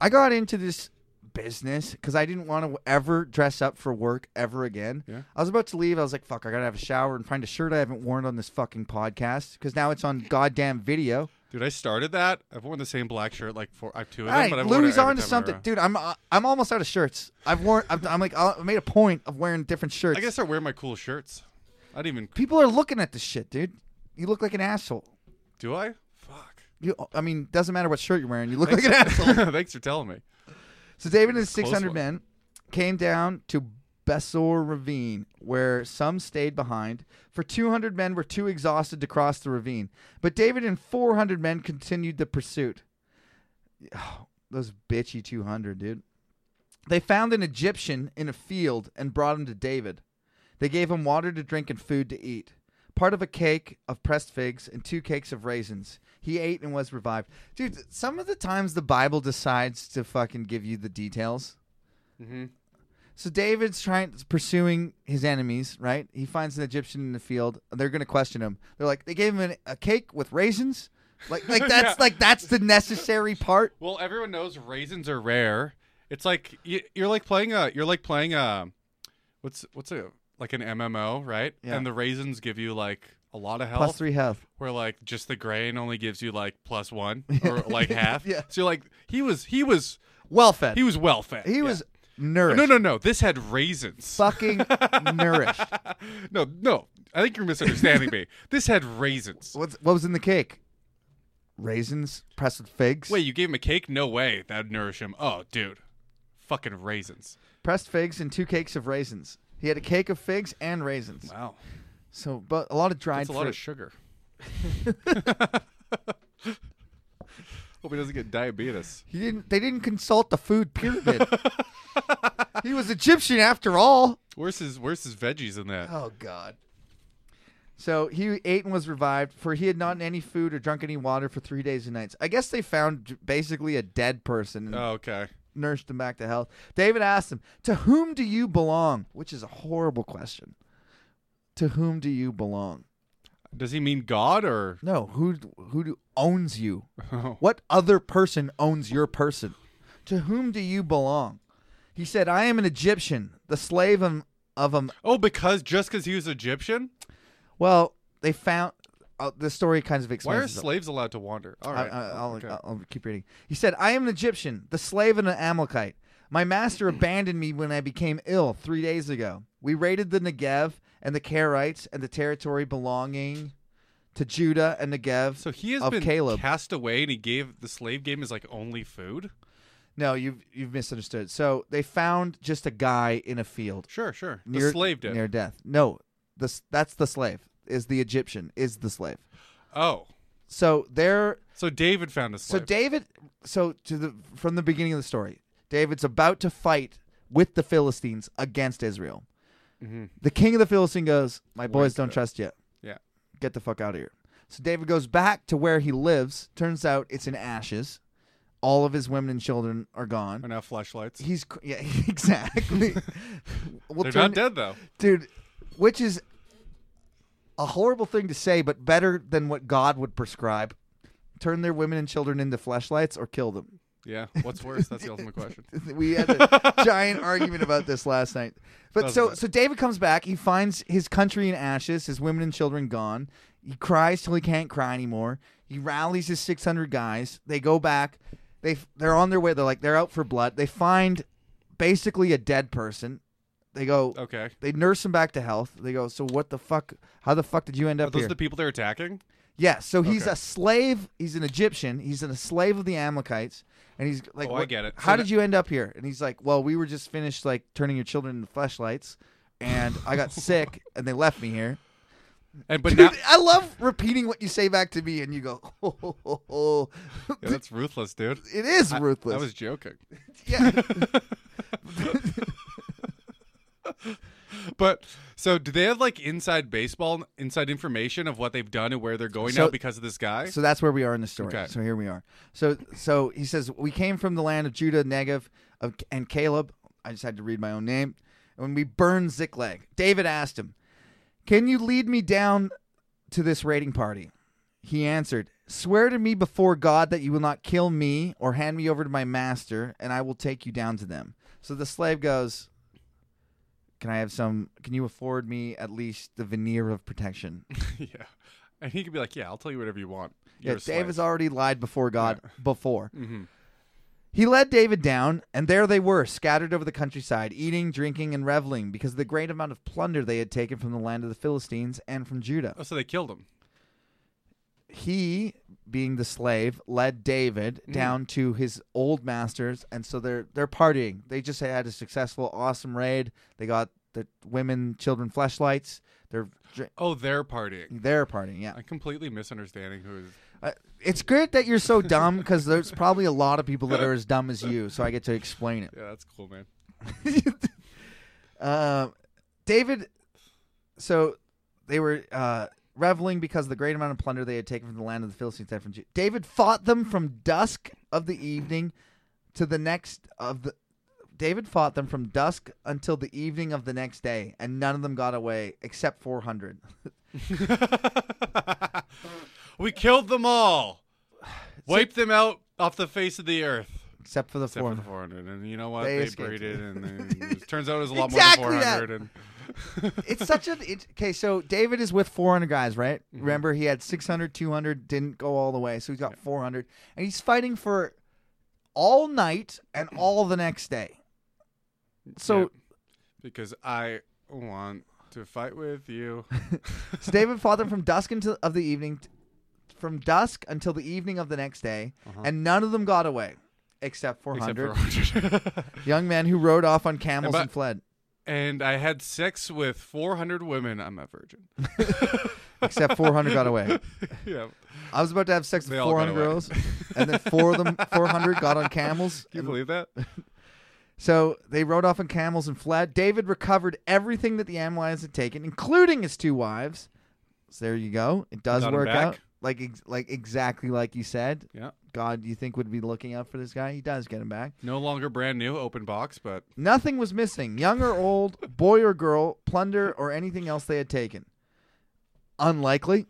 [SPEAKER 1] I got into this business because I didn't want to ever dress up for work ever again.
[SPEAKER 2] Yeah.
[SPEAKER 1] I was about to leave. I was like, fuck, I got to have a shower and find a shirt I haven't worn on this fucking podcast because now it's on goddamn video.
[SPEAKER 2] Dude, I started that. I've worn the same black shirt like four. I have two of
[SPEAKER 1] All
[SPEAKER 2] them,
[SPEAKER 1] right,
[SPEAKER 2] but I've
[SPEAKER 1] Louis
[SPEAKER 2] worn it
[SPEAKER 1] on
[SPEAKER 2] every
[SPEAKER 1] to
[SPEAKER 2] time I
[SPEAKER 1] something.
[SPEAKER 2] wear it.
[SPEAKER 1] Dude, I'm uh, I'm almost out of shirts. I've worn, I'm, I'm like, I made a point of wearing different shirts.
[SPEAKER 2] I guess I wear my cool shirts. I don't even.
[SPEAKER 1] people are looking at this shit, dude. You look like an asshole.
[SPEAKER 2] Do I? Fuck.
[SPEAKER 1] You, I mean, doesn't matter what shirt you're wearing, you look like an
[SPEAKER 2] <laughs>
[SPEAKER 1] asshole.
[SPEAKER 2] Thanks for telling me.
[SPEAKER 1] So David and his 600
[SPEAKER 2] one.
[SPEAKER 1] men came down to Besor Ravine, where some stayed behind, for 200 men were too exhausted to cross the ravine. But David and 400 men continued the pursuit. <sighs> Those bitchy 200, dude. They found an Egyptian in a field and brought him to David. They gave him water to drink and food to eat. Part of a cake of pressed figs and two cakes of raisins. He ate and was revived. Dude, some of the times the Bible decides to fucking give you the details. So David's trying pursuing his enemies, right? He finds an Egyptian in the field. They're going to question him. They're like, they gave him an, a cake with raisins. Like, like that's
[SPEAKER 2] Yeah.
[SPEAKER 1] like that's the necessary part.
[SPEAKER 2] Well, everyone knows raisins are rare. It's like you, you're like playing a you're like playing a what's what's a like an MMO, right?
[SPEAKER 1] Yeah.
[SPEAKER 2] And the raisins give you like a lot of health.
[SPEAKER 1] Plus three health.
[SPEAKER 2] Where like just the grain only gives you like
[SPEAKER 1] <laughs>
[SPEAKER 2] plus one or like half.
[SPEAKER 1] Yeah.
[SPEAKER 2] So you're like he was he was
[SPEAKER 1] Well fed.
[SPEAKER 2] he was well fed.
[SPEAKER 1] He
[SPEAKER 2] Yeah.
[SPEAKER 1] was nourished.
[SPEAKER 2] No no no. This had raisins. <laughs>
[SPEAKER 1] Fucking nourished.
[SPEAKER 2] no no. I think you're misunderstanding
[SPEAKER 1] <laughs>
[SPEAKER 2] me. This had raisins.
[SPEAKER 1] What's, what was in the cake? Raisins, pressed figs.
[SPEAKER 2] Wait, you gave him a cake? No way. That'd nourish him. Oh, dude. Fucking raisins.
[SPEAKER 1] pressed figs and two cakes of raisins. He had a cake of figs and raisins.
[SPEAKER 2] Wow.
[SPEAKER 1] So, but a lot of dried
[SPEAKER 2] That's a lot of
[SPEAKER 1] fruit. <laughs>
[SPEAKER 2] sugar. Hope he doesn't get diabetes.
[SPEAKER 1] he didn't. They didn't consult the
[SPEAKER 2] <laughs>
[SPEAKER 1] food pyramid. he was Egyptian after all.
[SPEAKER 2] Where's his Where's his veggies in that?
[SPEAKER 1] Oh God. So he ate and was revived, for he had not eaten any food or drunk any water for three days and nights. I guess they found j- basically a dead person. and
[SPEAKER 2] Oh, okay.
[SPEAKER 1] nursed him back to health. David asked him, To whom do you belong? Which is a horrible question. To whom do you belong?
[SPEAKER 2] Does he mean God or?
[SPEAKER 1] No, who who do, owns you?
[SPEAKER 2] <laughs> Oh.
[SPEAKER 1] What other person owns your person? To whom do you belong? He said, I am an Egyptian, the slave of, of a
[SPEAKER 2] Oh, because just because he was Egyptian?
[SPEAKER 1] Well, they found. Uh, the story kind of
[SPEAKER 2] Why
[SPEAKER 1] explains.
[SPEAKER 2] are
[SPEAKER 1] this.
[SPEAKER 2] slaves allowed to wander? All right.
[SPEAKER 1] I, I, I'll, uh,
[SPEAKER 2] okay.
[SPEAKER 1] I'll, I'll keep reading. He said, I am an Egyptian, the slave of an Amalekite. My master abandoned me when I became ill three days ago. We raided the Negev and the Karaites and the territory belonging to Judah and Negev
[SPEAKER 2] so he has
[SPEAKER 1] of
[SPEAKER 2] been
[SPEAKER 1] Caleb.
[SPEAKER 2] cast away, and he gave the slave game is like only food.
[SPEAKER 1] no, you've, you've misunderstood. So they found just a guy in a field
[SPEAKER 2] Sure, sure. The
[SPEAKER 1] near,
[SPEAKER 2] slave did.
[SPEAKER 1] near death. No, this, that's the slave, is the Egyptian, is the slave.
[SPEAKER 2] oh,
[SPEAKER 1] So they're
[SPEAKER 2] so David found a
[SPEAKER 1] So
[SPEAKER 2] slave.
[SPEAKER 1] David, so to the from the beginning of the story, David's about to fight with the Philistines against Israel.
[SPEAKER 2] Mm-hmm.
[SPEAKER 1] The king of the Philistines goes, "My boys don't trust you.
[SPEAKER 2] yeah.
[SPEAKER 1] Get the fuck out of here." So David goes back to where he lives. Turns out it's in ashes. All of his women and children are
[SPEAKER 2] Are
[SPEAKER 1] gone.
[SPEAKER 2] now flashlights.
[SPEAKER 1] He's cr- yeah, <laughs>
[SPEAKER 2] <laughs>
[SPEAKER 1] exactly. We'll
[SPEAKER 2] They're
[SPEAKER 1] turn-
[SPEAKER 2] not dead though.
[SPEAKER 1] dude. Which is a horrible thing to say, but better than what God would prescribe. Turn their women and children into fleshlights or kill them. <laughs>
[SPEAKER 2] Yeah. What's worse? That's the ultimate question.
[SPEAKER 1] we had a giant argument about this last night. But so
[SPEAKER 2] Doesn't it?
[SPEAKER 1] so David comes back. He finds his country in ashes, his women and children gone. He cries till he can't cry anymore. He rallies his 600 guys. They go back. They they're on their way. They're like they're out for blood. They find basically a dead person. They go
[SPEAKER 2] Okay.
[SPEAKER 1] They nurse him back to health. They go. So what the fuck? How the fuck did you end
[SPEAKER 2] Are
[SPEAKER 1] up
[SPEAKER 2] those
[SPEAKER 1] here?
[SPEAKER 2] the people they're attacking?
[SPEAKER 1] yeah. So he's
[SPEAKER 2] Okay.
[SPEAKER 1] a slave. He's an Egyptian. He's an, a slave of the Amalekites. And he's like,
[SPEAKER 2] Oh, I
[SPEAKER 1] "What-
[SPEAKER 2] get it.
[SPEAKER 1] How
[SPEAKER 2] So
[SPEAKER 1] did
[SPEAKER 2] that-
[SPEAKER 1] you end up here?" And he's like, "Well, we were just finished like turning your children into fleshlights, and I
[SPEAKER 2] <laughs>
[SPEAKER 1] got sick, and they left me here."
[SPEAKER 2] And but now
[SPEAKER 1] <laughs> Dude, I love repeating what you say back to me, and you go, <laughs> "Oh, ho, ho, ho."
[SPEAKER 2] Yeah, that's ruthless, dude.
[SPEAKER 1] it is ruthless."
[SPEAKER 2] I was joking.
[SPEAKER 1] yeah.
[SPEAKER 2] But so do they have like inside baseball inside information of what they've done and where they're going
[SPEAKER 1] So-
[SPEAKER 2] now because of this guy?
[SPEAKER 1] So that's where we are in the story.
[SPEAKER 2] Okay.
[SPEAKER 1] So here we are. So so he says we came from the land of Judah, Negev, of, and Caleb. I just had to read my own name. And we burned Ziklag. David asked him, "Can you lead me down to this raiding party?" He answered, "Swear to me before God that you will not kill me or hand me over to my master, and I will take you down to them." So the slave goes, "Can I have some? Can you afford me at least the veneer of protection?"
[SPEAKER 2] <laughs> yeah. And he could be like, "Yeah, I'll tell you whatever you want."
[SPEAKER 1] Yeah,
[SPEAKER 2] You're a Mm-hmm. slave."
[SPEAKER 1] David's already lied before God
[SPEAKER 2] <laughs>
[SPEAKER 1] before. He led David down, and there they were, scattered over the countryside, eating, drinking, and reveling because of the great amount
[SPEAKER 2] Uh,
[SPEAKER 1] of plunder they had taken from the land of the Philistines and from Judah.
[SPEAKER 2] Oh, so they killed him.
[SPEAKER 1] he, being the slave, led David
[SPEAKER 2] Mm-hmm.
[SPEAKER 1] down to his old masters, and so they're they're partying. They just had a successful, awesome raid. They got the women, children, flashlights. They're dr-
[SPEAKER 2] Oh, they're partying.
[SPEAKER 1] they're partying. Yeah,
[SPEAKER 2] I'm completely misunderstanding who is.
[SPEAKER 1] uh, it's great that you're so dumb because there's probably a lot of people that are as dumb as you. So I get to explain it.
[SPEAKER 2] Yeah, that's cool, man.
[SPEAKER 1] Um, David, so they were uh, reveling because of the great amount of plunder they had taken from the land of the Philistines. and From Ju- David fought them from dusk of the evening to the next of the. David fought them from dusk until the evening of the next day, and none of them got away except 400.
[SPEAKER 2] <laughs> we killed them <sighs> all. Wiped them out off the face of the earth.
[SPEAKER 1] Except for the
[SPEAKER 2] Except for the
[SPEAKER 1] 400.
[SPEAKER 2] 400. And you know what?
[SPEAKER 1] They
[SPEAKER 2] They,
[SPEAKER 1] escaped.
[SPEAKER 2] breed
[SPEAKER 1] <laughs>
[SPEAKER 2] it, and then it turns out it was a lot more
[SPEAKER 1] Exactly
[SPEAKER 2] than
[SPEAKER 1] that.
[SPEAKER 2] 400.
[SPEAKER 1] <laughs>
[SPEAKER 2] And
[SPEAKER 1] It's such an. It, okay, so David is with 400 guys, right?
[SPEAKER 2] Mm-hmm.
[SPEAKER 1] Remember, he had 600, 200, didn't go all the way, so he's got 400. And he's fighting for all night
[SPEAKER 2] <clears throat>
[SPEAKER 1] and all the next day. So,
[SPEAKER 2] Yep. because I want to fight with you.
[SPEAKER 1] <laughs> so David fought them from dusk until of the evening, t- from dusk until the evening of the next day, and none of them got away except 400
[SPEAKER 2] Uh-huh. Except for 400.
[SPEAKER 1] young men who rode off on camels
[SPEAKER 2] but-
[SPEAKER 1] and fled.
[SPEAKER 2] <laughs> and I had sex with 400 women. I'm
[SPEAKER 1] <laughs>
[SPEAKER 2] a virgin.
[SPEAKER 1] Except 400 got
[SPEAKER 2] <laughs>
[SPEAKER 1] away.
[SPEAKER 2] yeah.
[SPEAKER 1] I was about to have sex
[SPEAKER 2] They
[SPEAKER 1] with
[SPEAKER 2] all got
[SPEAKER 1] 400
[SPEAKER 2] away.
[SPEAKER 1] girls, and then four of them, 400 got on camels.
[SPEAKER 2] Can
[SPEAKER 1] and-
[SPEAKER 2] you believe
[SPEAKER 1] <laughs>
[SPEAKER 2] that?
[SPEAKER 1] So they rode off on camels and fled. David recovered everything that the Amalekites had taken, including his two wives. So there you go. It does
[SPEAKER 2] Got 'em
[SPEAKER 1] work
[SPEAKER 2] back.
[SPEAKER 1] out, like ex- like exactly like you said.
[SPEAKER 2] Yeah.
[SPEAKER 1] God, you think would be looking out for this guy? He does get him back.
[SPEAKER 2] No longer brand new, open box, but
[SPEAKER 1] Nothing was missing, young or old, boy or girl, plunder or anything else they had taken. Unlikely.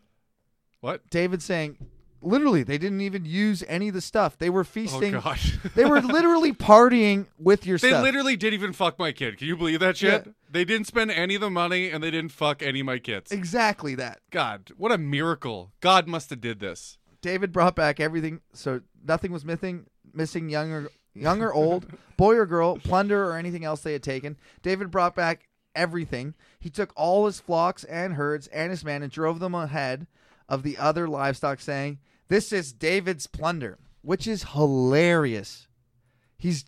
[SPEAKER 2] what?
[SPEAKER 1] David saying, literally, they didn't even use any of the stuff. They were
[SPEAKER 2] Oh,
[SPEAKER 1] feasting.
[SPEAKER 2] gosh.
[SPEAKER 1] They were literally partying with your
[SPEAKER 2] They
[SPEAKER 1] stuff.
[SPEAKER 2] literally didn't even fuck my kid. Can you believe that
[SPEAKER 1] Yeah.
[SPEAKER 2] shit? They didn't spend any of the money and they didn't fuck any of my kids.
[SPEAKER 1] exactly that.
[SPEAKER 2] God, what a miracle. God must have did this.
[SPEAKER 1] David brought back everything, so nothing was missing. Missing young or young or old, boy or girl, plunder or anything else they had taken. David brought back everything. He took all his flocks and herds and his men and drove them ahead of the other livestock, saying, "This is David's plunder," which is hilarious. He's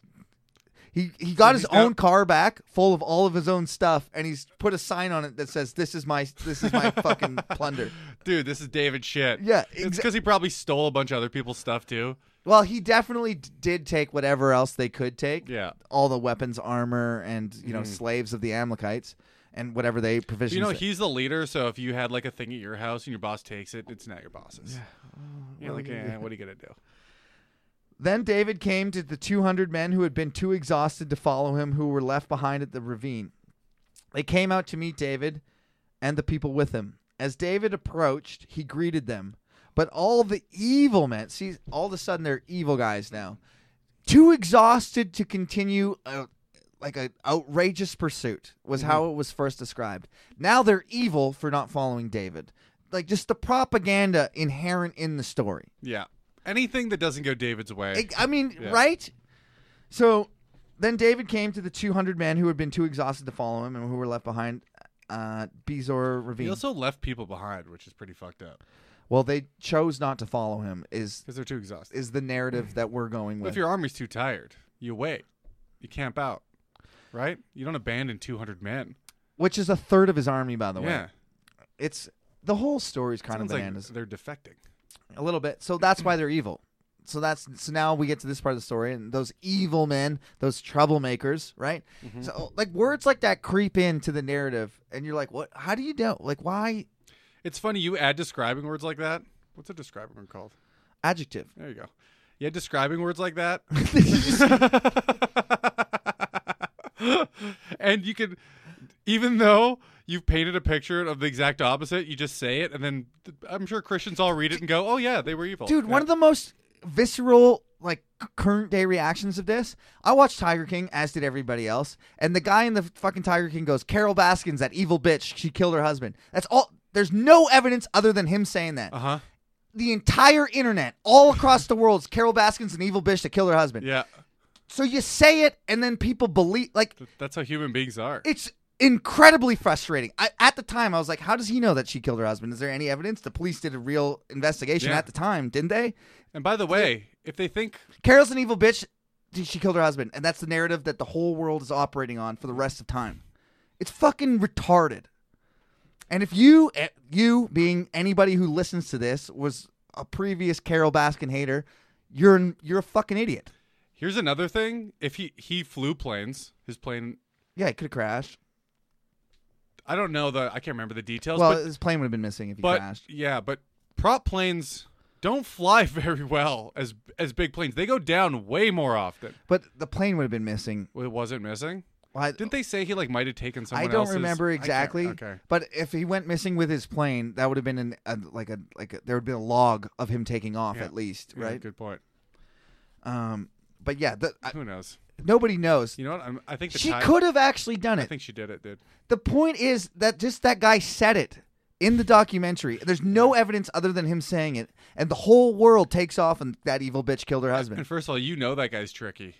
[SPEAKER 1] he he got his
[SPEAKER 2] he's now-
[SPEAKER 1] own car back, full of all of his own stuff, and he's put a sign on it that says, "This is my this is my fucking plunder."
[SPEAKER 2] Dude, this is David shit.
[SPEAKER 1] Yeah,
[SPEAKER 2] It's
[SPEAKER 1] exa-
[SPEAKER 2] because he probably stole a bunch of other people's stuff too.
[SPEAKER 1] Well, he definitely d- did take whatever else they could take.
[SPEAKER 2] Yeah. Mm-hmm.
[SPEAKER 1] All the weapons, armor, and you know, slaves of the Amalekites, and whatever they provisions.
[SPEAKER 2] You know,
[SPEAKER 1] that-
[SPEAKER 2] he's the leader, so if you had like a thing at your house and your boss takes it, it's not your boss's. You're like, eh, what are you going to do?
[SPEAKER 1] Then David came to the 200 men who had been too exhausted to follow him, who were left behind at the ravine. They came out to meet David and the people with him. As David approached, he greeted them. But all the evil men, see, all of a sudden they're evil guys now, too exhausted to continue a, like an outrageous pursuit, was how it was first described. Now they're evil for not following David. Like just the propaganda inherent in the story.
[SPEAKER 2] Yeah. Anything that doesn't go David's way.
[SPEAKER 1] I, I mean,
[SPEAKER 2] Yeah.
[SPEAKER 1] right? So then David came to the 200 men who had been too exhausted to follow him and who were left behind uh, Bezor
[SPEAKER 2] he
[SPEAKER 1] Ravine.
[SPEAKER 2] also left people behind, which is pretty fucked up
[SPEAKER 1] well, they chose not to follow him. Is
[SPEAKER 2] because they're too exhausted.
[SPEAKER 1] is the narrative that we're going
[SPEAKER 2] But if
[SPEAKER 1] with?
[SPEAKER 2] your army's too tired, you wait. You camp out, right? You don't abandon 200 men.
[SPEAKER 1] Which is a third of his army, by the way.
[SPEAKER 2] Yeah.
[SPEAKER 1] It's the whole story's kind
[SPEAKER 2] Sounds
[SPEAKER 1] of
[SPEAKER 2] like
[SPEAKER 1] bananas,
[SPEAKER 2] they're defecting.
[SPEAKER 1] a little bit. So that's why they're evil. So that's so now we get to this part of the story and those evil men, those troublemakers, right?
[SPEAKER 2] Mm-hmm.
[SPEAKER 1] So like words like that creep into the narrative, and you're like, what? How do you know? Like why
[SPEAKER 2] It's funny you add describing words like that. What's a describing word called?
[SPEAKER 1] adjective?
[SPEAKER 2] There you go. You add describing words
[SPEAKER 1] <laughs>
[SPEAKER 2] like that. <laughs> and you can even though you've painted a picture of the exact opposite, you just say it and then th- I'm sure Christians all read it and go, "Oh yeah, they were evil."
[SPEAKER 1] dude one of the most visceral like c- current day reactions of this i watched tiger king as did everybody else and the guy in the fucking tiger king goes carol baskins that evil bitch she killed her husband that's all there's no evidence other than him saying that
[SPEAKER 2] Uh-huh.
[SPEAKER 1] the entire internet all across the world is carol baskins an evil bitch that killed her husband
[SPEAKER 2] Yeah.
[SPEAKER 1] so you say it and then people believe like
[SPEAKER 2] Th- That's how human beings are.
[SPEAKER 1] it's incredibly frustrating. I, at the time, I was like, "How does he know that she killed her husband? Is there any evidence?" The police did a real investigation
[SPEAKER 2] Yeah.
[SPEAKER 1] at the time, didn't they?
[SPEAKER 2] And by the way, if they think
[SPEAKER 1] Carol's an evil bitch. She killed her husband, and that's the narrative that the whole world is operating on for the rest of time. It's fucking retarded. And if you, eh, you being anybody who listens to this, was a previous Carol Baskin hater, you're an- you're a fucking idiot.
[SPEAKER 2] here's another thing, if he he flew planes, his plane
[SPEAKER 1] Yeah, it could have crashed.
[SPEAKER 2] I don't know the I can't remember the details,
[SPEAKER 1] Well,
[SPEAKER 2] but
[SPEAKER 1] his plane would have been missing if he
[SPEAKER 2] but
[SPEAKER 1] crashed.
[SPEAKER 2] yeah, but prop planes don't fly <laughs> very well as as big planes. They go down way more often.
[SPEAKER 1] But the plane would have been missing.
[SPEAKER 2] It wasn't missing.
[SPEAKER 1] Why?
[SPEAKER 2] Didn't they say he like might have taken someone
[SPEAKER 1] I don't
[SPEAKER 2] else's-
[SPEAKER 1] remember
[SPEAKER 2] I can't-
[SPEAKER 1] exactly.
[SPEAKER 2] okay.
[SPEAKER 1] But if he went missing with his plane, that would have been an a, like a like a, there would have been a log of him taking off
[SPEAKER 2] Yeah.
[SPEAKER 1] at least,
[SPEAKER 2] Yeah,
[SPEAKER 1] right?
[SPEAKER 2] Good point.
[SPEAKER 1] Um, but yeah, the, I,
[SPEAKER 2] Who knows?
[SPEAKER 1] nobody knows.
[SPEAKER 2] You know what? I'm, I think the
[SPEAKER 1] She
[SPEAKER 2] time-
[SPEAKER 1] could have actually done
[SPEAKER 2] I
[SPEAKER 1] it.
[SPEAKER 2] think she did it, dude.
[SPEAKER 1] The point is that just that guy said it in the documentary. There's no evidence other than him saying it, and the whole world takes off and that evil bitch killed her
[SPEAKER 2] And
[SPEAKER 1] husband.
[SPEAKER 2] first of all, you know that guy's tricky.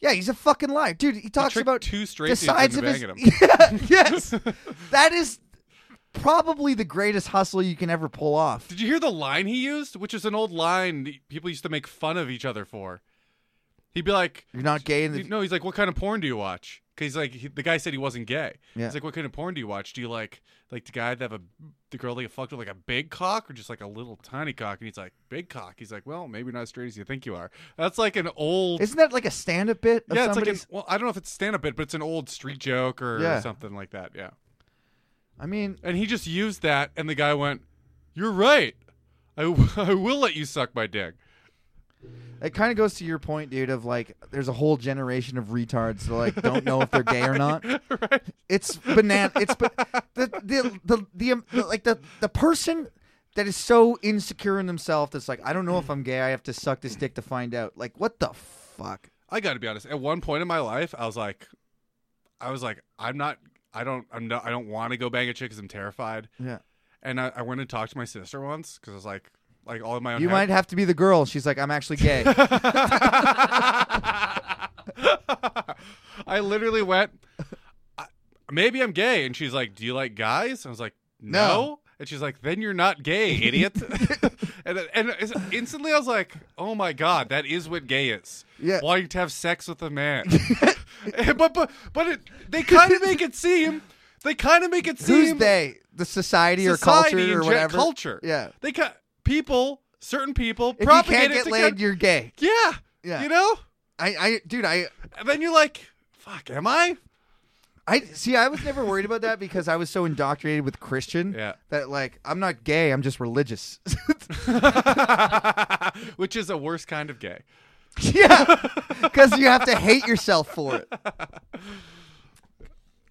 [SPEAKER 1] Yeah, he's a fucking liar, dude. He talks
[SPEAKER 2] tricked
[SPEAKER 1] about
[SPEAKER 2] two straight
[SPEAKER 1] the
[SPEAKER 2] dudes
[SPEAKER 1] sides of
[SPEAKER 2] into
[SPEAKER 1] his.
[SPEAKER 2] banging
[SPEAKER 1] <laughs> Yeah,
[SPEAKER 2] <laughs>
[SPEAKER 1] yes, that is probably the greatest hustle you can ever pull off.
[SPEAKER 2] Did you hear the line he used? Which is an old line that people used to make fun of each other for. He'd be like,
[SPEAKER 1] You're not gay, and
[SPEAKER 2] no, he's like, what kind of porn do you watch? Because like he, the guy said he wasn't gay.
[SPEAKER 1] Yeah.
[SPEAKER 2] He's like, what kind of porn do you watch? Do you like like the guy that have a the girl that you fucked with like a big cock or just like a little tiny cock? And he's like, big cock. He's like, well, maybe not as straight as you think you are. That's like an old.
[SPEAKER 1] isn't that like a stand-up bit? Of
[SPEAKER 2] yeah, it's like
[SPEAKER 1] somebody's?
[SPEAKER 2] an, well, I don't know if it's stand up bit, but it's an old street joke or
[SPEAKER 1] Yeah.
[SPEAKER 2] something like that. Yeah.
[SPEAKER 1] I mean,
[SPEAKER 2] And he just used that, and the guy went, "You're right. I, w- <laughs> I will let you suck my dick."
[SPEAKER 1] it kind of goes to your point, dude. Of like, there's a whole generation of retards that like don't know if they're gay or not.
[SPEAKER 2] <laughs> right?
[SPEAKER 1] It's banana. It's ba- the, the the the um, the like the the person that is so insecure in themselves that's like, I don't know if I'm gay. I have to suck this dick to find out. Like, what the fuck?
[SPEAKER 2] I got to be honest. At one point in my life, I was like, I was like, I'm not. I don't. I'm not. I don't want to go bang a chick because I'm terrified.
[SPEAKER 1] Yeah.
[SPEAKER 2] And I, I went and talked to my sister once because I was like, like all in my own.
[SPEAKER 1] You might
[SPEAKER 2] head.
[SPEAKER 1] have to be the girl. She's like, I'm actually
[SPEAKER 2] <laughs>
[SPEAKER 1] gay.
[SPEAKER 2] <laughs> I literally went. "I- Maybe I'm gay, and she's like, "Do you like guys?" I was like, "No."
[SPEAKER 1] No.
[SPEAKER 2] And she's like, "Then you're not gay,
[SPEAKER 1] <laughs>
[SPEAKER 2] idiot." <laughs> and and it's- instantly, I was like, "Oh my god, that is what gay is."
[SPEAKER 1] Yeah.
[SPEAKER 2] wanting to have sex with
[SPEAKER 1] <laughs>
[SPEAKER 2] a man. <laughs> but but but it, they kind of make it seem. They kind of make it seem
[SPEAKER 1] Who's they? The society,
[SPEAKER 2] society
[SPEAKER 1] or culture
[SPEAKER 2] in
[SPEAKER 1] or
[SPEAKER 2] gen-
[SPEAKER 1] whatever.
[SPEAKER 2] culture.
[SPEAKER 1] Yeah.
[SPEAKER 2] they ca- people, certain people,
[SPEAKER 1] If you
[SPEAKER 2] propagate
[SPEAKER 1] can't
[SPEAKER 2] it
[SPEAKER 1] get
[SPEAKER 2] to
[SPEAKER 1] laid,
[SPEAKER 2] kind-
[SPEAKER 1] you're gay.
[SPEAKER 2] yeah.
[SPEAKER 1] Yeah.
[SPEAKER 2] You know?
[SPEAKER 1] I, I, dude, I,
[SPEAKER 2] And then you're like, fuck, am I? <laughs>
[SPEAKER 1] I see. I was never worried about that because I was so indoctrinated with Christian
[SPEAKER 2] Yeah.
[SPEAKER 1] that like I'm not gay. I'm just religious. <laughs>
[SPEAKER 2] Which is a worse kind of gay.
[SPEAKER 1] <laughs> yeah, because you have to hate yourself for it.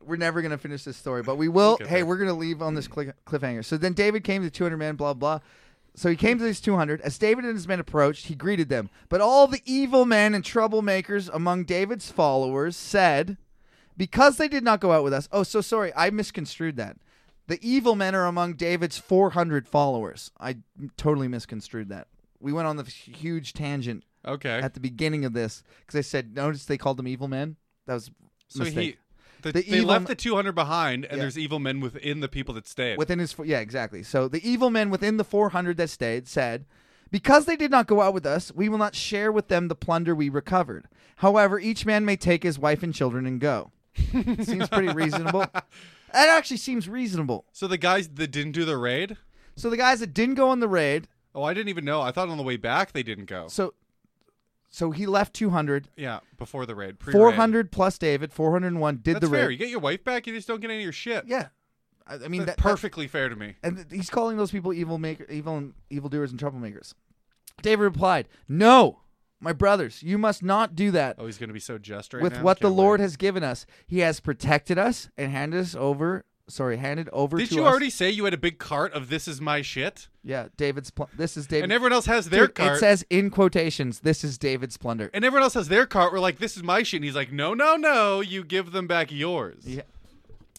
[SPEAKER 1] We're never gonna finish this story, but we will.
[SPEAKER 2] get
[SPEAKER 1] hey,
[SPEAKER 2] there.
[SPEAKER 1] we're gonna leave on this click- cliffhanger. So then David came to 200 men, blah blah. So he came to these 200. As David and his men approached, he greeted them. But all the evil men and troublemakers among David's followers said, because they did not go out with us. Oh, so sorry, I misconstrued that. The evil men are among David's 400 followers. I totally misconstrued that. We went on the huge tangent
[SPEAKER 2] Okay.
[SPEAKER 1] at the beginning of this because I said, notice they called them evil men. That was a
[SPEAKER 2] so
[SPEAKER 1] mistake.
[SPEAKER 2] he. The,
[SPEAKER 1] The
[SPEAKER 2] they
[SPEAKER 1] evil
[SPEAKER 2] left
[SPEAKER 1] m-
[SPEAKER 2] the 200 behind, and
[SPEAKER 1] Yeah.
[SPEAKER 2] there's evil men within the people that stayed.
[SPEAKER 1] within his fo- yeah exactly. So the evil men within the four hundred that stayed said, because they did not go out with us, we will not share with them the plunder we recovered. However, each man may take his wife and children and
[SPEAKER 2] <laughs>
[SPEAKER 1] go. seems pretty reasonable. That actually seems reasonable.
[SPEAKER 2] so the guys that didn't do the raid.
[SPEAKER 1] So the guys that didn't go on the raid,
[SPEAKER 2] Oh, I didn't even know. I thought on the way back they didn't go.
[SPEAKER 1] so so he left 200,
[SPEAKER 2] Yeah, before the raid. Pre-raid.
[SPEAKER 1] 400 plus David, 401 did
[SPEAKER 2] That's
[SPEAKER 1] the raid.
[SPEAKER 2] fair. You get your wife back, you just don't get any of your shit.
[SPEAKER 1] Yeah. I, I mean
[SPEAKER 2] That's
[SPEAKER 1] that, that-
[SPEAKER 2] perfectly fair to me.
[SPEAKER 1] and th- he's calling those people evil maker, evil, evil doers and troublemakers. David replied, "No, my brothers, you must not do that.
[SPEAKER 2] Oh, he's going to be so just right
[SPEAKER 1] With
[SPEAKER 2] now.
[SPEAKER 1] what the
[SPEAKER 2] Can't
[SPEAKER 1] Lord
[SPEAKER 2] wait.
[SPEAKER 1] has given us, He has protected us and handed us over. Sorry, handed over
[SPEAKER 2] Did
[SPEAKER 1] to
[SPEAKER 2] you
[SPEAKER 1] us.
[SPEAKER 2] already say you had a big cart of this is my shit?
[SPEAKER 1] Yeah, David's. Pl- this is David.
[SPEAKER 2] And everyone else has their
[SPEAKER 1] Dude,
[SPEAKER 2] cart.
[SPEAKER 1] It says in quotations, "This is David's plunder."
[SPEAKER 2] and everyone else has their cart. We're like, this is my shit. And he's like, no, no, no. You give them back yours.
[SPEAKER 1] Yeah.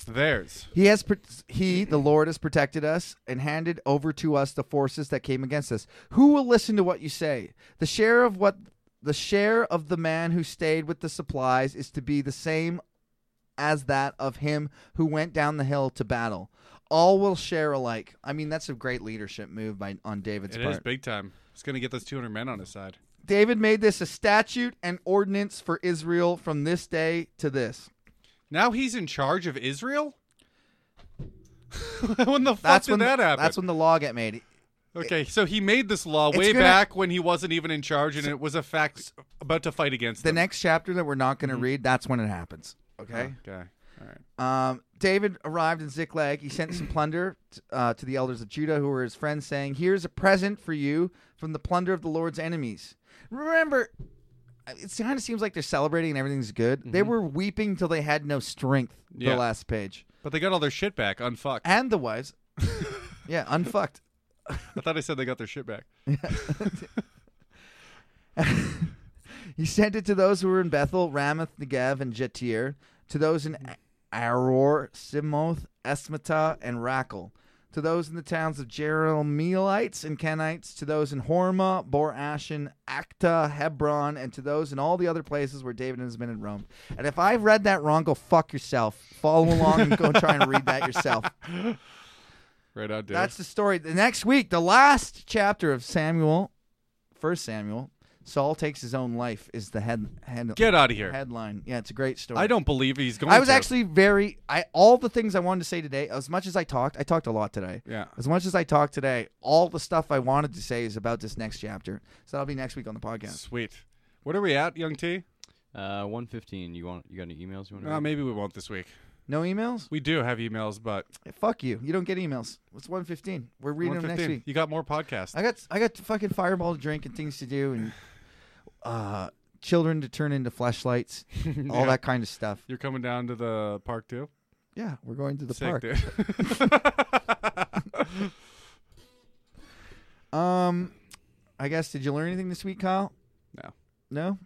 [SPEAKER 2] Theirs.
[SPEAKER 1] He has pr- he the Lord has protected us and handed over to us the forces that came against us. Who will listen to what you say? The share of what the share of the man who stayed with the supplies is to be the same as that of him who went down the hill to battle. All will share alike. I mean, that's a great leadership move by on David's
[SPEAKER 2] It
[SPEAKER 1] part.
[SPEAKER 2] is big time. It's going to get those 200 men on his side.
[SPEAKER 1] David made this a statute and ordinance for Israel from this day to this.
[SPEAKER 2] Now he's in charge of Israel? <laughs> when the fuck
[SPEAKER 1] That's
[SPEAKER 2] did
[SPEAKER 1] when
[SPEAKER 2] that happen?
[SPEAKER 1] That's when the law get made.
[SPEAKER 2] okay, so he made this law
[SPEAKER 1] It's
[SPEAKER 2] way
[SPEAKER 1] gonna-
[SPEAKER 2] back when he wasn't even in charge and it was a fact about to fight against
[SPEAKER 1] The
[SPEAKER 2] them.
[SPEAKER 1] next chapter that we're not going to read, that's when it happens. Okay.
[SPEAKER 2] Okay. All right.
[SPEAKER 1] Um, David arrived in Ziklag. He sent some plunder t- uh, to the elders of Judah, who were his friends, saying, "Here's a present for you from the plunder of the Lord's enemies." Remember, it kind of seems like they're celebrating and everything's good. They were weeping till they had no strength.
[SPEAKER 2] Yeah.
[SPEAKER 1] The last page
[SPEAKER 2] But they got all their shit back, unfucked.
[SPEAKER 1] and the wives, <laughs> yeah, unfucked.
[SPEAKER 2] I thought I said they got their shit back.
[SPEAKER 1] He sent it to those who were in Bethel, Ramath, Negev, and Jetir, to those in Aror, Simoth, Esmata, and Rakel, to those in the towns of Jeremielites and Kenites, to those in Horma, Bor Ashen, Acta, Hebron, and to those in all the other places where David and his men had roamed. And if I've read that wrong, go fuck yourself. Follow along and go try and read that yourself.
[SPEAKER 2] Right on, dude.
[SPEAKER 1] That's the story. The next week, the last chapter of Samuel, First Samuel, Saul takes his own life is the head, head
[SPEAKER 2] Get out of here.
[SPEAKER 1] headline. Yeah, it's a great story.
[SPEAKER 2] I don't believe he's going
[SPEAKER 1] I was
[SPEAKER 2] to.
[SPEAKER 1] actually very. I all the things I wanted to say today. As much as I talked, I talked a lot today.
[SPEAKER 2] Yeah.
[SPEAKER 1] As much as I talked today, all the stuff I wanted to say is about this next chapter. So that'll be next week on the podcast.
[SPEAKER 2] Sweet. What are we at, Young T?
[SPEAKER 4] Uh, one fifteen. You want? You got any emails you want to?
[SPEAKER 1] Mm-hmm.
[SPEAKER 2] Uh, maybe we won't this week.
[SPEAKER 1] No emails? Eh,
[SPEAKER 2] We do have emails, but
[SPEAKER 1] Fuck you. You don't get emails. It's one fifteen. We're reading them next
[SPEAKER 2] 1:15.
[SPEAKER 1] week.
[SPEAKER 2] You got more podcasts.
[SPEAKER 1] I got I got fucking fireball to drink and things to do and uh children to turn into
[SPEAKER 2] <laughs>
[SPEAKER 1] flashlights, all that kind of stuff.
[SPEAKER 2] You're coming down to the park too.
[SPEAKER 1] Yeah, we're going to the
[SPEAKER 2] Sick,
[SPEAKER 1] park.
[SPEAKER 2] dude.
[SPEAKER 1] Um, I guess did you learn anything this week, Kyle?
[SPEAKER 2] No.
[SPEAKER 1] No.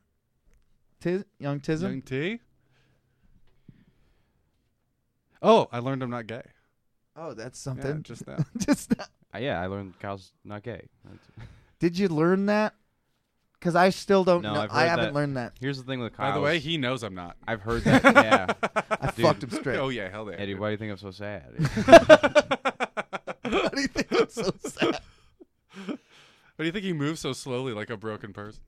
[SPEAKER 1] Tiz, young
[SPEAKER 2] <laughs>
[SPEAKER 1] Tism.
[SPEAKER 2] Young T. Oh, I learned I'm not gay.
[SPEAKER 1] oh, that's
[SPEAKER 2] Yeah,
[SPEAKER 1] something. <laughs>
[SPEAKER 2] just that.
[SPEAKER 1] Just that.
[SPEAKER 4] Uh, yeah, I learned Kyle's not gay. That's-
[SPEAKER 1] Did you learn that? Because I still don't
[SPEAKER 4] No,
[SPEAKER 1] know.
[SPEAKER 4] I've
[SPEAKER 1] I
[SPEAKER 4] heard
[SPEAKER 1] haven't
[SPEAKER 4] that.
[SPEAKER 1] learned that.
[SPEAKER 4] Here's the thing with Kyle.
[SPEAKER 2] By the way,
[SPEAKER 4] is-
[SPEAKER 2] he knows I'm not.
[SPEAKER 4] I've heard
[SPEAKER 2] <laughs>
[SPEAKER 4] that. yeah,
[SPEAKER 1] I
[SPEAKER 4] Dude.
[SPEAKER 1] fucked him straight. <laughs>
[SPEAKER 2] Oh yeah, hell yeah. <laughs>
[SPEAKER 4] Eddie, why do you think I'm so sad?
[SPEAKER 1] Why do you think I'm so sad?
[SPEAKER 2] But do you think he moves so slowly, like a broken person?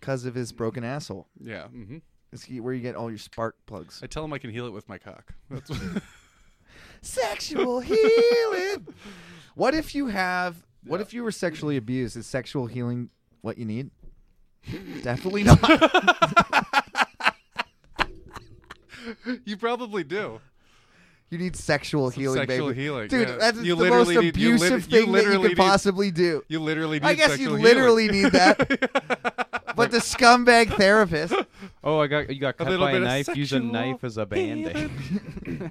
[SPEAKER 1] Because of his broken asshole.
[SPEAKER 2] Yeah. hmm
[SPEAKER 1] It's he- where you get all your spark plugs.
[SPEAKER 2] I tell him I can heal it with my cock. That's
[SPEAKER 1] <laughs>
[SPEAKER 2] what <laughs>
[SPEAKER 1] sexual healing. What if you have? What if you were sexually abused? Is sexual healing what you need? Definitely not.
[SPEAKER 2] you probably do.
[SPEAKER 1] You need sexual
[SPEAKER 2] Some
[SPEAKER 1] healing,
[SPEAKER 2] sexual
[SPEAKER 1] baby.
[SPEAKER 2] healing,
[SPEAKER 1] Dude,
[SPEAKER 2] yeah.
[SPEAKER 1] that's
[SPEAKER 2] You
[SPEAKER 1] the most
[SPEAKER 2] literally need- you lit-
[SPEAKER 1] abusive
[SPEAKER 2] you
[SPEAKER 1] thing that you
[SPEAKER 2] literally
[SPEAKER 1] could
[SPEAKER 2] need-
[SPEAKER 1] possibly
[SPEAKER 2] <laughs>
[SPEAKER 1] do.
[SPEAKER 2] You literally. Need
[SPEAKER 1] I guess you
[SPEAKER 2] sexual
[SPEAKER 1] literally
[SPEAKER 2] healing.
[SPEAKER 1] need that. but the scumbag therapist.
[SPEAKER 4] oh, I got you got cut
[SPEAKER 2] little
[SPEAKER 4] by a
[SPEAKER 2] bit of
[SPEAKER 4] knife. Use a
[SPEAKER 2] sexual
[SPEAKER 4] knife as a band aid.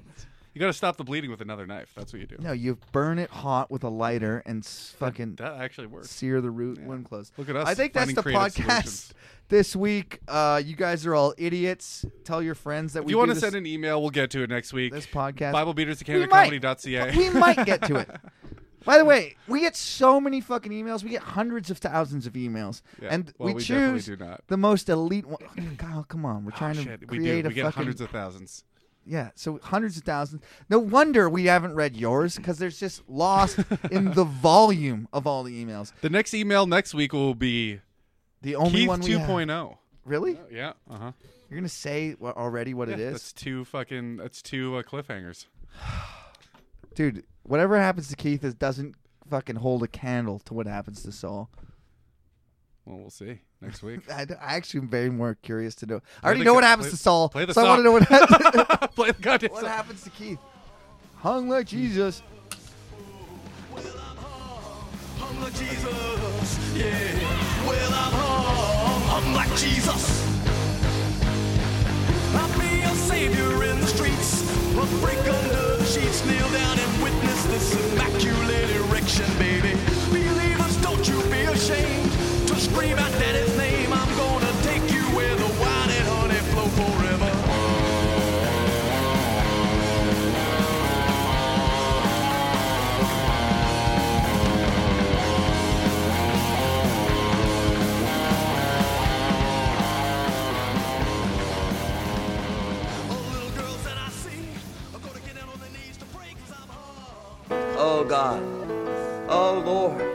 [SPEAKER 2] <laughs> You got to stop the bleeding with another knife. That's what you do.
[SPEAKER 1] No, you burn it hot with a lighter and s- fucking
[SPEAKER 2] That actually works.
[SPEAKER 1] sear the root when closed.
[SPEAKER 2] Look at us
[SPEAKER 1] I think that's
[SPEAKER 2] finding
[SPEAKER 1] the
[SPEAKER 2] creative
[SPEAKER 1] podcast
[SPEAKER 2] solutions.
[SPEAKER 1] this week. Uh, you guys are all idiots. Tell your friends that
[SPEAKER 2] If
[SPEAKER 1] we
[SPEAKER 2] you
[SPEAKER 1] want
[SPEAKER 2] want to send an email, we'll get to it next week.
[SPEAKER 1] this podcast.
[SPEAKER 2] BibleBeaters at
[SPEAKER 1] We might.
[SPEAKER 2] CanadaComedy.ca.
[SPEAKER 1] we might
[SPEAKER 2] <laughs>
[SPEAKER 1] get to it. By the way, we get so many fucking emails. We get hundreds of thousands of emails,
[SPEAKER 2] Yeah,
[SPEAKER 1] and
[SPEAKER 2] well,
[SPEAKER 1] we
[SPEAKER 2] we definitely
[SPEAKER 1] choose
[SPEAKER 2] do not. Oh,
[SPEAKER 1] the most elite one. Kyle, come on, we're trying to
[SPEAKER 2] Shit, we do.
[SPEAKER 1] create a
[SPEAKER 2] We get
[SPEAKER 1] fucking
[SPEAKER 2] hundreds of thousands.
[SPEAKER 1] yeah. So hundreds of thousands. No wonder we haven't read yours because there's just
[SPEAKER 2] <laughs>
[SPEAKER 1] lost in the volume of all the emails.
[SPEAKER 2] The next email next week will be
[SPEAKER 1] The only
[SPEAKER 2] Keith
[SPEAKER 1] one we have-
[SPEAKER 2] 2.0.
[SPEAKER 1] Really?
[SPEAKER 2] Yeah. Uh huh.
[SPEAKER 1] You're gonna say wha- already what it
[SPEAKER 2] That's
[SPEAKER 1] is,
[SPEAKER 2] two fucking. That's two uh, cliffhangers.
[SPEAKER 1] dude? Whatever happens to Keith is doesn't fucking hold a candle to what happens to Saul.
[SPEAKER 2] Well, we'll see
[SPEAKER 1] <laughs>
[SPEAKER 2] next week.
[SPEAKER 1] I, d- I actually am very more curious to know. I already
[SPEAKER 2] the
[SPEAKER 1] know what
[SPEAKER 2] co-
[SPEAKER 1] happens
[SPEAKER 2] play-
[SPEAKER 1] to Saul,
[SPEAKER 2] play the
[SPEAKER 1] so I want to
[SPEAKER 2] song.
[SPEAKER 1] know
[SPEAKER 2] <laughs>
[SPEAKER 1] what, hap- <laughs>
[SPEAKER 2] Play the goddamn
[SPEAKER 1] what
[SPEAKER 2] song.
[SPEAKER 1] happens to Keith. Hung like Jesus.
[SPEAKER 3] Well, I'm hung, hung like Jesus. Yeah. Well, I'm hung, hung like Jesus. I'll be a savior in the streets. I'll break under the sheets, kneel down and witness this immaculate erection, baby. Believers, don't you be ashamed to scream out daddy's name. I'm gonna take you where the wine and honey flow forever. Oh, little girl said I
[SPEAKER 5] Oh God, oh Lord,